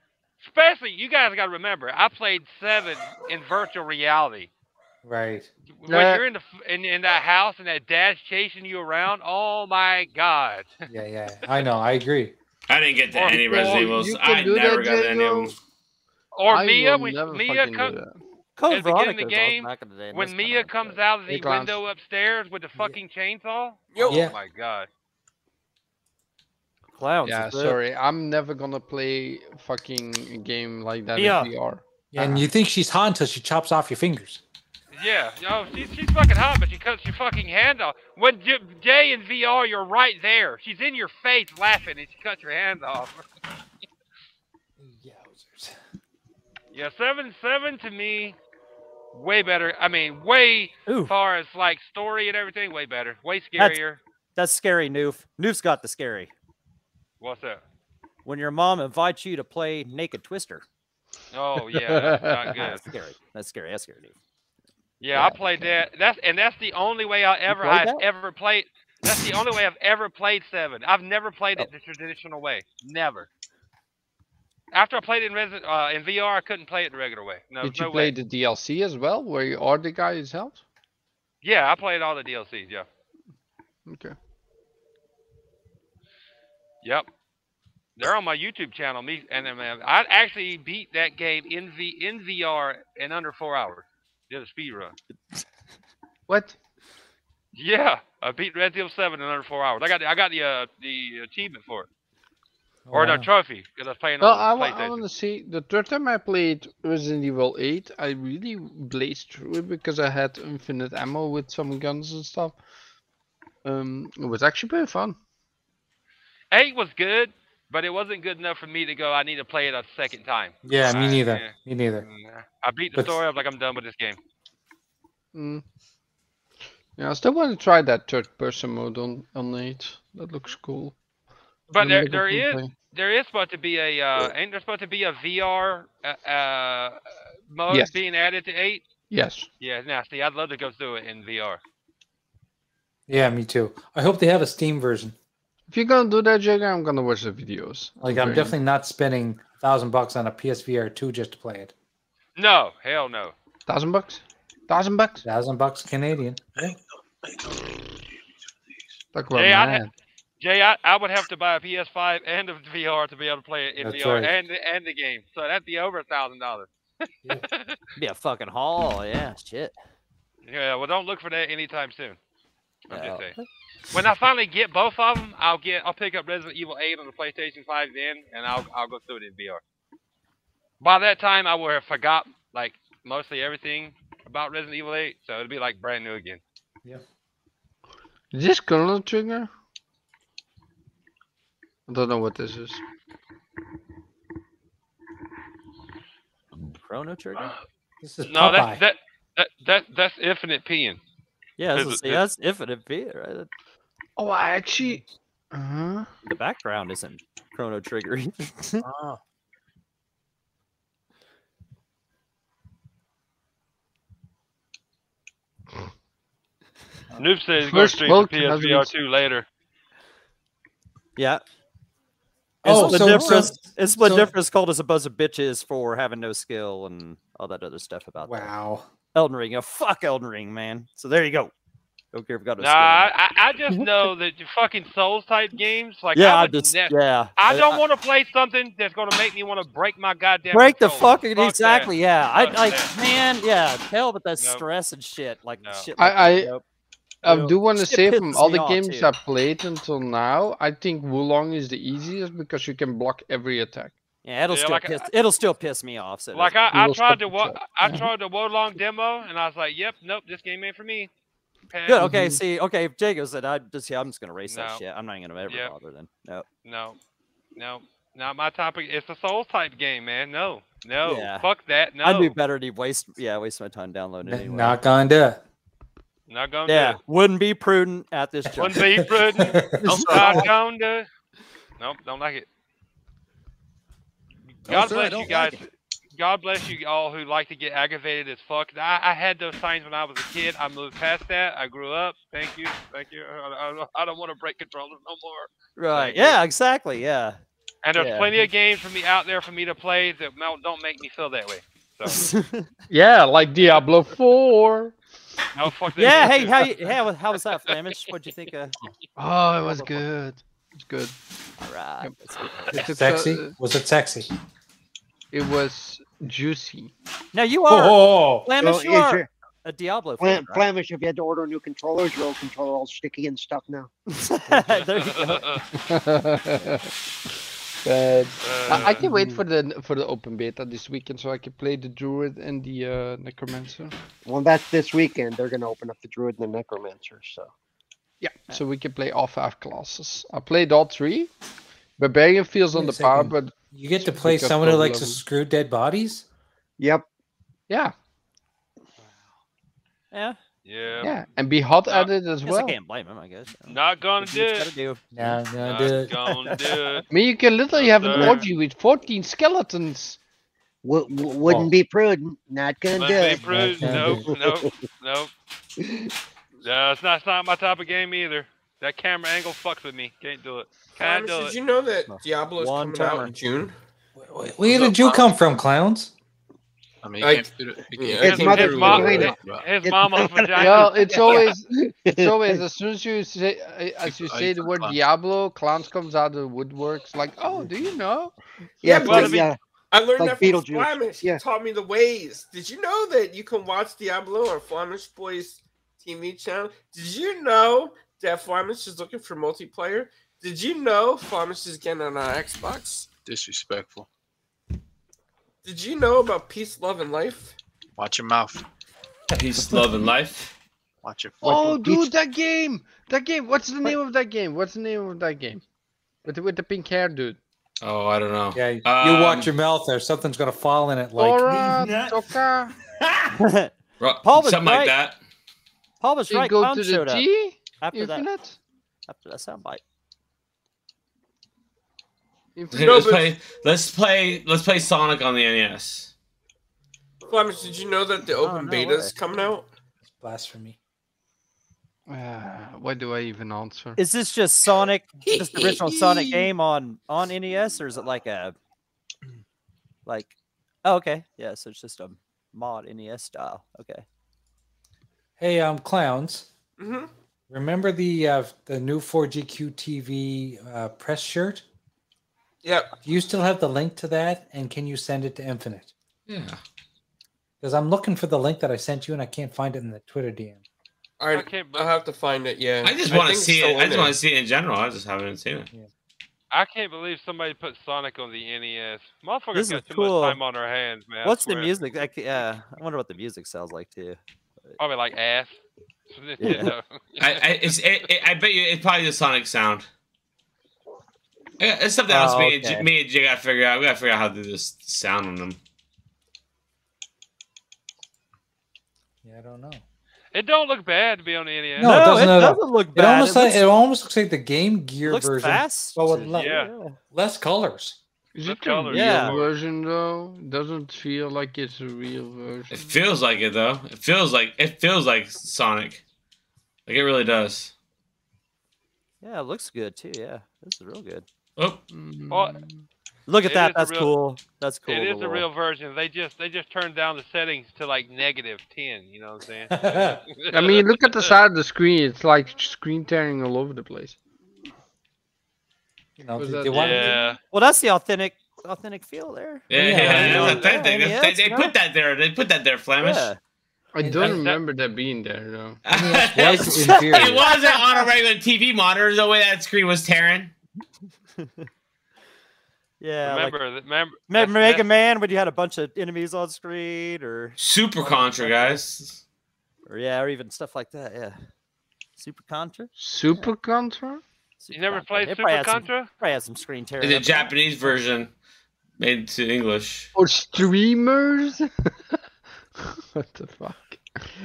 Especially, you guys got to remember, I played seven in virtual reality.
Right.
When
Nah.
you're in the f- in, in that house and that dad's chasing you around, oh my god!
Yeah, yeah. I know. I agree.
I didn't get to
Oh,
any
you
Resident
can
Evils.
do
I
that,
never got to any
Diego.
of them.
Or
I
Mia,
will
when
never
Mia
fucking do
comes,
that.
Code
at the beginning of
Veronica
the
was awesome
game,
back in the day, and
when
that's kinda
Mia
like
comes
that.
out of the
Hey, Glance.
window upstairs with the fucking chainsaw.
Yeah.
Oh my god!
clowns.
Yeah,
is it?
sorry. I'm never gonna play fucking a game like that
Yeah.
in VR.
And you think she's hot until she chops off your fingers.
Yeah, oh, she's she's fucking hot, but she cuts your fucking hand off. When J- Jay in VR, you're right there. She's in your face laughing, and she cuts your hand off.
Yowzers.
Yeah, seven seven to me way better. I mean, way far as like story and everything, way better, way
That's,
scarier.
that's scary, Noof. Noof's got the scary.
What's up?
When your mom invites you to play Naked Twister.
Oh yeah, that's not good.
That's scary. That's scary. That's scary, Noof.
Yeah, I played that. That's and that's the only way I ever
played
I've
that?
ever played. That's the only way I've ever played Seven. I've never played it the traditional way. Never. After I played it in Resident uh, in VR, I couldn't play it the regular way. No,
Did
no
you play
way.
the DLC as well, where you are the guy yourself?
Yeah, I played all the DLCs. Yeah.
Okay.
Yep. They're on my YouTube channel. Me and then man, I actually beat that game in v in VR in under four hours. Did a speed run.
What?
Yeah, I beat Red Deal Seven in under four hours. I got the, I got the uh, the achievement for it, or the
wow.
trophy because I was playing
Well, I,
on
wa- I
PlayStation.
want to see the third time I played Resident Evil 8, I really blazed through it because I had infinite ammo with some guns and stuff. Um, it was actually pretty fun.
Eight was good, but it wasn't good enough for me to go. I need to play it a second time.
Yeah, me
I-
neither.
yeah.
Me neither.
I beat the
But-
story. I'm like, I'm done with this game.
Mm. Yeah, I still want to try that third person mode on, on 8. That looks cool.
But
Gonna
there,
make a
there
few
is
play.
there is supposed to be a uh, ain't there supposed to be a VR uh, uh, mode
Yes.
being added to eight?
Yes.
Yeah, nasty. I'd love to go through it in VR.
Yeah, me too. I hope they have a Steam version.
If you're gonna do that, Jagger, I'm gonna watch the videos.
Like,
Okay.
I'm definitely not spending a thousand bucks on a PSVR two just to play it.
No, hell no.
Thousand bucks? Thousand bucks?
Thousand bucks Canadian.
Talk
about Yeah, I'd- mad. Jay, I, I would have to buy a PS5 and a VR to be able to play it in
That's
VR
right.
and and the game. So that'd be over a thousand dollars.
Be a fucking haul. Yeah, shit.
Yeah, well, don't look for that anytime soon. I'm
No.
just saying. When I finally get both of them, I'll get I'll pick up Resident Evil 8 on the PlayStation 5 then, and I'll I'll go through it in VR. By that time, I will have forgot like mostly everything about Resident Evil 8, so it'll be like brand new again.
Is this Colonel Trigger? I don't know what this is.
Chrono Trigger?
This is
No, that's that, that that that's infinite peeing.
Yeah, that's,
Is
see,
it-
that's infinite beer, right? That-
Oh, I actually. Uh-huh.
The background isn't Chrono Trigger. either.
Noob says he's going to
First
stream the
smoke has been
PSVR
s-
2 later.
yeah.
Oh,
Oh, it's the
so- so-
difference. it's the
so-
difference called as a buzz of bitches for having no skill and all that other stuff about that.
Wow.
Elden Ring. Oh, fuck Elden Ring, man. So there you go. Don't care if you got no
Nah,
skill. or not.
I, I I just know that the fucking Souls type games, like
yeah,
I,
I
would
just
ne-
yeah.
I don't want to play something that's going to make me want to break my goddamn.
break the
controller.
fucking
Fuck that.
exactly. Yeah, I
Fuck
like
that.
man. Yeah, hell with that
Nope.
stress and shit. Like shit. Like,
I I,
nope.
I um,
Nope.
do want to
Shit
say from
pisses
all
me
the
off,
games
too.
I've played until now, I think Wulong is the easiest because you can block every attack.
Yeah, it'll
Yeah,
still
like,
piss. it'll still piss me off. So it
Like
doesn't-
I, I tried the wo- I tried the Wodlong demo, and I was like, "Yep, nope, this game ain't for me." Pass.
Good. Okay. See. Okay. If Jacob said, "I just yeah, I'm just gonna race
Mm-hmm. No.
that shit. I'm not gonna ever
Yep.
bother." Then no.
No, no, not my topic. It's a Souls type game, man. No, no,
Yeah.
fuck that. No,
I'd be better to waste. Yeah, waste my time downloading
N-
anyway.
Not gonna do it.
not gonna
yeah,
do
wouldn't be prudent at this
it.
juncture.
Oh, Wouldn't be
uh,
prudent.
Nope.
not gonna do it. Nope, don't like it.
Don't
God
do it,
bless you
Oh, don't
guys.
like
God bless you all who like to get aggravated as fuck. I, I had those signs when I was a kid. I moved past that. I grew up. Thank you. Thank you. I, I, I don't want to break controllers no more.
Right.
Thank you.
Yeah. Exactly. Yeah.
And there's
Yeah.
plenty of games for me out there for me to play that don't- don't make me feel that way. So,
Yeah, like Diablo 4.
no, fuck that
Yeah. Hey.
bullshit.
How? you- How? How was that, Flamish? What'd you think of?
Oh, it was good. It's good.
All right. that's good.
It took,
Sexy?
uh,
Was it sexy?
it was juicy.
Now you
Oh,
are.
oh, oh.
Flamish,
Well,
you
is
are
your-
a Diablo
Flam-
fan, right?
Flamish, if you had to order new controllers, your old controller all sticky and stuff now.
there you go.
Uh,
But I, I can wait for the for the open beta this weekend so I can play the druid and the uh, necromancer.
Well, that's this weekend. They're going to open up the Druid and the Necromancer. So
Yeah, so we can play all five classes. I played all three. Barbarian feels on
Wait a
the power,
second.
but
You get to play
Because
someone who
double
likes to
level.
screw dead bodies?
Yep.
yeah,
Yeah.
Yeah.
Yeah, and be hot
Nah.
at it as
Guess
well.
I can't blame him. I guess.
Not gonna do
It's gotta
it.
do.
No, no,
Not
do it.
gonna do it.
I mean, you can literally have an
Sir.
orgy with 14 skeletons.
W- w-
Oh.
wouldn't be prudent. Not gonna do
Let's
it.
be prudent.
Yeah,
Nope, nope, nope. No, it's not. It's not my type of game either. That camera angle fucks with me. Can't do it. Can't
Travis,
do
did
it.
you know that
No.
Diablo's
One
coming out
timer.
in June?
Where did you come from, clowns?
I mean, you
I-
can't fit it. You can't,
His
you can't
mother-
fit
his,
it
mom,
all in.
vagina.
his, his
It's
mama's
not-
vagina.
Well, it's always, it's always as soon as you say, uh, as you
Are
say
you
the word
clowns?
Diablo, clowns comes out of the woodworks. Like, oh, do you know?
yeah,
well,
but
I mean-
yeah,
I learned
Like
that from
Beetlejuice.
Flamish.
Yeah.
He taught me the ways. Did you know that you can watch Diablo on Flamish Boys TV channel? Did you know that Flamish is looking for multiplayer? Did you know Flamish is getting on our Xbox?
Disrespectful.
Did you know about peace, love, and life?
Watch your mouth.
Peace, love, and life.
Watch your.
Oh,
the
dude,
beach-
that game, that game. What's the name of that game? What's the name of that game? With the, with the pink hair, dude.
Oh, I don't know.
Yeah, you
Um,
watch your mouth there. Something's gonna fall in it. Like
Laura,
nuts.
Toka,
Ro-
Paul was
something like
right.
that.
Paul was
you
right.
go
Clown
to the
showed up
T.
after that.
Infinite.
After that soundbite.
Infinite.
No,
let's
but-
play. Let's play. Let's play Sonic on the E NES.
Flamish, did you know that the open
no
beta is
way.
coming out?
blasphemy.
Uh, why do I even answer?
Is this just Sonic, just the original Sonic game on on NES, or is it like a like? Oh, okay. Yeah. So it's just a mod NES style. Okay.
Hey, um, clowns.
Mm-hmm.
Remember the uh, the new 4GQ TV uh, press shirt?
Yep.
Do you still have the link to that? And can you send it to Infinite?
Yeah.
Because I'm looking for the link that I sent you, and I can't find it in the Twitter DM.
All
I
right.
can't.
I'll
Be-
uh-huh.
have to find it. Yeah.
I just want to
think it's
see it.
still
I
in
just
there.
want to see it in general. I just haven't seen it.
I can't believe somebody put Sonic on the NES.
This
Motherfuckers
is
got too
cool.
much time on their hands, man. I
What's the
swear.
music? Like, yeah, I wonder what the music sounds like too.
Probably like ass. Nintendo.
I, I, it's, it, it, I bet you it's probably the Sonic sound. Yeah, It's something else
Oh,
me, and
okay.
J- me and Jay gotta figure out. We gotta figure out how to do this sound on them.
Yeah, I don't know.
it don't look bad to be on the E NES.
No, it doesn't
it
at all.
doesn't look
It
bad.
almost
it
like,
looks,
it almost looks like the Game Gear
looks
version,
fast.
but with le-
Yeah.
less colors.
Is
The
it the
color
is
real
Yeah.
more.
version though? Doesn't feel like it's a real version.
It feels like it though. It feels like it feels like Sonic. Like it really does.
Yeah, it looks good too. Yeah, this is real good.
Oh,
Well,
Mm.
Look at
It
that.
is a
That's
real-
cool. That's cool.
It
the
is the
little-
real version. They just they just turned down the settings to like negative ten. You know what I'm
yeah,
saying?
I mean, look at the side of the screen. It's like screen tearing all over the place.
you know,
Was
the,
that
the uh,
the-
one,
Yeah.
Well, that's the authentic authentic feel there.
yeah,
Yeah,
yeah,
I
that's
know.
a thing. They-
Yeah,
they,
it's
they
not-
put that there. They put that there, Flemish.
Yeah.
I
And
don't
that-
remember that being there though.
was
it
inferior.
wasn't on a regular TV monitor. The way that screen was tearing.
Yeah. like-
remember, that remember, that's-
Remember Mega
that's-
Man when you had a bunch of enemies on screen, or,
Super Contra, guys.
or yeah, or even stuff like that. Yeah, Super Contra.
Super Contra?
Super
You never
Contra.
played
They
Super
had some-
Contra?
probably had some screen tearing.
The
up there.
Japanese version made to English.
Or streamers? what the fuck?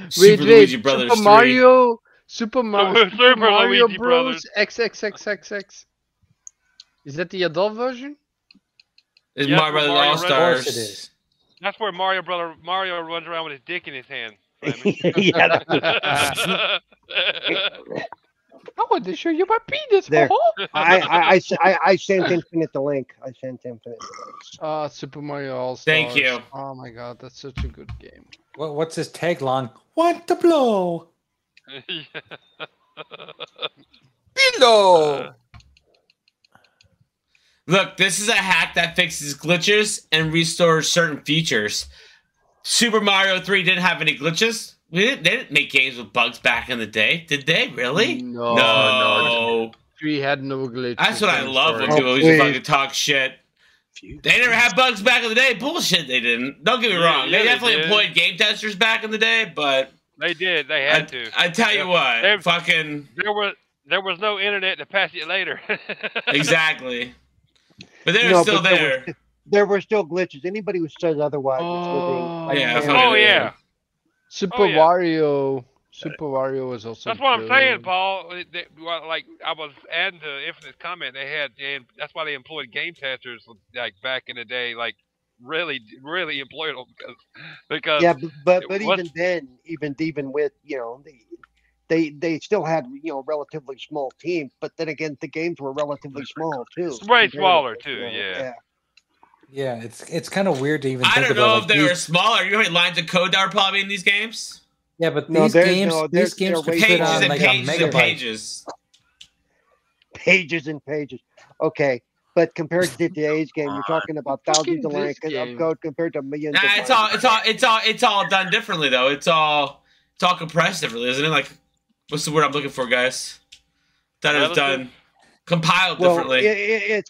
Super Luigi Brothers
Super
3.
Mario, Super, Mar-
Super
Super Mario
Luigi
Bros.
Brothers.
XXXXX. Is that the adult version?
It's
Yeah,
Mario Brothers
Mario
All
Brothers.
Of course it
Stars.
is.
That's where Mario brother Mario runs around with his dick in his hand. Flaming.
yeah, that-
I want to show you my penis.
There.
ho-ho.
I, I, I, s- I- I sent Infinite the link. I sent Infinite.
Ah, Super Mario All Stars.
Thank you.
Oh my god, that's such a good game.
What, what's his tagline? Want to blow?
Below.
Look, this is a hack that fixes glitches and restores certain features. Super Mario 3 didn't have any glitches. We didn't, they didn't make games with bugs back in the day, did they? Really?
No,
no.
Three had no glitch.
That's what I love when
Oh,
people used to
please.
fucking talk shit. They never had bugs back in the day. Bullshit, they didn't. Don't get me
Yeah,
wrong. they
yeah, they
definitely
did.
employed game testers back in the day, but
they did. They
I,
had to.
I tell you what,
They've-
fucking
There was there was no internet to pass it later.
exactly. But they were
No,
still
but there
there.
There were still glitches. Anybody who says otherwise was living.
Oh.
like
Yeah,
a
I
man.
fucking-
Oh yeah.
Super
yeah.
Wario. Super Wario was also.
That's what I'm saying,
good.
Paul. It- that- well, like I was adding to Infinite's comment, they had, they, that's why they employed game testers like back in the day, like really, really employed them because, because
yeah, b- but
it
but
was-
even then, even even with you know they, they they still had you know relatively small teams, but then again, the games were relatively small too.
way
compared to-
smaller too. Yeah.
Yeah, it's it's kind of weird to even.
I
think
don't
about,
know
like,
if they
these-
were smaller. You know how many lines of code that were probably in these games?
Yeah, but
No,
these
they're-
games,
no, they're-
these games
they're way
could fit
smaller.
on
Pages and
uh, like a
pages
megabyte.
and pages.
pages and pages. Okay, but compared to today's game, you're talking about thousands of
Fucking
lines
this
of
game.
code compared to millions.
Nah,
of
it's
lines.
all it's all it's all it's all done differently though. It's all it's all compressed differently, isn't it? Like, what's the word I'm looking for, guys? That it was done compiled
well,
differently.
it- it- it's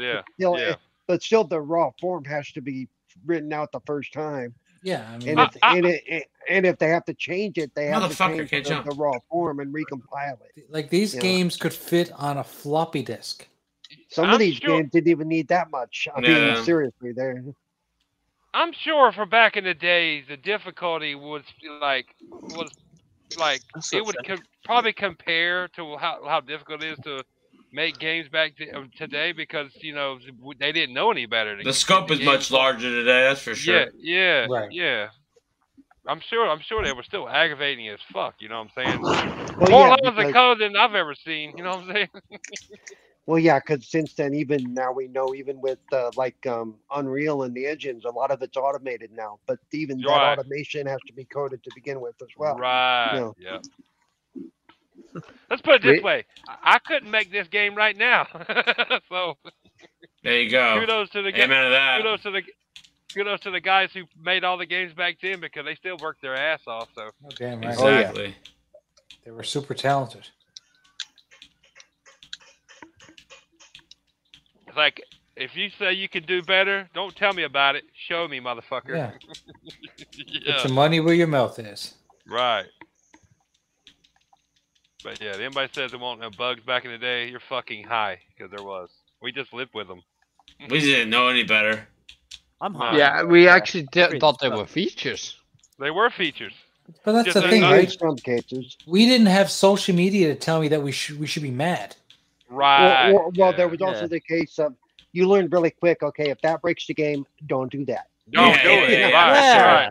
Compiled, yeah,
but still,
yeah.
It, but still, the raw form has to be written out the first time.
Yeah,
Mm-hmm.
I mean-
and, if, and, it, and if they have to change it, they have to
Motherfucker, can't
change the,
jump.
the raw form and recompile it.
Like these
you know.
games could fit on a floppy disk.
Some of these games didn't even need that much. I mean,
Yeah.
seriously, there.
I'm sure for back in the days, the difficulty was like was like
That's
it would
okay.
com- probably compare to how how difficult it is to make games back th- of today because you know w- they didn't know any better.
The scope is much larger today, that's for sure.
Yeah, yeah,
Right.
yeah. I'm sure. I'm sure they were still aggravating as fuck. You know what I'm saying?
Well,
More
yeah,
lines
because-
of code than I've ever seen. You know what I'm saying?
Well, yeah, because since then, even now we know, even with uh, like um, Unreal and the engines, a lot of it's automated now. But even
Right.
that automation has to be coded to begin with as well.
Right.
No.
Yeah. Let's put it this
Wait.
way: I I couldn't make this game right now. so
There you go.
kudos to the guy-
Amen to that.
Kudos to the kudos to the guys who made all the games back then because they still worked their ass off. So
Damn right. Oh,
Exactly.
They were super talented.
it's like if you say you can do better, don't tell me about it. Show me, motherfucker.
Yeah.
Yeah.
Put your money where your mouth is.
Right. But yeah, if anybody says there won't no bugs back in the day, you're fucking high because there was. We just lived with them.
We didn't know any better.
I'm
high.
Yeah, we actually did, thought they
fuck.
were features.
They were features.
But that's
Just
the
like
thing,
us.
right?
Some cases.
We didn't have social media to tell me that we should we should be mad.
Well, well, well, there was also
Yeah.
the case of you learned really quick. Okay, if that breaks the game, don't do that.
Don't do it. Yeah, right,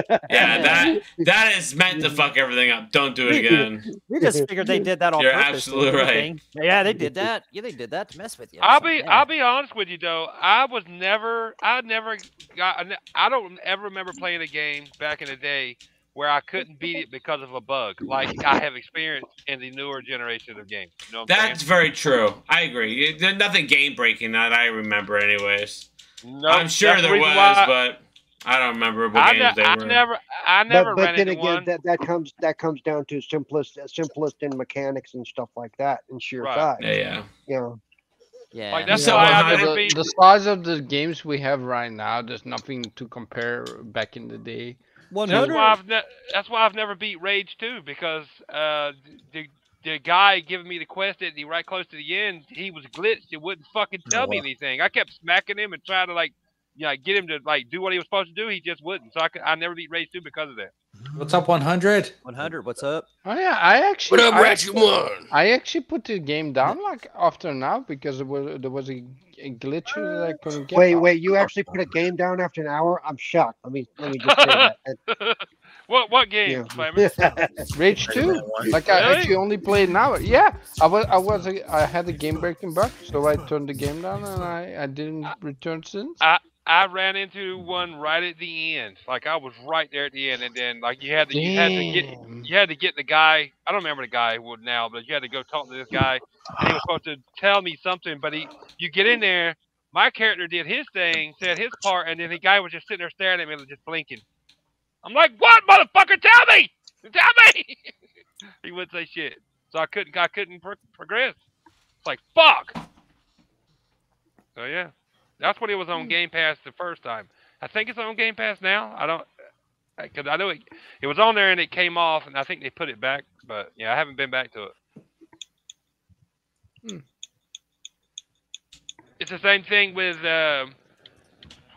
right.
Yeah, that that is meant to fuck everything up. Don't do it again.
We just figured they did that on
You're
purpose.
absolutely
if
right.
anything. Yeah, they did that. Yeah, they did that to mess with you.
I'll be I'll be honest with you though. I was never I never got I ne- I don't ever remember playing a game back in the day where I couldn't beat it because of a bug like I have experienced in the newer generation of games. You know what I'm saying?
That's very true. I agree. It- There's nothing game breaking that I remember, anyways.
No,
I'm sure
that's the
there was,
reason why-
but I don't remember what
I,
games
ne-
they
I
were.
never I never
but, but
ran
then
into
again,
one.
that that comes that comes down to simplest uh, simplest in mechanics and stuff like that and sheer
Right.
size.
Yeah, yeah.
You know.
Yeah.
Like,
that's why I never
the,
beat-
the size of the games we have right now. There's nothing to compare back in the day.
That's why I've ne- that's why I've never beat Rage 2 because uh the the guy giving me the quest at the right close to the end, he was glitched. It wouldn't fucking tell me
wow.
anything. I kept smacking him and trying to like you know, get him to like do what he was supposed to do. He just wouldn't. So I, could, I never beat Rage 2 because of that.
What's up, 100?
100. What's up?
Oh yeah, I actually.
What up,
I
Ratchet
actually-
One?
I actually put the game down like after now because there was there was a, a glitch that I couldn't get.
Wait,
out.
wait! You actually put a game down after an hour? I'm shocked. Let me let me just say that. That-
What what game?
Yeah.
Rage Two. Like I actually only played an hour. Yeah, I was I was I had a game breaking bug, so I turned the game down and I I didn't return since.
I I ran into one right at the end. Like I was right there at the end, and then like you had to you had to get you had to get the guy. I don't remember the guy who would now, but you had to go talk to this guy. And he was supposed to tell me something, but he you get in there. My character did his thing, said his part, and then the guy was just sitting there staring at me, and just blinking. I'm like, what, motherfucker? Tell me, tell me. he wouldn't say shit, so I couldn't I couldn't pro- progress. It's like fuck. So yeah, that's when it was on Game Pass the first time. I think it's on Game Pass now. I don't, because I know it. It was on there and it came off, and I think they put it back. But yeah, I haven't been back to it.
Hmm.
uh, It's the same thing with um,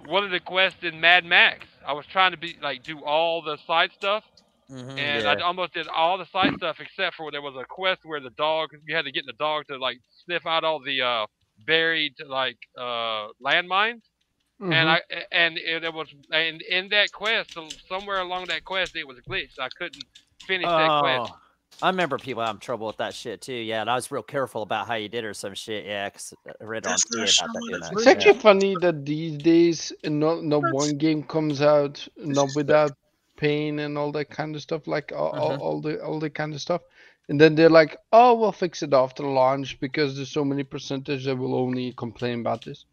one of the quests in Mad Max. I was trying to be like do all the side stuff,
Mm-hmm. Hmm,
and I
yeah.
almost did all the side stuff except for there was a quest where the dog you had to get the dog to like sniff out all the uh, buried like uh, landmines.
Mm-hmm.
And I
Mm-hmm.
and it, it was and in that quest so- somewhere along that quest it was glitched. I couldn't finish that quest.
Oh, I remember people having trouble with that shit too. Yeah, and I was real careful about how you did or some shit. Yeah, 'cause uh, I read on
That's
Twitter
not
about that.
It's,
Doing that.
actually
yeah.
funny that these days uh, not not one game comes out not without pain and all that kind of stuff, like all, all, all the all the kind of stuff, and then they're like, "Oh, we'll fix it after launch because there's so many percentage that will only complain about this."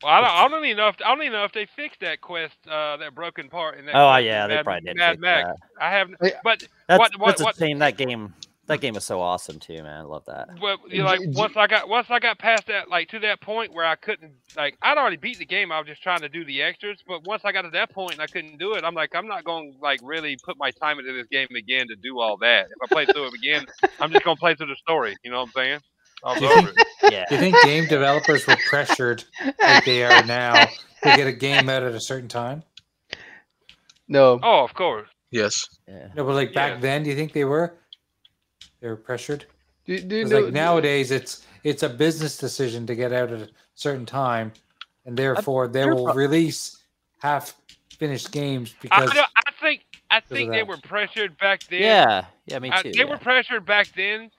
Well, I don't, I don't even know if I don't even know if they fixed that quest, uh, that broken part in that.
Oh,
quest in
yeah, they
Mad-
probably didn't
Mad
fix
Max.
that.
I haven't,
Yeah.
but
That's,
what what
that's
what
a shame. That game, that game was so awesome too, man. I love that.
But you know, like once I got once I got past that like to that point where I couldn't like I'd already beat the game. I was just trying to do the extras. But once I got to that point and I couldn't do it, I'm like I'm not going to like really put my time into this game again to do all that. If I play through it again, I'm just going to play through the story. You know what I'm saying? I was
Do you
over
think-
it.
Yeah.
Do you think game developers were pressured like they are now to get a game out at a certain time?
No.
Oh, of course.
Yes.
Yeah.
No, but like back
Yeah.
then, do you think they were? They were pressured.
Do, do you
'Cause,
know-
like nowadays, it's it's a business decision to get out at a certain time, and therefore they
you're
will
pro-
release half finished games
I,
because
I, don't- I think I
of
think they
that.
were pressured back then.
Yeah, yeah, me
I-
too,
Uh, they were
yeah.
pressured back then,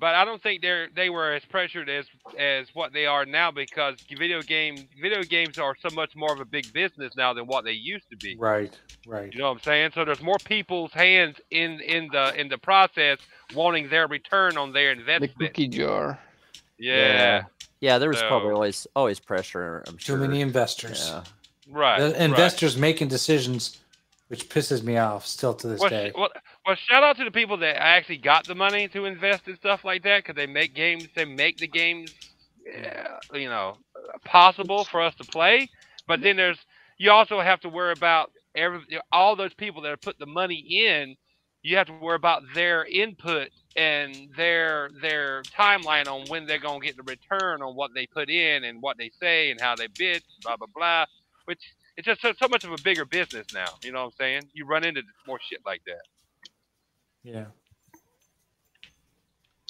but I don't think they're they were as pressured as as what they are now because video game video games are so much more of a big business now than what they used to be.
right, right.
You know what I'm saying? So there's more people's hands in in the in the process wanting their return on their
The
investment.
cookie jar.
Yeah.
Yeah, there was probably
So-
always always pressure. I'm
too
sure.
many investors.
Yeah.
Right,
The
right.
investors making decisions, which pisses me off still to this
Well,
day.
sh- well, well, shout out to the people that actually got the money to invest in stuff like that because they make games, they make the games, yeah, you know, possible for us to play. But then there's you also have to worry about every all those people that have put the money in. You have to worry about their input and their their timeline on when they're gonna get the return on what they put in and what they say and how they bid, blah blah blah. Which it's just so, so much of a bigger business now. You know what I'm saying? You run into more shit like that.
Yeah.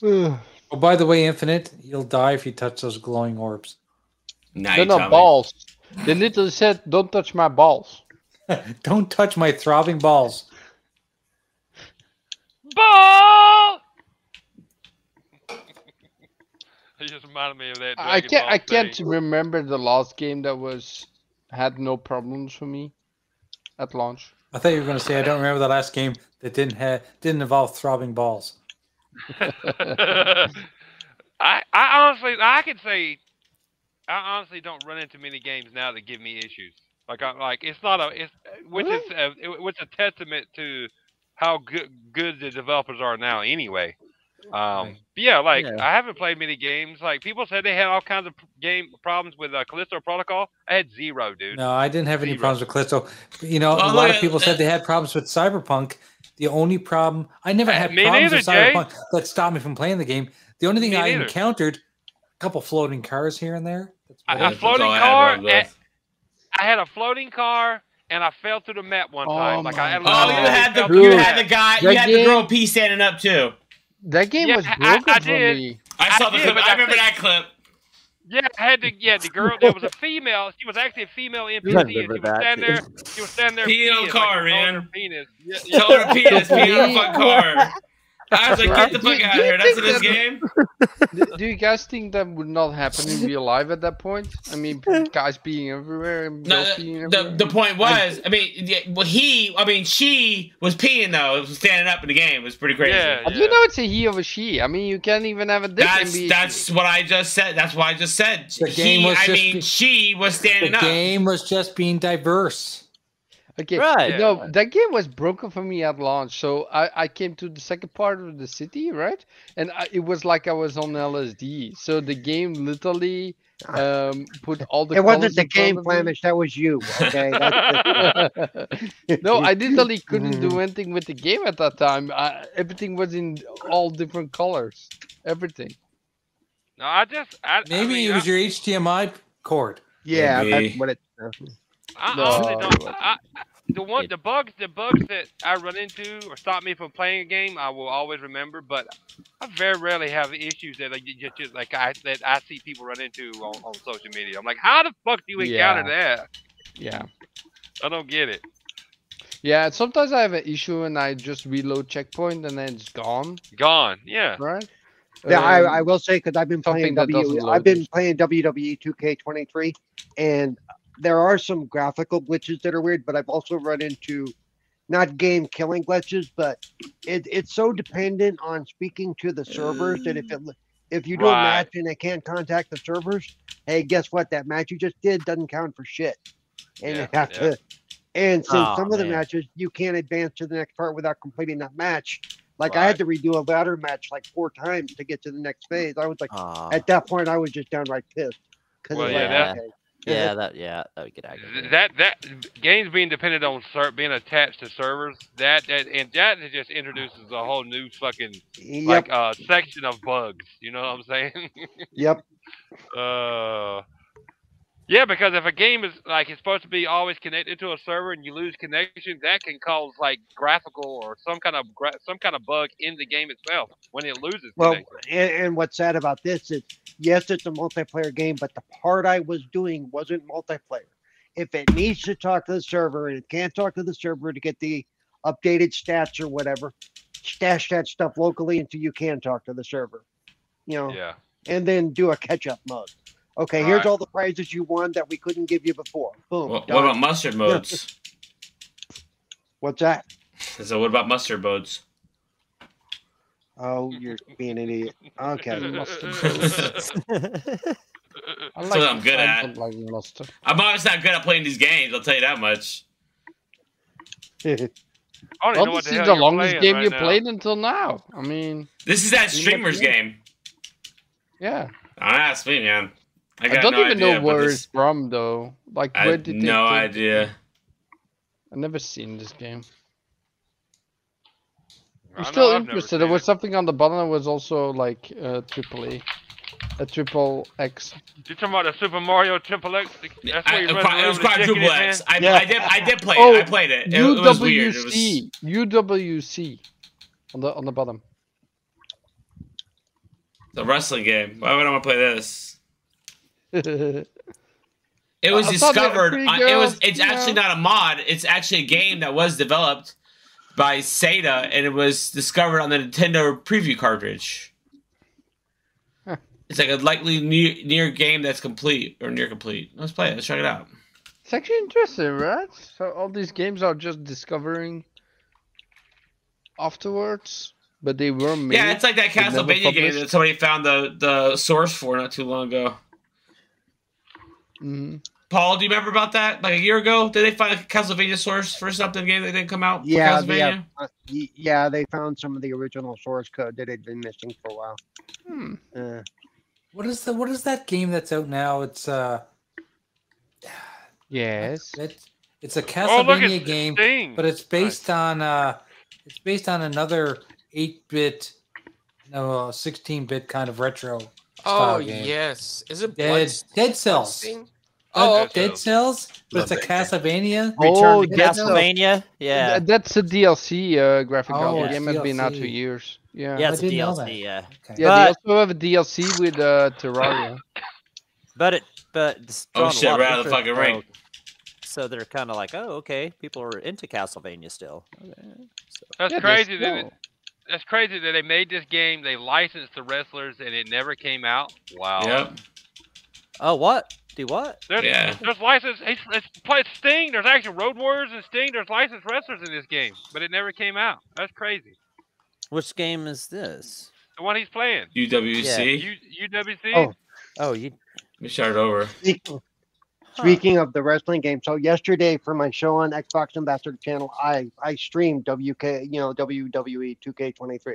oh,
by the way, Infinite, you'll die if you touch those glowing orbs.
They're not balls. They literally said, "Don't touch my balls."
Don't touch my throbbing balls.
Ball. He just reminded me of that.
I
Dragon
can't.
Ball
I can't
thing.
remember the last game that was had no problems for me at launch.
I thought you were going to say I don't remember the last game that didn't have didn't involve throbbing balls.
I I honestly I could say I honestly don't run into many games now that give me issues. Like I like it's not a it's which is a, which is a testament to how good good the developers are now anyway. Um, but yeah, like
Yeah.
I haven't played many games. Like people said they had all kinds of p- game problems with uh, Callisto Protocol. I had zero, dude.
No, I didn't have any problems with Callisto. You know,
Oh,
a lot
look
of
at
people said they had problems with Cyberpunk. The only problem I never had
Uh, me
problems with
neither, Jay.
Cyberpunk that stopped me from playing the game. The only thing
Me
I
neither.
encountered a couple floating cars here and there. That's
I,
about
a
it.
floating car. and- I had a floating car, and I fell through the map one time. like I had
Oh, you had the
Dude.
you had the guy you
That
had the girl P standing up too.
That game
Yeah,
was
I- I-
broken
I
for
did.
me.
I saw the
did,
clip.
but
I remember
think-
that clip.
Yeah, I had to. Yeah, the girl. There was a female. She was actually a female NPC. And she
remember
was
that,
standing there.
dude.
She was standing there.
Pee on
peeing,
car,
like, on her
man.
Penis. Yeah, yeah.
Tell her penis, pee on her fucking car. I was like, get the
Do you-
fuck out of
do you
here. That's in
think
this
that-
game.
do, do you guys think that would not happen in real life at that point? I mean, guys being everywhere and
No,
girls
the-
being
the,
everywhere.
the point was, I mean, yeah, well, he, I mean, she was peeing though. It was standing up in the game. It was pretty crazy.
How do you know it's a he or a she? I mean, you can't even have a dick and
That's
be a
that's what I just said. That's what I just said.
The game
he,
was
I
just
mean,
be-
she was
The
standing up.
game was just being diverse.
Okay.
Right.
No, that game was broken for me at launch. So I, I came to the second part of the city, right? And I, it was like I was on LSD. So the game literally um, put all the.
Ah. it wasn't
colors
the
in front
game,
of me.
Flemish. That was you. Okay. That's Mm-hmm.
no, I literally couldn't do anything with the game at that time. I, everything was in all different colors. Everything.
No, I just. I,
Maybe
I mean,
it was
I-
your HDMI cord.
Yeah,
that's what it. uh,
I
No,
honestly
I
don't.
love
I, I- the one, the bugs, the bugs that I run into or stop me from playing a game, I will always remember. But I very rarely have issues that like you just, just like I that I see people run into on, on social media. I'm like, how the fuck do you encounter that?
Yeah.
I don't get it.
Yeah, and sometimes I have an issue and I just reload checkpoint and then it's gone.
Gone. Yeah.
Right.
Yeah,
Um,
I, I will say because I've been
something
playing
that doesn't
W. E
load
I've been playing WWE 2K23, and there are some graphical glitches that are weird. But I've also run into not game killing glitches, but it, it's so dependent on speaking to the servers that if it if you do
Right.
a match and they can't contact the servers, hey, guess what? That match you just did doesn't count for shit, and
Yeah,
you have
yeah.
to. And since
Aw,
some of the
man.
matches you can't advance to the next part without completing that match, like I had to redo a ladder match like four times to get to the next phase. I was like, at that point, I was just downright pissed.
Oh.
'cause
Well,
it's
yeah,
like,
that-
okay.
Yeah, that yeah, that would get
Th-
aggravating.
That that games being dependent on ser- being attached to servers that that and that just introduces a whole new fucking like
Yep.
uh section of bugs. You know what I'm saying?
Yep.
Uh, yeah, because if a game is like it's supposed to be always connected to a server and you lose connection, that can cause like graphical or some kind of gra- some kind of bug in the game itself when it loses.
Well,
connection.
and, and what's sad about this is, yes, it's a multiplayer game, but the part I was doing wasn't multiplayer. If it needs to talk to the server and it can't talk to the server to get the updated stats or whatever, stash that stuff locally until you can talk to the server. You know.
Yeah.
And then do a catch-up mode. Okay, here's
Right.
all the prizes you won that we couldn't give you before.
What,
Boom.
what
done.
about mustard modes?
What's that?
So what about mustard modes?
Oh, you're being an idiot. Okay.
That's what I'm good at. I'm honestly not good at playing these games. I'll tell you that much.
I don't even know
Well,
what
this
the hell
is the
you're
longest
playing
game
right
you
now.
played until now. I mean,
This is that streamer's game.
yeah.
Don't ask me, man. I,
I,
got
don't
no
even
idea,
know
but
where
this-
it's from though. Like,
I
where
had
did
no
they take it?
idea.
I've never seen this game.
I
I'm
know
still
I've never
interested. There
seen
was something on the bottom that was also like uh, triple A, a triple X.
You're talking about a Super Mario Triple X? That's where
I- it
you run
was- it
around
was
with a chicken in
quadruple
hand?
X. I,
Yeah.
I did. I did play
Oh,
it. I played it. It, it was weird. It was.
UWC, UWC on the on the bottom.
It's a wrestling game. Why would I want to play this?
it
It was
I thought they had
discovered.
pretty
On, it was.
girls,
It's
you
actually
know?
not a mod. It's actually a game that was developed by Sega, and it was discovered on the Nintendo preview cartridge.
Huh.
It's like a likely near, near game that's complete or near complete. Let's play it. Let's check it out.
It's actually interesting, right? So all these games are just discovering afterwards, but they were made.
yeah, it's like that
but never
Castlevania game
published.
that somebody found the the source for not too long ago.
Mhm.
Paul, do you remember about that? Like a year ago, did they find a Castlevania source for something game that didn't come out? for
Yeah,
Castlevania.
they have- uh, y- yeah, they found some of the original source code that had been missing for a while.
Hmm.
Uh,
What is the what is that game that's out now? It's uh
Yes.
It's, it's a
Oh, look,
Castlevania
it's
game,
Sting.
but it's based on uh, it's based on another eight bit, no, sixteen bit kind of retro.
Oh
style game.
yes, is it
Dead
Bloodst-
Dead Cells.
Bloodstained?
Oh,
Oh,
Dead Cells, but
Love
it's a Castlevania.
Oh,
Dead
that's-
Cells.
Th- that's a DLC uh, graphic
Oh,
novel.
yeah.
The game has been out for
DLC.
years. Yeah.
Yeah, it's a DLC. Yeah,
Yeah,
but,
they also have a DLC with uh, Terraria.
but it but it's
Oh,
drawn a
shit,
lot
we're out of the
interest,
fucking ring.
though. So they're kind of like, oh, okay, people are into Castlevania still.
That's
Yeah, there's
crazy that it,
still-
that's crazy that they made this game. They licensed the wrestlers and it never came out. Wow.
Yep.
Oh, what? Do what?
There's, there's licensed. It's, it's, it's Sting. There's actually Road Warriors and Sting. There's licensed wrestlers in this game, but it never came out. That's crazy.
Which game is this?
The one he's playing.
UWC.
U, UWC.
Oh.
Oh, you.
Let me start it over.
speak- Speaking of the wrestling game, so yesterday for my show on Xbox Ambassador Channel, I I streamed WK, you know E WWE 2K23.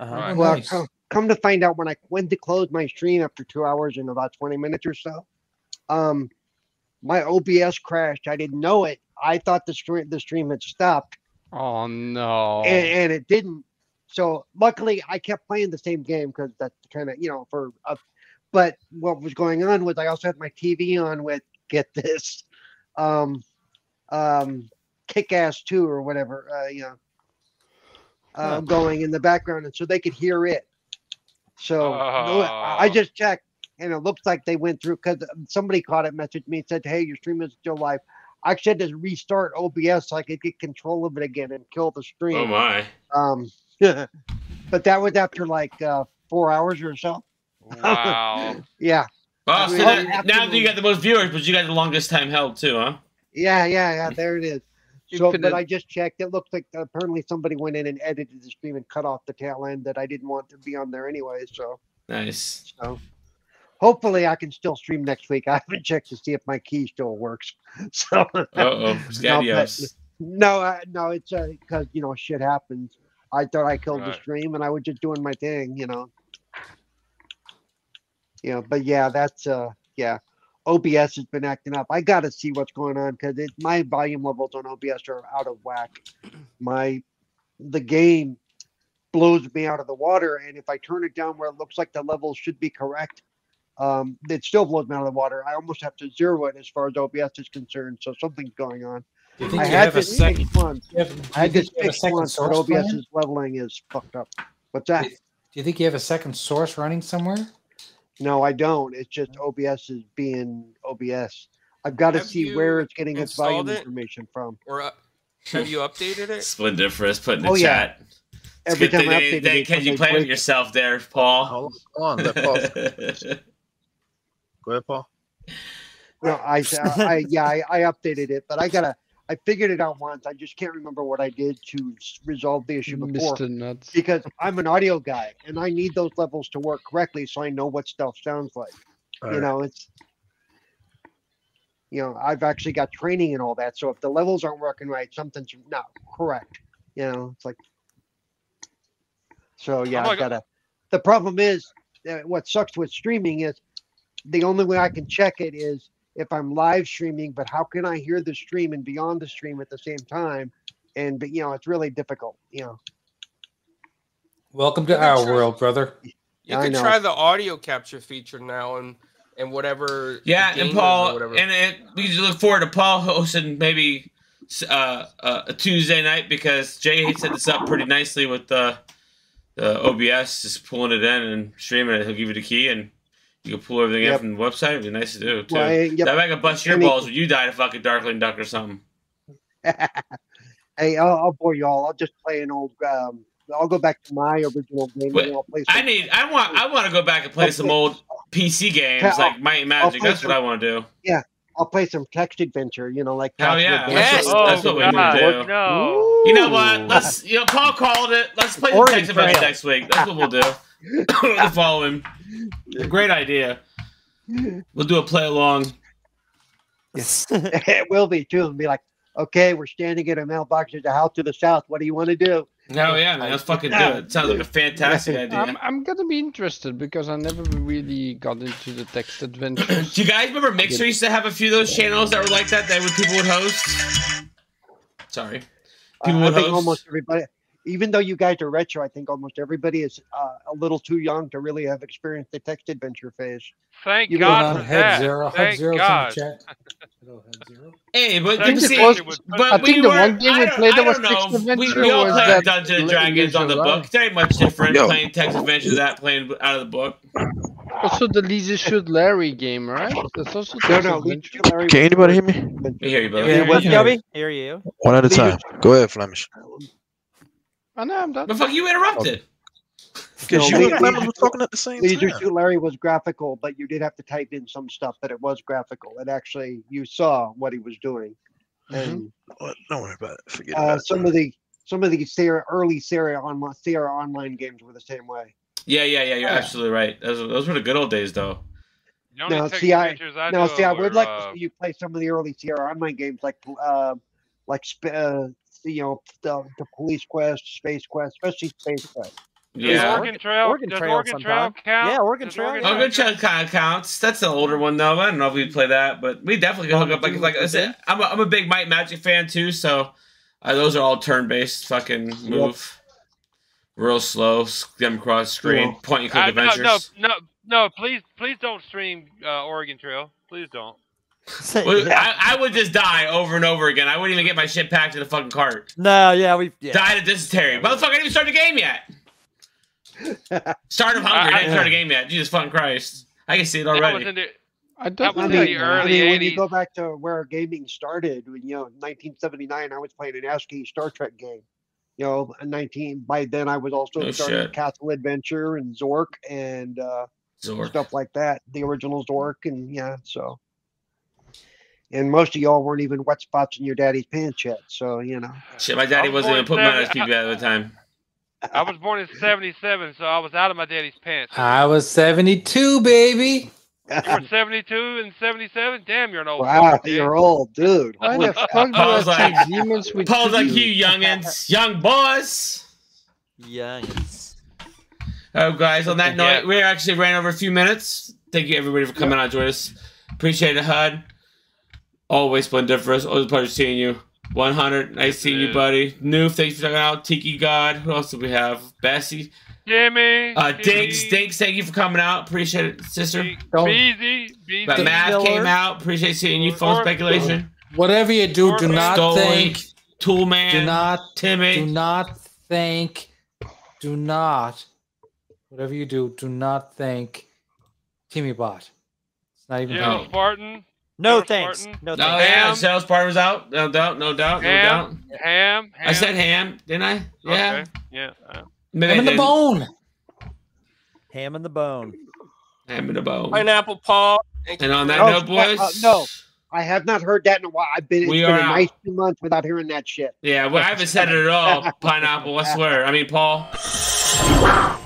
Uh-huh.
Well, come, come to find out when I went to close my stream after two hours and about 20 minutes or so, um, my OBS crashed. I didn't know it. I thought the stream the stream had stopped,
Oh no.
and, and it didn't. So luckily, I kept playing the same game because that's kind of you know for. Up, but what was going on was I also had my TV on with get this, um, um, Kick Ass 2 or whatever, uh, you know, uh,
Huh.
going in the background. And so they could hear it. So no, I I
Oh.
just checked and it looks like they went through because somebody caught it, messaged me and said, Hey, your stream is still live. I actually had to restart OBS so I could get control of it again and kill the stream.
Oh my.
Um, but that was after like uh, four hours or so.
Wow.
Yeah.
Well,
I
Oh, so
mean,
that- now that
absolutely.
you got the most viewers, but you got the longest time held too, huh?
Yeah, yeah, yeah. There it is.
You
So,
could
but
have-
I just checked. It looks like apparently somebody went in and edited the stream and cut off the tail end that I didn't want to be on there anyway. So
Nice.
So hopefully I can still stream next week. I haven't checked to see if my key still works. So
Uh-oh,
no,
Scadios.
no, uh, no, it's because you know shit happens. I thought I killed the
Right.
stream and I was just doing my thing, you know. You know, but yeah, that's uh, yeah. OBS has been acting up. I got to see what's going on because my volume levels on OBS are out of whack. My the game blows me out of the water, and if I turn it down where it looks like the levels should be correct, um, it still blows me out of the water. I almost have to zero it as far as OBS is concerned. So something's going on.
Do you think
I
you
had
have a
this
second-
fixed once.
you have- do
I had
you think
this
you have a
fixed
second
once, but
source
OBS
plan?
is leveling is fucked up. What's that?
Do you think you have a second source running somewhere?
No, I don't. It's just OBS is being OBS. I've got to
Have
see
you
where it's getting its
installed
volume
it?
information from.
Or uh, have you updated it?
Splendiferous put in the
Oh, yeah.
chat. It's
Every
good
time
thing
I
they-
updated
they-
it,
can you
somebody's
play with
waking-
yourself there, Paul?
Hold on, let Paul Go ahead, Paul.
No, I, I yeah, I, I updated it, but I gotta. I figured it out once. I just can't remember what I did to s- resolve the issue before.
Mr. Nuts.
Because I'm an audio guy and I need those levels to work correctly, so I know what stuff sounds like. you
Alright.
know, it's. You know, I've actually got training and all that, so if the levels aren't working right, something's not correct. You know, it's like. So yeah,
I'm
I
like-
gotta. The problem is, uh, what sucks with streaming is the only way I can check it is if I'm live streaming, but how can I hear the stream and be on the stream at the same time? And but you know, it's really difficult, you know.
Welcome to our world, brother.
You can try the audio capture feature now and and whatever.
Yeah,
game
and
mode or
Paul,
whatever.
and it, we should look forward to Paul hosting maybe uh, uh, a Tuesday night because Jay set this up pretty nicely with the the OBS, just pulling it in and streaming it. He'll give you the key and you can pull everything in
Yep.
from the website. It'd be nice to do too.
Well, I- yep.
That way I could bust your
Any-
balls when you die to fucking Darkling Duck or something.
Hey, I'll, I'll bore y'all. I'll just play an old. Um, I'll go back to my original game and I'll play.
I need. I want. I want to go back and play some old PC
Yeah,
games
I'll-
like Might and Magic.
play
That's what
some-
I want to do.
Yeah, I'll play some text adventure. You know, like.
Hell
Castle
Oh, yeah!
Adventure.
That's what, that's
Oh,
what we need to do. You know what? Let's. You know, Paul called it. Let's play the
Orange
text adventure
Trail.
next week. That's what we'll do. the following. Great idea. We'll do a play along.
Yes. it will be too. And be like, okay, we're standing at a mailbox at the house to the south. What do you want to do?
Hell yeah, man! Let's fucking do it. Sounds like a fantastic
I'm,
idea.
I'm gonna be interested because I never really got into the text adventures.
Do you guys remember Mixer used to have a few of those channels that were like that that would people would host? Sorry. People
I
would
think
host.
almost everybody, even though you guys are retro, I think almost everybody is uh, a little too young to really have experienced the text adventure phase.
Thank
You
God
know,
for
Head
that.
Zero- Head
Thank
Zero's in the
God.
chat.
Hey, but,
I think,
see,
it was,
but
I
we
think the
were-
one game
I
we
don't-
played
I
that was
don't know.
text
We,
adventure
we all
was
played
that
Dungeons and
Li-
Dragons on the
Leisure Run.
book. Very much different
Yo.
playing text adventure to that playing out of the book.
Also the Leisure Shoot Larry game, right? That's also text
no,
adventure.
Can anybody hear me?
We hear you, brother.
Yeah,
we
what's
hear you.
Gabby? Hear you.
One at a time. Go ahead, Flemish.
I know I'm done.
But fuck, you interrupted.
Oh.
Because
No,
you
we-
and Flemish
we-
were talking at the same
Leisure
time.
Suit Larry was graphical, but you did have to type in some stuff, but it was graphical. It actually, you saw what he was doing. And
Well, don't worry about it. Forget
uh,
about it.
some of the some of the Sarah, early Sarah online Sarah online games were the same way.
Yeah, yeah, yeah. You're absolutely right. Those, those were the good old days, though.
Now, see, I, now, see, I would like
uh,
to see you play some of the early Sierra online games, like, uh, like, sp- uh, you know, the, the Police Quest, Space Quest, especially Space Quest.
Yeah.
Oregon Trail.
Oregon
does
Trail
Oregon Trail
sometime.
count?
Yeah, Oregon
Does
Trail,
Oh, good chunk kind of counts. That's an older one though. I don't know if we play that, but we definitely can hook up. Like, like I said, I'm a, I'm a big Might Magic fan too, so uh, those are all turn based. Fucking move, real slow, skim across screen,
Yeah.
point and click
Uh, no,
adventures.
no, no, no! Please, please don't stream uh, Oregon Trail. Please don't.
Well, I, I would just die over and over again. I wouldn't even get my shit packed in the fucking cart.
No, yeah, we yeah.
Died of dysentery. Motherfucker, I didn't even start the game yet. Start of hunger. I, didn't start the game yet. Jesus fucking Christ. I can see it
That was
already.
in the,
I
don't
I
was
mean,
in the
I
early
mean, when
80s.
you go back to where gaming started, when, you know, 1979, I was playing an ASCII Star Trek game. You know, in 19 by then I was also
Oh,
starting
shit.
Castle Adventure and Zork and uh,
Zork.
stuff like that. The original Zork and yeah, so. And most of y'all weren't even wet spots in your daddy's pants yet, so you know.
Shit, my daddy
I'm
wasn't even
going
putting my
seven.
ass peepee at the time.
I was born in 77, so I was out of my daddy's pants.
I was 72, baby.
You were 72 and 77? Damn, you're an old
Wow,
fucker, dude.
you're old, dude.
Why
Holy
the
crap.
fuck do I
Paul's like,
Like
demons with
Paul's like
two.
you, youngins, young boys.
Youngins.
Oh, guys, on that
Yeah.
note, we actually ran over a few minutes. Thank you, everybody, for coming on and joining us. Appreciate it, HUD. Always splendiferous. Always a pleasure seeing you. 100, nice seeing you,
is.
buddy. Noof, thanks for checking out. Tiki God, who else do we have? Bessie.
Jimmy.
Uh,
Jimmy,
Diggs, Diggs, thank you for coming out. Appreciate it, sister.
Beezy. Beezy.
But Math
Miller.
came out. Appreciate seeing you. Phone
Or-
speculation.
Whatever you do, do
Or-
not
Stolen.
think.
Toolman.
Do not. Do
Timmy.
not think. Do not. Whatever you do, do not think. Timmy Bot. It's not even.
Jimmy
No.
Spartan.
No
Jimmy
thanks.
Spartan.
No
Oh,
thanks.
yeah,
Ham.
sales part was out. No doubt, no doubt, no doubt.
Ham. Ham. Ham.
I said ham, didn't I? Yeah.
Okay. Yeah. uh,
Maybe
I'm
I
in the
didn't.
bone.
Ham in the bone.
Ham in the bone.
Pineapple Paul.
And on that
Oh,
note,
uh, uh,
boys.
no. I have not heard that in a while. I've been it's
We
been
are
a
out.
nice two months without hearing that shit.
Yeah, well, I haven't said it at all. Pineapple, I swear. I mean, Paul.